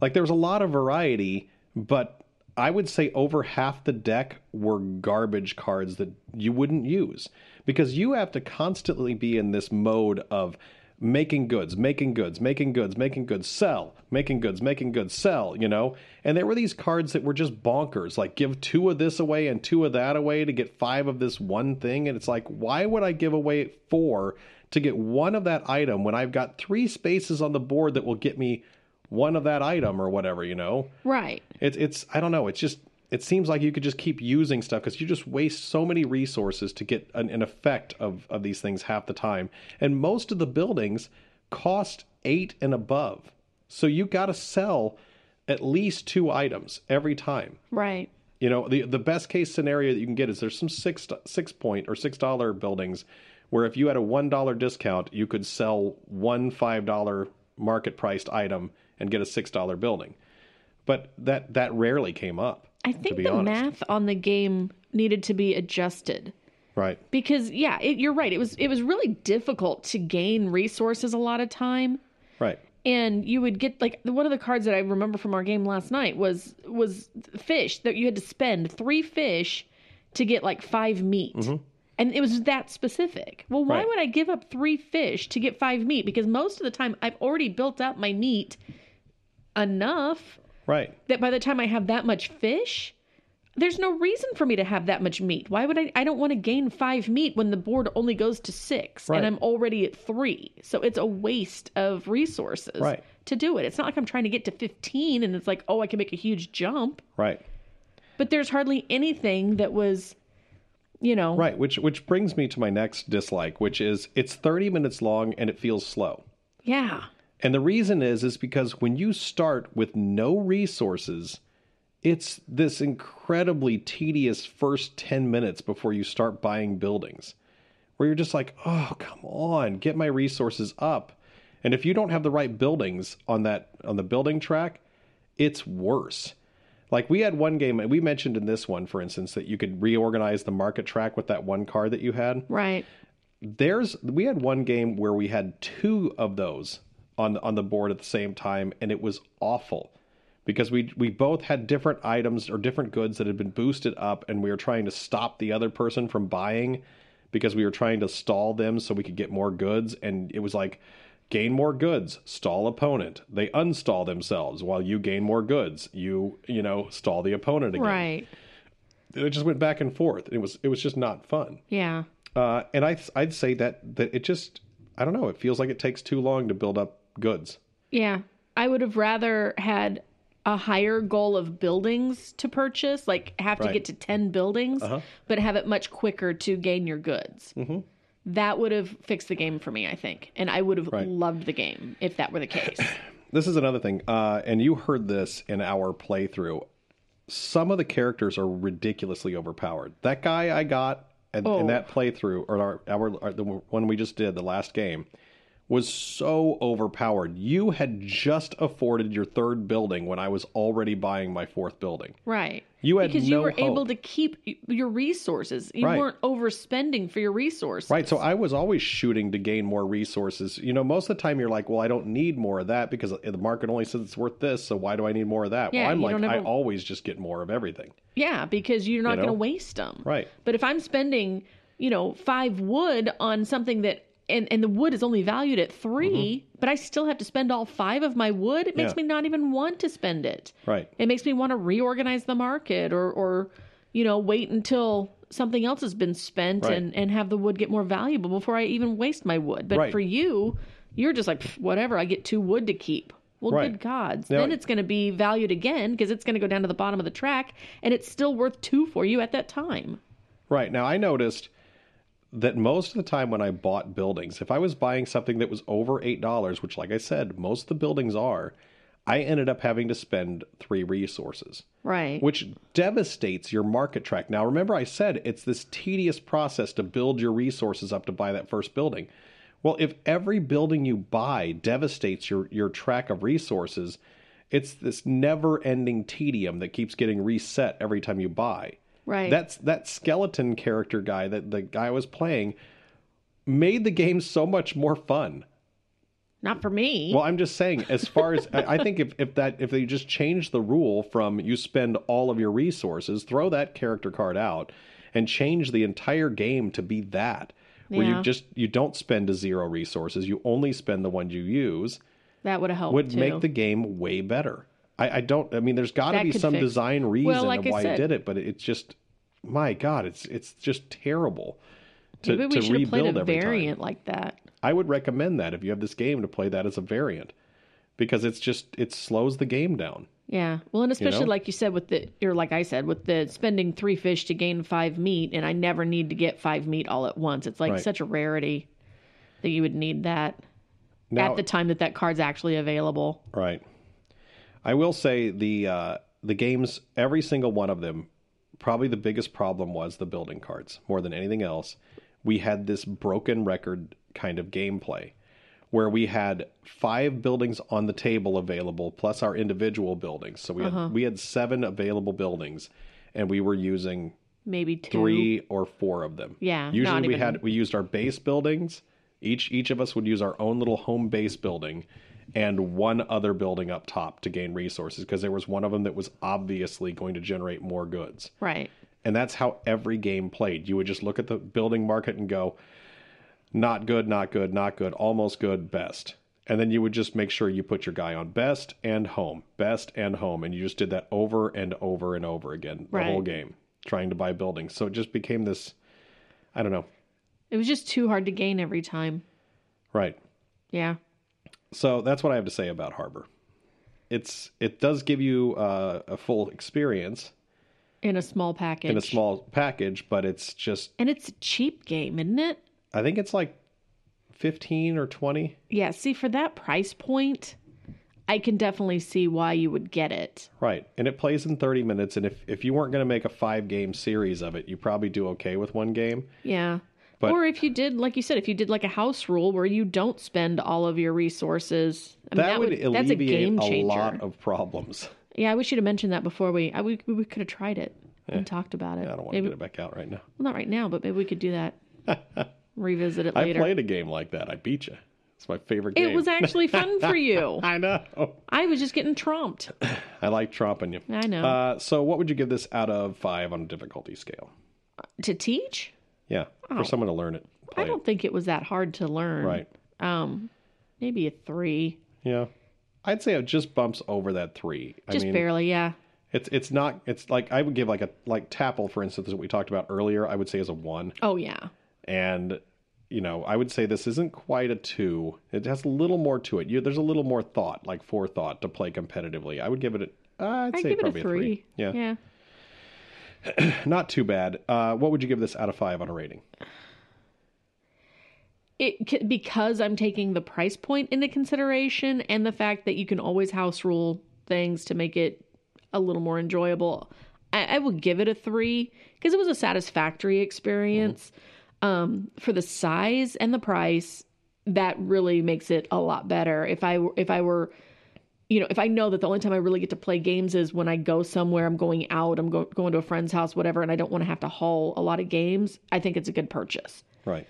Like there was a lot of variety, but I would say over half the deck were garbage cards that you wouldn't use because you have to constantly be in this mode of making goods, making goods, making goods, making goods, sell, making goods, making goods, sell, you know? And there were these cards that were just bonkers, like give two of this away and two of that away to get five of this one thing. And it's like, why would I give away four to get one of that item when I've got three spaces on the board that will get me one of that item or whatever, you know?
Right.
It's it's I don't know. It's just it seems like you could just keep using stuff because you just waste so many resources to get an, an effect of of these things half the time. And most of the buildings cost eight and above, so you got to sell at least two items every time.
Right.
You know, the the best case scenario that you can get is there's some six six point or six dollar buildings where if you had a one dollar discount, you could sell one five dollar market priced item and get a six dollar building. But that that rarely came up.
I
to
think
be
the
honest.
math on the game needed to be adjusted
Right.
because yeah, it, you're right. It was it was really difficult to gain resources a lot of time.
Right.
and you would get like one of the cards that I remember from our game last night was was fish that you had to spend three fish to get like five meat. And it was that specific. Well, why
Right.
would I give up three fish to get five meat? Because most of the time I've already built up my meat enough
Right.
that by the time I have that much fish, there's no reason for me to have that much meat. Why would I? I don't want to gain five meat when the board only goes to six
Right.
and I'm already at three. So it's a waste of resources
Right.
to do it. It's not like I'm trying to get to 15 and it's like, oh, I can make a huge jump.
Right.
But there's hardly anything that was, you know,
Right. Which which brings me to my next dislike, which is it's 30 minutes long and it feels slow.
yeah.
And the reason is is because when you start with no resources, it's this incredibly tedious first 10 minutes before you start buying buildings. where you're just like, oh, come on, get my resources up. And if you don't have the right buildings on that on the building track, it's worse. Like we had one game, and we mentioned in this one, for instance, that you could reorganize the market track with that one card that you had
Right.
there's we had one game where we had two of those on on the board at the same time and it was awful because we we both had different items or different goods that had been boosted up and we were trying to stop the other person from buying because we were trying to stall them so we could get more goods and it was like gain more goods stall opponent they unstall themselves while you gain more goods you you know stall the opponent again
Right.
it just went back and forth it was it was just not fun
Yeah.
uh, and I I'd say that that it just I don't know it feels like it takes too long to build up goods.
Yeah. I would have rather had a higher goal of buildings to purchase, like have to
Right. Uh-huh.
get to 10 buildings, but have it much quicker to gain your goods. Mm-hmm. That would have fixed the game for me, I think. And I would have
Right.
loved the game if that were the case.
This is another thing, uh, and you heard this in our playthrough. Some of the characters are ridiculously overpowered. That guy I got in,
Oh.
in that playthrough, or our, our, our the one we just did, the last game, was so overpowered. You had just afforded your third building when I was already buying my fourth building.
right.
You had
because
no
you were able
hope.
to keep y- your resources. You
Right.
weren't overspending for your resources.
Right. So I was always shooting to gain more resources. You know, most of the time you're like, well, I don't need more of that because the market only says it's worth this. So why do I need more of that?
Yeah,
well, I'm
you
like,
don't
I
ever-
always just get more of everything.
Yeah, because you're not
know?
going to waste them.
Right.
But if I'm spending, you know, five wood on something that, and, and the wood is only valued at 3 but I still have to spend all five of my wood, it makes
Mm-hmm. Yeah.
me not even want to spend it.
Right.
It makes me want to reorganize the market or, or you know, wait until something else has been spent
Right.
and, and have the wood get more valuable before I even waste my wood. But
Right.
for you, you're just like, "Pff, whatever, I get two wood to keep. Well,
Right.
good gods.
Now-
then it's going to be valued again because it's going to go down to the bottom of the track and it's still worth two for you at that time.
Right. Now I noticed that most of the time when I bought buildings, if I was buying something that was over $8, which, like I said, most of the buildings are, I ended up having to spend three resources.
Right.
which devastates your market track. Now, remember, I said it's this tedious process to build your resources up to buy that first building. Well, if every building you buy devastates your, your track of resources, it's this never ending tedium that keeps getting reset every time you buy.
right.
That's that skeleton character guy that the guy was playing made the game so much more fun.
Not for me.
Well, I'm just saying, as far as I, I think if, if that if they just change the rule from you spend all of your resources, throw that character card out and change the entire game to be that. Where
Yeah.
you just you don't spend to zero resources, you only spend the ones you use
that would have helped.
would
too.
make the game way better. I, I don't I mean there's gotta
That
be
could
some
fix-
design reason
like I
of why
said-
it did it, but it's just my God, it's it's just terrible to,
Maybe we
to
should have played
rebuild
a
every time.
variant like that.
I would recommend that if you have this game to play that as a variant because it's just it slows the game down.
Yeah. Well, and especially
know?
like you said with the or like I said with the spending 3 fish to gain 5 meat and I never need to get 5 meat all at once. It's like
Right.
such a rarity that you would need that
Now,
at the time that that card's actually available.
right. I will say the uh the games every single one of them probably the biggest problem was the building cards more than anything else. We had this broken record kind of gameplay where we had five buildings on the table available plus our individual buildings. So we
Uh-huh.
had we had seven available buildings and we were using
Maybe 2.
three or four of them.
Yeah,
Usually
Mm-hmm. not
we
even-
had we used our base buildings. Each each of us would use our own little home base building and one other building up top to gain resources because there was one of them that was obviously going to generate more goods.
Right.
And that's how every game played. You would just look at the building market and go, not good, not good, not good, almost good, best. And then you would just make sure you put your guy on best and home, best and home. And you just did that over and over and over again the
Right.
whole game, trying to buy buildings. So it just became this I don't know.
It was just too hard to gain every time.
Right.
Yeah.
So that's what I have to say about Harbor. It's it does give you uh, a full experience
In a small package.
in a small package, but it's just
And it's a cheap game, isn't it?
I think it's like fifteen or twenty.
Yeah, see for that price point, I can definitely see why you would get it.
Right. And it plays in 30 minutes. And if, if you weren't going to make a five game series of it, you probably do okay with one game.
Yeah.
But
or if you did, like you said, if you did like a house rule where you don't spend all of your resources, I mean,
that, would,
that's a
alleviate
game
a,
changer.
lot of problems.
yeah, I wish you'd have mentioned that before we I, we, we could have tried it and talked about it.
I don't want
maybe,
to get it back out right now.
Well, not right now, but maybe we could do that. Revisit it
I
later.
played a game like that. I beat you. It's my favorite game.
it was actually fun for you.
I know.
I was just getting tromped.
I like tromping you.
I know.
Uh, so, what would you give this out of five on a difficulty scale?
to teach?
Yeah, for someone to learn it. Play
I don't think it was that hard to learn.
it. Right.
Um, maybe a three,
Yeah. I'd say it just bumps over that three. I
just
mean,
barely. Yeah.
it's it's not it's like I would give like a like Tapple for instance that we talked about earlier. I would say is a one,
Oh yeah.
and you know I would say this isn't quite a two. It has a little more to it. You, there's a little more thought, like forethought, to play competitively. I would give it. A, I'd
I'd
say
give it a
probably
three.
Yeah.
Yeah.
not too bad. Uh, what would you give this out of five on a rating?
It c- because I'm taking the price point into consideration and the fact that you can always house rule things to make it a little more enjoyable. I, I will give it a three because it was a satisfactory experience. Um, for the size and the price, that really makes it a lot better. If I if I were you know, if I know that the only time I really get to play games is when I go somewhere, I'm going out, I'm go- going to a friend's house, whatever, and I don't want to have to haul a lot of games, I think it's a good purchase.
Right.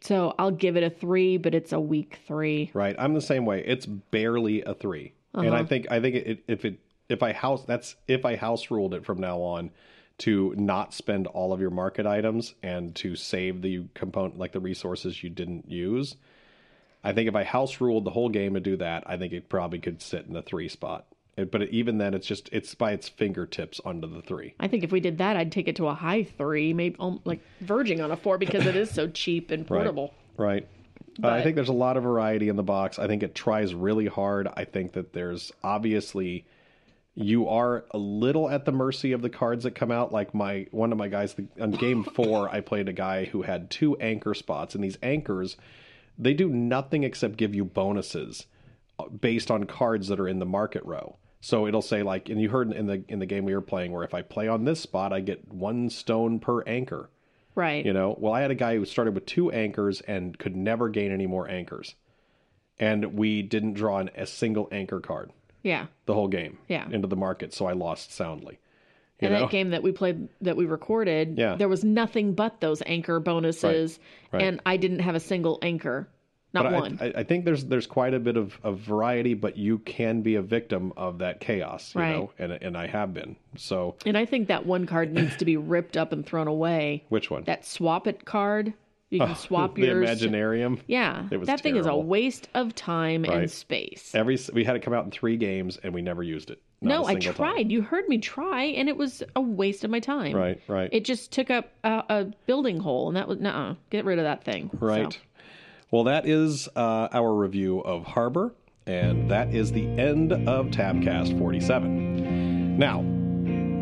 So I'll give it a three, but it's a weak three.
Right. I'm the same way. It's barely a 3 and I think I think it, if it if I house that's if I house ruled it from now on to not spend all of your market items and to save the component like the resources you didn't use. I think if I house ruled the whole game to do that, I think it probably could sit in the three spot. It, but even then, it's just it's by its fingertips onto the three.
I think if we did that, I'd take it to a high three, maybe um, like verging on a four because it is so cheap and portable.
Right. Uh, I think there's a lot of variety in the box. I think it tries really hard. I think that there's obviously you are a little at the mercy of the cards that come out. Like my one of my guys the, on game four, I played a guy who had two anchor spots, and these anchors they do nothing except give you bonuses uh, based on cards that are in the market row. So it'll say like, and you heard in the in the game we were playing where if I play on this spot, I get one stone per anchor.
Right.
You know, well, I had a guy who started with two anchors and could never gain any more anchors, and we didn't draw an, a single anchor card
Yeah.
the whole game
Yeah.
into the market, so I lost soundly. You
And
know?
that game that we played, that we recorded,
Yeah.
there was nothing but those anchor bonuses,
Right.
and I didn't have a single anchor, not
but I-
one.
I, I think there's there's quite a bit of, of variety, but you can be a victim of that chaos, you
Right.
know, and and I have been. So
And I think that one card needs to be ripped up and thrown away.
which one?
That swap it card, you can swap
the
yours.
Imaginarium.
yeah,
It was
that thing is a
terrible.
waste of time
Right.
and space.
Every s- we had it come out in three games, and we never used it. Not
no,
a
I
single time.
tried. You heard me try, and it was a waste of my time.
Right, right.
It just took up a, a building hole, and that was nuh-uh, get rid of that thing. So,
Right. Well, that is uh, our review of Harbor, and that is the end of Tabcast 47. Now,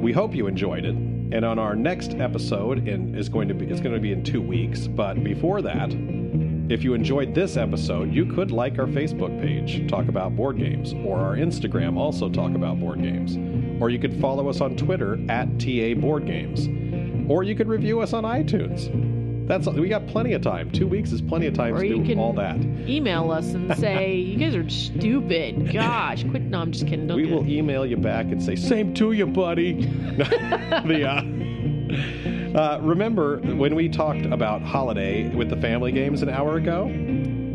we hope you enjoyed it, and on our next episode, and is going to be it's going to be in two weeks. But before that, if you enjoyed this episode, you could like our Facebook page, Talk About Board Games, or our Instagram, also Talk About Board Games. Or you could follow us on Twitter at TA Board Games. Or you could review us on iTunes. That's we got plenty of time. Two weeks is plenty of time
Or
to
you
do
can-
all that.
Email us and say you guys are stupid. Gosh, quit. No, I'm just kidding. Don't
We
do
will
it.
email you back and say, "Same to you, buddy." the uh, uh, remember when we talked about holiday with the family games an hour ago?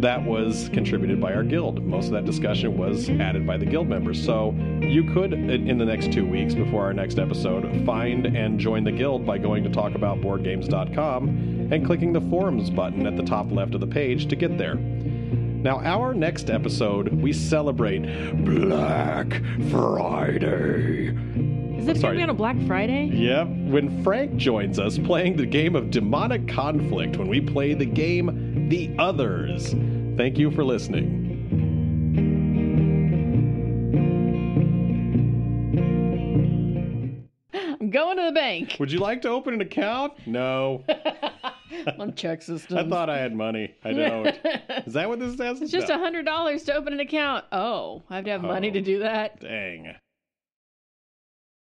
That was contributed by our guild. Most of that discussion was added by the guild members. So you could, in in the next two weeks before our next episode, find and join the guild by going to talkaboutboardgames.com and clicking the forums button at the top left of the page to get there. Now, our next episode, we celebrate Black Friday.
Is this
sorry.
gonna be on a Black Friday?
Yep, when Frank joins us playing the game of demonic conflict when we play the game The Others. Thank you for listening.
I'm going to the bank.
Would you like to open an account? No.
on check systems.
I thought I had money. I don't. Is that what this says?
It's just a hundred dollars to open an account. Oh, I have to have money
Oh.
to do that.
Dang.